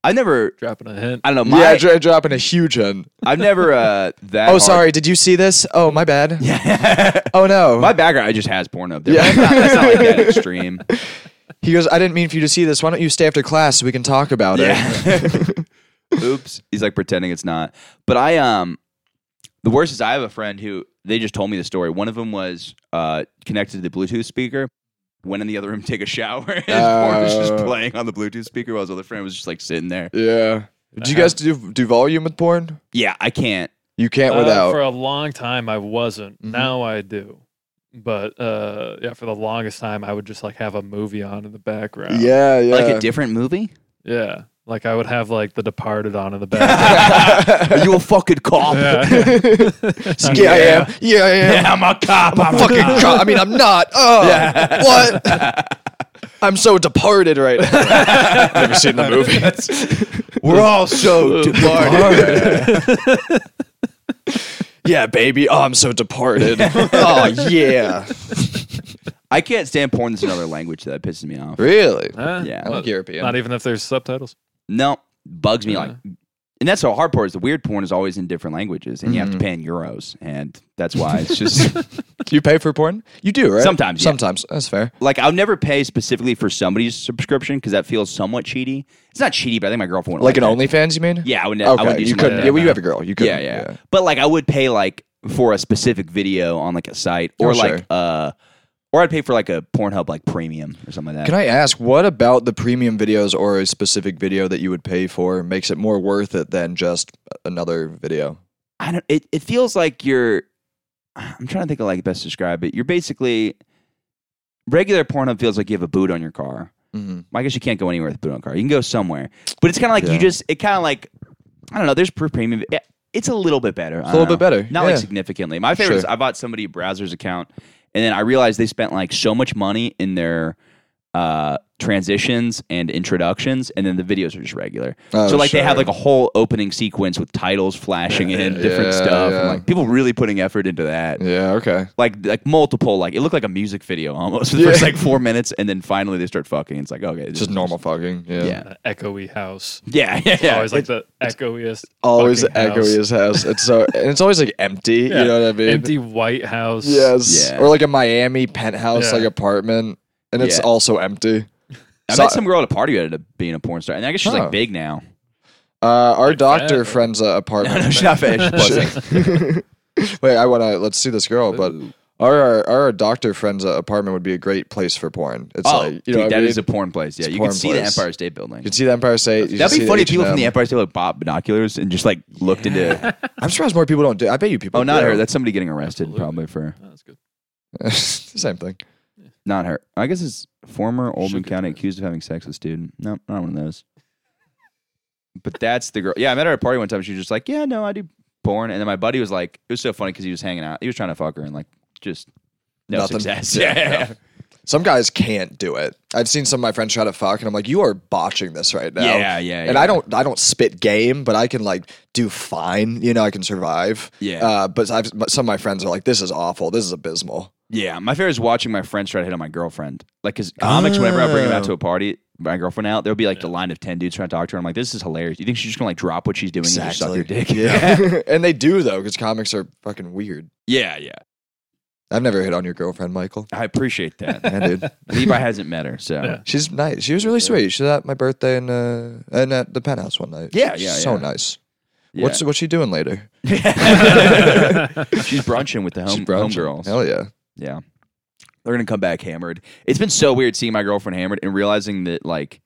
[SPEAKER 4] I, I never.
[SPEAKER 5] Dropping a hint.
[SPEAKER 4] I don't know. My,
[SPEAKER 3] Yeah, dro- dropping a huge one.
[SPEAKER 4] I've never uh, that.
[SPEAKER 3] Oh,
[SPEAKER 4] hard-
[SPEAKER 3] sorry. Did you see this? Oh, my bad. oh no.
[SPEAKER 4] My background, I just has porn up there. That's, not, that's not like that extreme.
[SPEAKER 3] He goes. I didn't mean for you to see this. Why don't you stay after class so we can talk about it?
[SPEAKER 4] Oops. He's like pretending it's not. But I um the worst is I have a friend who they just told me the story. One of them was uh connected to the Bluetooth speaker, went in the other room to take a shower, and his porn was just
[SPEAKER 3] Oh.
[SPEAKER 4] playing on the Bluetooth speaker while his other friend was just like sitting there.
[SPEAKER 3] Yeah.
[SPEAKER 4] Uh-huh.
[SPEAKER 3] Do you guys do do volume with porn?
[SPEAKER 4] Yeah, I can't.
[SPEAKER 3] You can't
[SPEAKER 5] Uh,
[SPEAKER 3] without.
[SPEAKER 5] for a long time, I wasn't.
[SPEAKER 3] Mhm.
[SPEAKER 5] Now I do. But uh, yeah, for the longest time, I would just like have a movie on in the background.
[SPEAKER 3] yeah, yeah.
[SPEAKER 4] Like a different movie?
[SPEAKER 5] yeah. Like I would have like The Departed on in the background.
[SPEAKER 4] Are you a fucking cop?
[SPEAKER 5] yeah.
[SPEAKER 3] yeah, I am. Yeah, I am.
[SPEAKER 4] I'm a cop. I'm
[SPEAKER 3] Fucking cop. I mean, I'm not. Oh, what? I'm so departed right now. Never seen the movie.
[SPEAKER 4] We're all so departed.
[SPEAKER 3] yeah, baby. Oh, I'm so departed. oh, yeah.
[SPEAKER 4] I can't stand porn that's another language that pisses me off.
[SPEAKER 3] Really?
[SPEAKER 5] Huh?
[SPEAKER 4] Yeah.
[SPEAKER 3] I like European.
[SPEAKER 5] Not even if there's subtitles.
[SPEAKER 4] No, bugs me like, and that's the hard part. Is the weird porn is always in different languages, and you have to pay in euros, and that's why it's just
[SPEAKER 3] you pay for porn? You do, right?
[SPEAKER 4] Sometimes, yeah.
[SPEAKER 3] Sometimes. That's fair.
[SPEAKER 4] like I'll never pay specifically for somebody's subscription because that feels somewhat cheaty. It's not cheaty, but I think my girlfriend would
[SPEAKER 3] Like an
[SPEAKER 4] that.
[SPEAKER 3] OnlyFans, you mean?
[SPEAKER 4] Yeah, I would. ne- I
[SPEAKER 3] Okay.
[SPEAKER 4] would do
[SPEAKER 3] you
[SPEAKER 4] something
[SPEAKER 3] couldn't.
[SPEAKER 4] like
[SPEAKER 3] yeah,
[SPEAKER 4] that.
[SPEAKER 3] well, you have a girl. You could.
[SPEAKER 4] yeah, yeah, But like, I would pay like for a specific video on like a site, or
[SPEAKER 3] Oh,
[SPEAKER 4] like
[SPEAKER 3] sure.
[SPEAKER 4] uh, or I'd pay for like a Pornhub like premium or something like that.
[SPEAKER 3] Can I ask what about the premium videos or a specific video that you would pay for makes it more worth it than just another video?
[SPEAKER 4] I don't. It, it feels like you're. I'm trying to think of like best describe it. You're basically regular Pornhub feels like you have a boot on your car.
[SPEAKER 3] Mhm.
[SPEAKER 4] Well, I guess you can't go anywhere with a boot on car. You can go somewhere, but it's kind of like
[SPEAKER 3] Yeah.
[SPEAKER 4] you just. It kind of like I don't know. There's per premium. yeah, It's a little bit better. It's
[SPEAKER 3] a little bit better,
[SPEAKER 4] Not like
[SPEAKER 3] yeah.
[SPEAKER 4] significantly. My favorite is
[SPEAKER 3] Sure.
[SPEAKER 4] I bought somebody a browser's account, and then I realized they spent like so much money in their uh transitions and introductions and then the videos are just regular
[SPEAKER 3] Oh,
[SPEAKER 4] so like they have
[SPEAKER 3] sure.
[SPEAKER 4] like a whole opening sequence with titles flashing in different
[SPEAKER 3] yeah,
[SPEAKER 4] stuff and,
[SPEAKER 3] yeah.
[SPEAKER 4] like people really putting effort into that
[SPEAKER 3] Yeah. Okay.
[SPEAKER 4] like like multiple like it looked like a music video almost for the first like four minutes and then finally they start fucking it's like okay this
[SPEAKER 3] Just
[SPEAKER 4] is-
[SPEAKER 3] normal fucking. Yeah.
[SPEAKER 4] yeah
[SPEAKER 5] An Uh, echoey house.
[SPEAKER 4] yeah yeah, yeah.
[SPEAKER 5] always like
[SPEAKER 4] It's-
[SPEAKER 5] the echoiest.
[SPEAKER 3] Always
[SPEAKER 5] fucking house.
[SPEAKER 3] echoey as house. It's so and it's always like empty. You know what I mean?
[SPEAKER 5] Empty white house.
[SPEAKER 3] Yes.
[SPEAKER 4] Yeah.
[SPEAKER 3] Or like a Miami penthouse
[SPEAKER 5] Yeah.
[SPEAKER 3] like apartment, and it's
[SPEAKER 4] Yeah.
[SPEAKER 3] also empty.
[SPEAKER 4] I
[SPEAKER 3] So-
[SPEAKER 4] met some girl at a party who ended up being a porn star, and I guess she's
[SPEAKER 3] Huh.
[SPEAKER 4] like big now.
[SPEAKER 3] Uh, our doctor
[SPEAKER 5] or-
[SPEAKER 3] friend's uh, apartment.
[SPEAKER 4] she's not fat. She's buzzing.
[SPEAKER 3] Wait, I want to let's see this girl, but. Our, our our doctor friend's uh, apartment would be a great place for porn. It's
[SPEAKER 4] Oh,
[SPEAKER 3] like you
[SPEAKER 4] dude,
[SPEAKER 3] know what I
[SPEAKER 4] that
[SPEAKER 3] mean?
[SPEAKER 4] is a porn place. Yeah,
[SPEAKER 3] It's
[SPEAKER 4] you can
[SPEAKER 3] porn
[SPEAKER 4] see
[SPEAKER 3] place.
[SPEAKER 4] the Empire State Building.
[SPEAKER 3] You could see the Empire State. you could
[SPEAKER 4] That'd
[SPEAKER 3] see
[SPEAKER 4] be
[SPEAKER 3] the
[SPEAKER 4] funny if people from the
[SPEAKER 3] H&M.
[SPEAKER 4] Empire State Building bought binoculars and just like looked into.
[SPEAKER 3] I'm surprised more people don't do. I bet you people.
[SPEAKER 4] oh, not
[SPEAKER 3] do.
[SPEAKER 4] her. That's somebody getting arrested probably for
[SPEAKER 5] Oh, that's good.
[SPEAKER 3] same thing.
[SPEAKER 4] not her. I guess it's former Oldman County accused of having sex with student. No, not one of those. But that's the girl. Yeah, I met her at a party one time. She was just like, "Yeah, no, I do porn." And then my buddy was like, "It was so funny because he was hanging out. He was trying to fuck her and like just no
[SPEAKER 3] Nothing.
[SPEAKER 4] success."
[SPEAKER 3] Yeah,
[SPEAKER 4] Yeah, yeah, yeah.
[SPEAKER 3] Some guys can't do it. I've seen some of my friends try to fuck, and I'm like, you are botching this right now.
[SPEAKER 4] Yeah, yeah,
[SPEAKER 3] And
[SPEAKER 4] yeah.
[SPEAKER 3] I don't, I don't spit game, but I can like do fine. You know, I can survive.
[SPEAKER 4] Yeah.
[SPEAKER 3] Uh, but I've but some of my friends are like, this is awful. This is abysmal.
[SPEAKER 4] Yeah, my favorite is watching my friends try to hit on my girlfriend. Like, cause comics, whenever I bring them
[SPEAKER 3] Oh.
[SPEAKER 4] out to a party, my girlfriend out, there'll be like the line of ten dudes trying to talk to her. I'm like, this is hilarious. You think she's just gonna like drop what she's doing and just suck your dick?
[SPEAKER 3] Yeah. and they do though, because comics are fucking weird.
[SPEAKER 4] yeah, yeah.
[SPEAKER 3] I've never hit on your girlfriend, Michael.
[SPEAKER 4] I appreciate that.
[SPEAKER 3] Yeah, dude.
[SPEAKER 4] Levi hasn't met her, so
[SPEAKER 5] Yeah.
[SPEAKER 3] She's nice. She was really sweet. She was at my birthday and uh, and at the penthouse one night.
[SPEAKER 4] Yeah, yeah,
[SPEAKER 3] So
[SPEAKER 4] yeah.
[SPEAKER 3] nice.
[SPEAKER 4] yeah.
[SPEAKER 3] What's what's she doing later?
[SPEAKER 4] she's brunching with the home
[SPEAKER 3] She's brunching.
[SPEAKER 4] homegirls.
[SPEAKER 3] Hell yeah.
[SPEAKER 4] Yeah. They're going to come back hammered. It's been so weird seeing my girlfriend hammered and realizing that, like,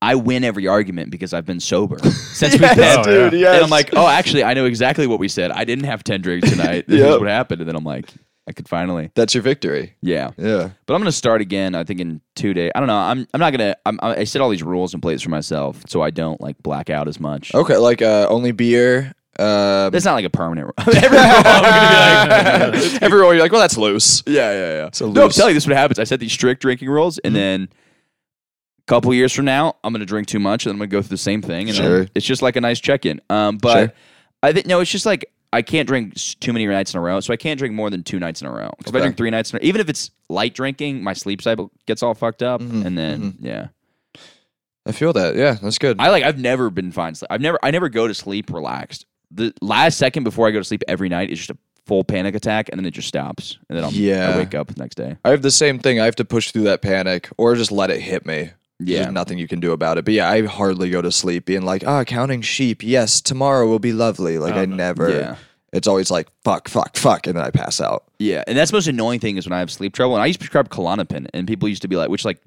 [SPEAKER 4] I win every argument because I've been sober since we've
[SPEAKER 3] Yes,
[SPEAKER 4] had.
[SPEAKER 3] dude,
[SPEAKER 5] yeah.
[SPEAKER 3] yes.
[SPEAKER 4] And I'm like, oh, actually, I know exactly what we said. I didn't have ten drinks tonight. This
[SPEAKER 3] Yep.
[SPEAKER 4] is what happened. And then I'm like, I could finally,
[SPEAKER 3] that's your victory.
[SPEAKER 4] yeah.
[SPEAKER 3] Yeah.
[SPEAKER 4] But I'm gonna start again. I think in two days. I don't know. I'm I'm not gonna. I'm, I I set all these rules in place for myself so I don't like black out as much.
[SPEAKER 3] Okay, like uh, only beer. Um,
[SPEAKER 4] It's not like a permanent. every rule I'm gonna be like,
[SPEAKER 3] everywhere you're like, well, that's loose.
[SPEAKER 4] yeah, yeah, yeah.
[SPEAKER 3] So
[SPEAKER 4] no, I'm
[SPEAKER 3] loose. Mm-hmm.
[SPEAKER 4] telling you, this is what happens. I set these strict drinking rules, and then a couple years from now, I'm gonna drink too much, and I'm gonna go through the same thing. And
[SPEAKER 3] Sure.
[SPEAKER 4] it's just like a nice check-in. Um, but
[SPEAKER 3] Sure.
[SPEAKER 4] I think no, it's just like I can't drink s- too many nights in a row, so I can't drink more than two nights in a row. 'Cause if I
[SPEAKER 3] Okay.
[SPEAKER 4] drink three nights, in a, even if it's light drinking, my sleep cycle gets all fucked up,
[SPEAKER 3] Mm-hmm,
[SPEAKER 4] and then yeah.
[SPEAKER 3] I feel that. Yeah, that's good.
[SPEAKER 4] I like I've never been fine. Sleep. I've never I never go to sleep relaxed. The last second before I go to sleep every night is just a full panic attack, and then it just stops, and then I'm,
[SPEAKER 3] Yeah.
[SPEAKER 4] I wake up the next day.
[SPEAKER 3] I have the same thing. I have to push through that panic or just let it hit me.
[SPEAKER 4] Yeah.
[SPEAKER 3] There's nothing you can do about it. But yeah, I hardly go to sleep being like, ah, counting sheep. Yes, tomorrow will be lovely. Like, I never.
[SPEAKER 4] Um, Yeah.
[SPEAKER 3] It's always like, fuck, fuck, fuck. And then I pass out.
[SPEAKER 4] Yeah, and that's the most annoying thing is when I have sleep trouble. And I used to prescribe Klonopin, and people used to be like, which like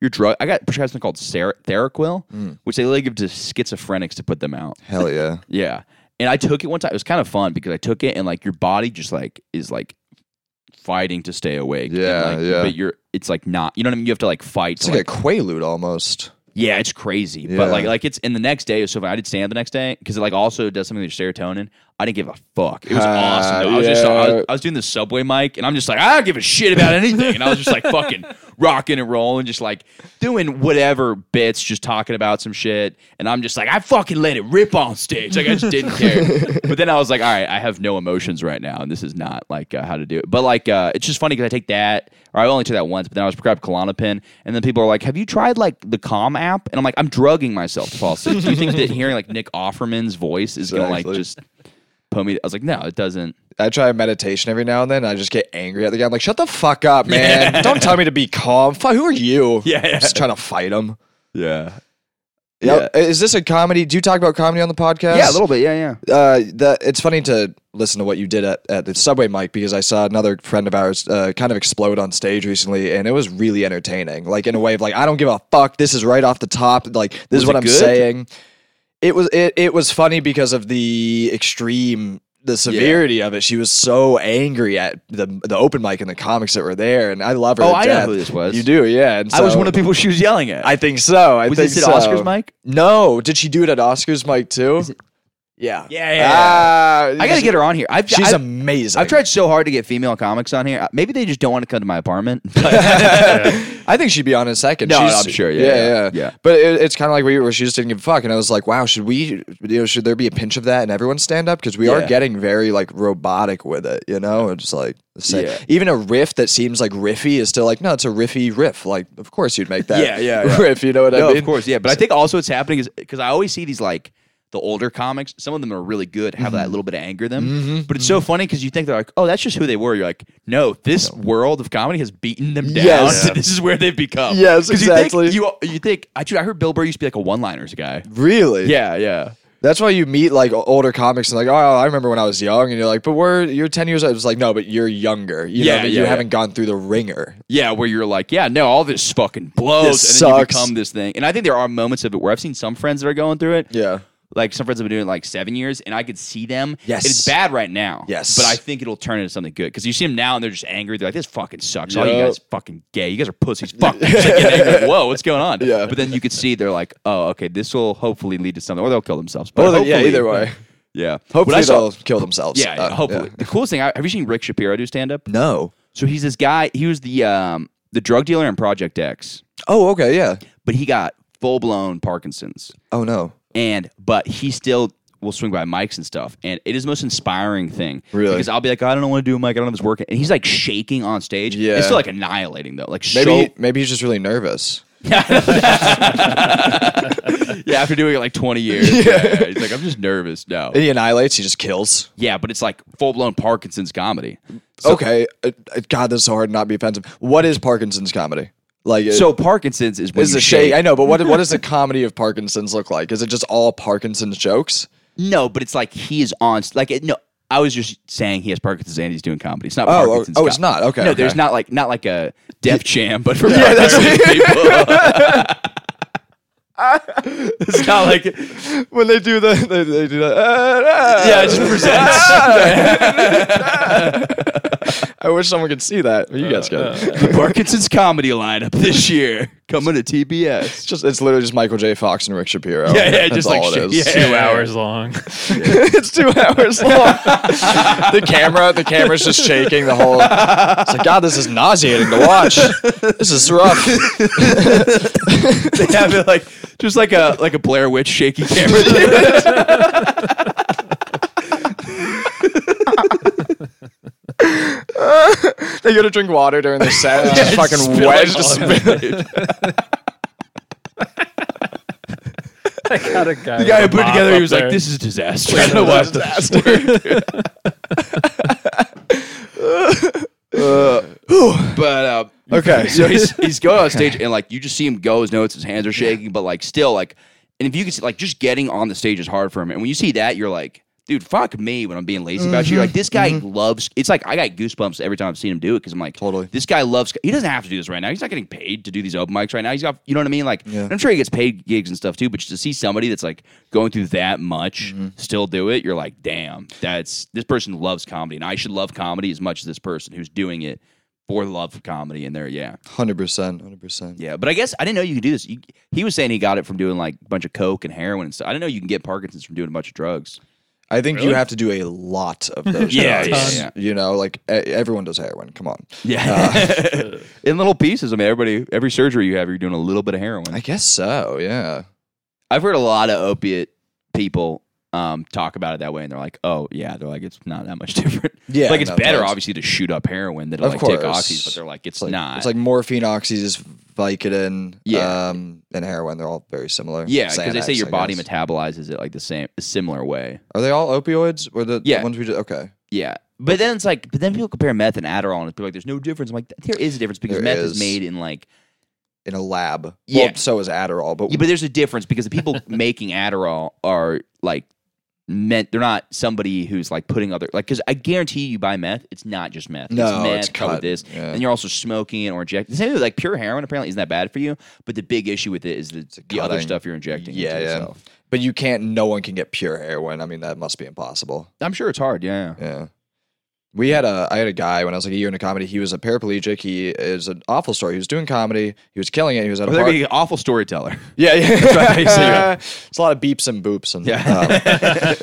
[SPEAKER 4] your drug. I got prescribed something called Ser- Theraquil,
[SPEAKER 3] Mm.
[SPEAKER 4] which they like give to schizophrenics to put them out.
[SPEAKER 3] Hell yeah.
[SPEAKER 4] Yeah. And I took it one time. It was kind of fun because I took it and like your body just like is like fighting to stay awake. And,
[SPEAKER 3] Yeah,
[SPEAKER 4] like,
[SPEAKER 3] yeah.
[SPEAKER 4] But you're it's like not you know what I mean? You have to like fight
[SPEAKER 3] It's
[SPEAKER 4] to
[SPEAKER 3] like,
[SPEAKER 4] like
[SPEAKER 3] a Quaalude almost.
[SPEAKER 4] yeah, it's crazy.
[SPEAKER 3] Yeah.
[SPEAKER 4] But like, like it's and the next day. So if I did stand up the next day because it like also does something with your serotonin. I didn't give a fuck. It was
[SPEAKER 3] Ah,
[SPEAKER 4] awesome. Though. I was just I
[SPEAKER 3] yeah.
[SPEAKER 4] was, I was doing the subway mic and I'm just like I don't give a shit about anything. And I was just like fucking rocking and rolling, just like doing whatever bits, just talking about some shit. And I'm just like I fucking let it rip on stage. Like I just didn't care. but then I was like, all right, I have no emotions right now, and this is not like uh, how to do it. But like uh, it's just funny because I take that or I only took that once, but then I was prescribed Klonopin, and then people are like, "Have you tried like the Calm app?" And I'm like, "I'm drugging myself to fall asleep." Do you think that hearing like Nick Offerman's voice is gonna
[SPEAKER 3] Exactly.
[SPEAKER 4] like just put me? I was like, "No, it doesn't."
[SPEAKER 3] I try meditation every now and then. And I just get angry at the guy. I'm like, shut the fuck up, man. Don't tell me to be calm. Fuck, who are you?
[SPEAKER 4] Yeah.
[SPEAKER 3] I'm just trying to fight him.
[SPEAKER 4] Yeah,
[SPEAKER 3] Yeah. Is this a comedy? Do you talk about comedy on the podcast?
[SPEAKER 4] yeah, a little bit, yeah, yeah.
[SPEAKER 3] uh, that it's funny to listen to what you did at, at the subway mic because I saw another friend of ours uh, kind of explode on stage recently, and it was really entertaining. Like in a way of like, I don't give a fuck. This is right off the top. Like this is
[SPEAKER 4] Was
[SPEAKER 3] what
[SPEAKER 4] it
[SPEAKER 3] I'm
[SPEAKER 4] good?
[SPEAKER 3] saying. It was it it was funny because of the extreme the severity of it. She was so angry at the the open mic and the comics that were there, and I love her.
[SPEAKER 4] Oh,
[SPEAKER 3] to
[SPEAKER 4] I know
[SPEAKER 3] death.
[SPEAKER 4] who this was.
[SPEAKER 3] You do, yeah. And
[SPEAKER 4] I was
[SPEAKER 3] so-
[SPEAKER 4] one of the people she was yelling at.
[SPEAKER 3] I think so. I
[SPEAKER 4] was
[SPEAKER 3] think
[SPEAKER 4] this
[SPEAKER 3] so.
[SPEAKER 4] at Oscars, Mike?
[SPEAKER 3] No, did she do it at Oscars, Mike? Too. Yeah. Ah,
[SPEAKER 4] Yeah, yeah, yeah. I gotta get her on here. I've,
[SPEAKER 3] She's
[SPEAKER 4] I've,
[SPEAKER 3] amazing.
[SPEAKER 4] I've tried so hard to get female comics on here. Uh, Maybe they just don't want to come to my apartment.
[SPEAKER 3] I think she'd be on in a second.
[SPEAKER 4] No,
[SPEAKER 3] She's-
[SPEAKER 4] I'm sure. Yeah, yeah,
[SPEAKER 3] yeah, yeah.
[SPEAKER 4] yeah.
[SPEAKER 3] But it, it's kind of like we, where she just didn't give a fuck, and I was like, wow, should we? You know, should there be a pinch of that and everyone stand up because we are
[SPEAKER 4] Yeah.
[SPEAKER 3] getting very like robotic with it. You know, it's just like say,
[SPEAKER 4] Yeah.
[SPEAKER 3] even a riff that seems like riffy is still like no, it's a riffy riff. Like of course you'd make that.
[SPEAKER 4] Yeah, yeah, yeah.
[SPEAKER 3] Riff. You know what I
[SPEAKER 4] no,
[SPEAKER 3] mean?
[SPEAKER 4] of course, yeah. But I think also what's happening is because I always see these like the older comics. Some of them are really good, have
[SPEAKER 3] Mm-hmm.
[SPEAKER 4] that little bit of anger in them. But it's so funny because you think they're like, oh, that's just who they were. You're like, no, this world of comedy has beaten them down.
[SPEAKER 3] Yes.
[SPEAKER 4] this is where they've become.
[SPEAKER 3] Yes,
[SPEAKER 4] 'Cause
[SPEAKER 3] exactly.
[SPEAKER 4] You think, you, you think I, dude, I heard Bill Burr used to be like a one-liners guy.
[SPEAKER 3] Really?
[SPEAKER 4] Yeah, yeah.
[SPEAKER 3] That's why you meet like older comics and like, oh, I remember when I was young, and you're like, but we're you're ten years old. It's like, no, but you're younger. You know,
[SPEAKER 4] Yeah,
[SPEAKER 3] but
[SPEAKER 4] yeah,
[SPEAKER 3] you
[SPEAKER 4] yeah.
[SPEAKER 3] haven't gone through the ringer.
[SPEAKER 4] Yeah, where you're like, yeah, no, all this fucking blows,
[SPEAKER 3] This
[SPEAKER 4] and then you
[SPEAKER 3] sucks.
[SPEAKER 4] become this thing. And I think there are moments of it where I've seen some friends that are going through it.
[SPEAKER 3] Yeah.
[SPEAKER 4] like some friends have been doing it like seven years, and I could see them.
[SPEAKER 3] Yes.
[SPEAKER 4] And it's bad right now.
[SPEAKER 3] Yes.
[SPEAKER 4] but I think it'll turn into something good because you see them now and they're just angry. They're like, "This fucking sucks. All you
[SPEAKER 3] Yup.
[SPEAKER 4] guys fucking gay. You guys are pussies. Fuck." It's like, getting angry, like, Whoa, what's going on?
[SPEAKER 3] Yeah.
[SPEAKER 4] But then you could see they're like, "Oh, okay, this will hopefully lead to something," or they'll kill themselves. But
[SPEAKER 3] Well, then, yeah.
[SPEAKER 4] hopefully-
[SPEAKER 3] Either way,
[SPEAKER 4] yeah. What
[SPEAKER 3] hopefully
[SPEAKER 4] I saw-
[SPEAKER 3] they'll kill themselves.
[SPEAKER 4] Yeah,
[SPEAKER 3] Uh,
[SPEAKER 4] yeah, hopefully. The coolest thing, I, have you seen Rick Shapiro do stand up?
[SPEAKER 3] No.
[SPEAKER 4] So he's this guy. He was the um, the drug dealer in Project X,
[SPEAKER 3] Oh, okay. Yeah.
[SPEAKER 4] but he got full blown Parkinson's.
[SPEAKER 3] Oh no.
[SPEAKER 4] and but he still will swing by mics and stuff and it is the most inspiring thing
[SPEAKER 3] Really?
[SPEAKER 4] because i'll be like "Oh, i don't want to do a mic i don't know if it's working and he's like shaking on stage
[SPEAKER 3] Yeah.
[SPEAKER 4] it's still like annihilating though like
[SPEAKER 3] Maybe
[SPEAKER 4] so
[SPEAKER 3] maybe he's just really nervous.
[SPEAKER 4] yeah after doing it like 20 years yeah. yeah, he's like i'm just nervous now
[SPEAKER 3] And he annihilates. He just kills.
[SPEAKER 4] yeah but it's like full-blown parkinson's comedy
[SPEAKER 3] okay. Uh, uh, God, that's so hard to not be offensive. What is Parkinson's comedy? Like,
[SPEAKER 4] so parkinson's is when
[SPEAKER 3] is
[SPEAKER 4] you
[SPEAKER 3] a shake? I know, but what what does the comedy of Parkinson's look like? Is it just all Parkinson's jokes?
[SPEAKER 4] no but it's like he is on like it, no I was just saying he has Parkinson's and he's doing comedy. It's not. Oh, Parkinson's
[SPEAKER 3] oh, it's
[SPEAKER 4] com-
[SPEAKER 3] not. Okay,
[SPEAKER 4] No,
[SPEAKER 3] okay.
[SPEAKER 4] there's not like not like a Def Jam, but for yeah, Parkinson's people. it's not like
[SPEAKER 3] when they do the they, they do that.
[SPEAKER 4] yeah, it just presents.
[SPEAKER 3] I wish someone could see that. You
[SPEAKER 4] Uh,
[SPEAKER 3] guys got it.
[SPEAKER 4] the Parkinson's comedy lineup this year coming to TBS.
[SPEAKER 3] It's just it's literally just Michael J. Fox and Rick Shapiro.
[SPEAKER 4] Yeah, yeah,
[SPEAKER 3] That's
[SPEAKER 4] just like
[SPEAKER 3] all it
[SPEAKER 4] shit,
[SPEAKER 3] is.
[SPEAKER 4] yeah.
[SPEAKER 5] two hours long.
[SPEAKER 3] it's two hours long. the camera, the camera's just shaking the whole. It's like God, this is nauseating to watch. This is rough.
[SPEAKER 4] They have it like just like a like a Blair Witch shaky camera.
[SPEAKER 3] they go to drink water during their set. and just fucking wedged.
[SPEAKER 5] I got a guy.
[SPEAKER 4] The guy who put it together, he was like, "This is a disaster." I don't know why it's
[SPEAKER 3] disaster.
[SPEAKER 4] Uh, But um,
[SPEAKER 3] Okay.
[SPEAKER 4] so he's he's going on stage and like you just see him go. His notes, his hands are shaking, but like still like, and if you can see like just getting on the stage is hard for him. And when you see that, you're like, dude, fuck me when I'm being lazy about you. You're like
[SPEAKER 3] Mm-hmm.
[SPEAKER 4] this guy loves. It's like I got goosebumps every time I've seen him do it because I'm like,
[SPEAKER 3] Totally.
[SPEAKER 4] This guy loves. He doesn't have to do this right now. He's not getting paid to do these open mics right now. He's got you know what I mean. Like
[SPEAKER 3] Yeah.
[SPEAKER 4] and I'm sure he gets paid gigs and stuff too. But just to see somebody that's like going through that much
[SPEAKER 3] Mm-hmm.
[SPEAKER 4] still do it, you're like, damn, that's this person loves comedy, and I should love comedy as much as this person who's doing it for the love of comedy and they're yeah
[SPEAKER 3] Hundred percent. Hundred percent.
[SPEAKER 4] yeah but i guess i didn't know you could do this you, he was saying he got it from doing like a bunch of coke and heroin and stuff i didn't know you can get parkinson's from doing a bunch of drugs
[SPEAKER 3] I think you have to do a lot of those.
[SPEAKER 4] Yeah,
[SPEAKER 3] drugs.
[SPEAKER 4] yeah,
[SPEAKER 3] You know, like e- everyone does heroin. Come on.
[SPEAKER 4] yeah Uh, in little pieces i mean everybody every surgery you have you're doing a little bit of heroin
[SPEAKER 3] I guess so. Yeah.
[SPEAKER 4] i've heard a lot of opiate people um, talk about it that way and they're like oh yeah they're like it's not that much different
[SPEAKER 3] Yeah,
[SPEAKER 4] like it's
[SPEAKER 3] no,
[SPEAKER 4] better
[SPEAKER 3] that's-
[SPEAKER 4] obviously to shoot up heroin than to
[SPEAKER 3] Of
[SPEAKER 4] like take
[SPEAKER 3] course.
[SPEAKER 4] oxys but they're like it's,
[SPEAKER 3] It's like
[SPEAKER 4] not
[SPEAKER 3] it's like morphine, oxys, Vicodin,
[SPEAKER 4] Yeah.
[SPEAKER 3] um, and heroin. They're all very similar.
[SPEAKER 4] yeah because they say
[SPEAKER 3] Xanax,
[SPEAKER 4] your
[SPEAKER 3] I
[SPEAKER 4] body
[SPEAKER 3] guess.
[SPEAKER 4] metabolizes it like the same a similar way
[SPEAKER 3] Are they all opioids or the, the
[SPEAKER 4] Yeah.
[SPEAKER 3] ones we just okay?
[SPEAKER 4] Yeah. But then it's like, but then people compare meth and Adderall, and people are like, "There's no difference." I'm like, "There is a difference because
[SPEAKER 3] There
[SPEAKER 4] meth is.
[SPEAKER 3] is.
[SPEAKER 4] made in like,
[SPEAKER 3] In a lab.
[SPEAKER 4] Yeah.
[SPEAKER 3] Well, so is Adderall, but,
[SPEAKER 4] yeah, but there's a difference because the people making Adderall are like meant they're not somebody who's like putting other like because I guarantee you buy meth, it's not just meth.
[SPEAKER 3] No,
[SPEAKER 4] meth
[SPEAKER 3] it's
[SPEAKER 4] cut with
[SPEAKER 3] cut.
[SPEAKER 4] this,
[SPEAKER 3] Yeah.
[SPEAKER 4] and you're also smoking it or injecting. The same with like pure heroin apparently isn't that bad for you, but the big issue with it is the, the other
[SPEAKER 3] cutting.
[SPEAKER 4] stuff you're injecting.
[SPEAKER 3] yeah,
[SPEAKER 4] into
[SPEAKER 3] yeah.
[SPEAKER 4] yourself.
[SPEAKER 3] But you can't. No one can get pure heroin. I mean, that must be impossible.
[SPEAKER 4] I'm sure it's hard. Yeah, yeah.
[SPEAKER 3] Yeah. We had a I had a guy when I was like a year into comedy. He was a paraplegic. He is an awful story. He was doing comedy. He was killing it. He was at a
[SPEAKER 4] But they're
[SPEAKER 3] bar.
[SPEAKER 4] being an awful storyteller.
[SPEAKER 3] Yeah, yeah.
[SPEAKER 4] right. So, yeah.
[SPEAKER 3] it's a lot of beeps and boops. And,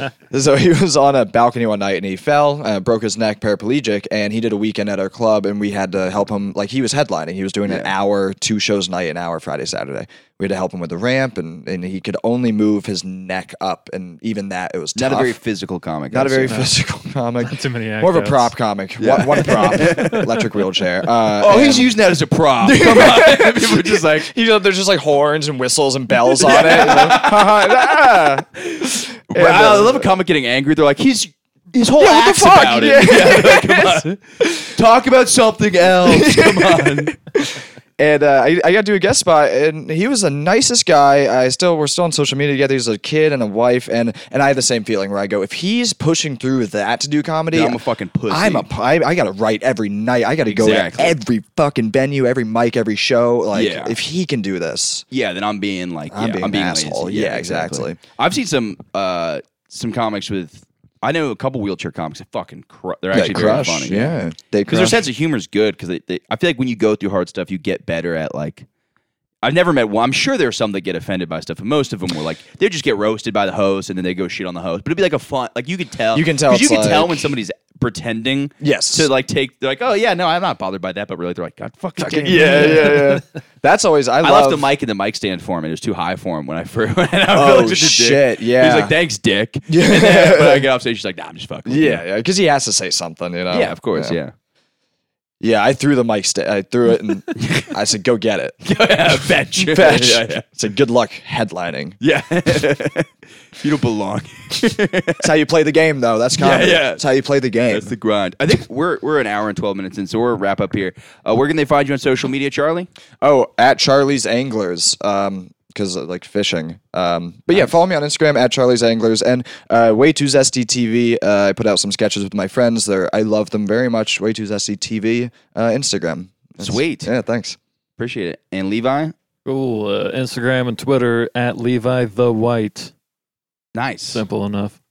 [SPEAKER 3] um, so he was on a balcony one night and he fell, uh, broke his neck, paraplegic, and he did a weekend at our club and we had to help him. Like he was headlining. He was doing an hour, two shows a night, an hour Friday, Saturday. We had to help him with the ramp and, and he could only move his neck up. And even that, it was
[SPEAKER 4] Not
[SPEAKER 3] tough.
[SPEAKER 4] a very physical comic.
[SPEAKER 3] Not a
[SPEAKER 4] I'd
[SPEAKER 3] very
[SPEAKER 4] say.
[SPEAKER 3] physical comic.
[SPEAKER 5] Too many
[SPEAKER 3] More of a
[SPEAKER 5] anecdotes.
[SPEAKER 3] prop comic. One, one prop. Electric wheelchair. Uh,
[SPEAKER 4] Oh,
[SPEAKER 3] and-
[SPEAKER 4] he's using that as a prop. Come on, people are just like.
[SPEAKER 3] you know, there's just like horns and whistles and bells on it. you know? Ah. And,
[SPEAKER 4] I
[SPEAKER 3] uh,
[SPEAKER 4] love a comic getting angry. They're like, he's his whole
[SPEAKER 3] what the
[SPEAKER 4] act's
[SPEAKER 3] fuck?
[SPEAKER 4] about it. Yeah, come on. Talk about something else. Come on.
[SPEAKER 3] and uh, I, I got to do a guest spot, and he was the nicest guy. I still we're still on social media together. He's a kid and a wife, and and I had the same feeling where I go, if he's pushing through that to do comedy,
[SPEAKER 4] Yeah, I'm a fucking pussy.
[SPEAKER 3] I'm a pu- I, I got to write every night. I got to go
[SPEAKER 4] Exactly.
[SPEAKER 3] to every fucking venue, every mic, every show. Like
[SPEAKER 4] Yeah.
[SPEAKER 3] if he can do this,
[SPEAKER 4] Yeah, then I'm being like,
[SPEAKER 3] I'm
[SPEAKER 4] yeah,
[SPEAKER 3] being
[SPEAKER 4] I'm being
[SPEAKER 3] an
[SPEAKER 4] lazy.
[SPEAKER 3] asshole. Yeah, exactly.
[SPEAKER 4] I've seen some uh some comics with. I know a couple wheelchair comics that fucking cru- they're actually
[SPEAKER 3] crush,
[SPEAKER 4] very funny.
[SPEAKER 3] yeah, they
[SPEAKER 4] because their
[SPEAKER 3] crush.
[SPEAKER 4] sense of humor is good. Because they, they, I feel like when you go through hard stuff, you get better at like. I've never met one. I'm sure there are some that get offended by stuff, and most of them were like they just get roasted by the host, and then they go shit on the host. But it'd be like a fun, like you could tell,
[SPEAKER 3] You can tell
[SPEAKER 4] 'cause you
[SPEAKER 3] it's
[SPEAKER 4] can tell
[SPEAKER 3] like-
[SPEAKER 4] when somebody's pretending,
[SPEAKER 3] Yes.
[SPEAKER 4] to like take. They're like, oh yeah, no, I'm not bothered by that, but really, they're like, God, fucking, damn it."
[SPEAKER 3] yeah, yeah, yeah. That's always I,
[SPEAKER 4] I left
[SPEAKER 3] love
[SPEAKER 4] the mic in the mic stand for him. and It was too high for him when I first. When I
[SPEAKER 3] Oh,
[SPEAKER 4] was just a dick.
[SPEAKER 3] shit, yeah.
[SPEAKER 4] He's like, "Thanks, dick." Yeah. And then when I get off stage, she's like, "Nah, I'm just fucking." with you."
[SPEAKER 3] Yeah, yeah, because he has to say something, you know.
[SPEAKER 4] yeah, of course, yeah.
[SPEAKER 3] Yeah, I threw the mic. St- I threw it, and I said, "Go get it."
[SPEAKER 4] yeah. Fetch.
[SPEAKER 3] Fetch.
[SPEAKER 4] Yeah, yeah.
[SPEAKER 3] It's a good luck headlining.
[SPEAKER 4] Yeah. you don't belong.
[SPEAKER 3] That's how you play the game, though. That's comedy.
[SPEAKER 4] yeah.
[SPEAKER 3] That's how you play the game.
[SPEAKER 4] That's the grind. I think we're we're an hour and twelve minutes in, so we're wrap up here. Uh, where can they find you on social media, Charlie?
[SPEAKER 3] oh, at Charlie's Anglers, um, because like fishing. Um, but yeah, follow me on Instagram at Charlie's Anglers and uh, Way Too Zesty TV. Uh, I put out some sketches with my friends. There, I love them very much. Way Too Zesty TV uh, Instagram. That's-
[SPEAKER 4] Sweet.
[SPEAKER 3] Yeah, thanks.
[SPEAKER 4] Appreciate it. And Levi,
[SPEAKER 5] Cool. Uh, Instagram and Twitter at Levi the White.
[SPEAKER 4] Nice.
[SPEAKER 5] Simple enough.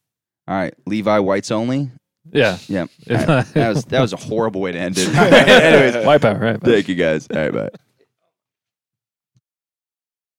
[SPEAKER 4] All right, Levi Whites only.
[SPEAKER 5] Yeah.
[SPEAKER 4] Yeah,
[SPEAKER 5] If
[SPEAKER 4] that
[SPEAKER 5] I-
[SPEAKER 4] was that was a horrible way to end it. Anyways,
[SPEAKER 5] Wipeout, right?
[SPEAKER 4] thank you guys. All right, bye.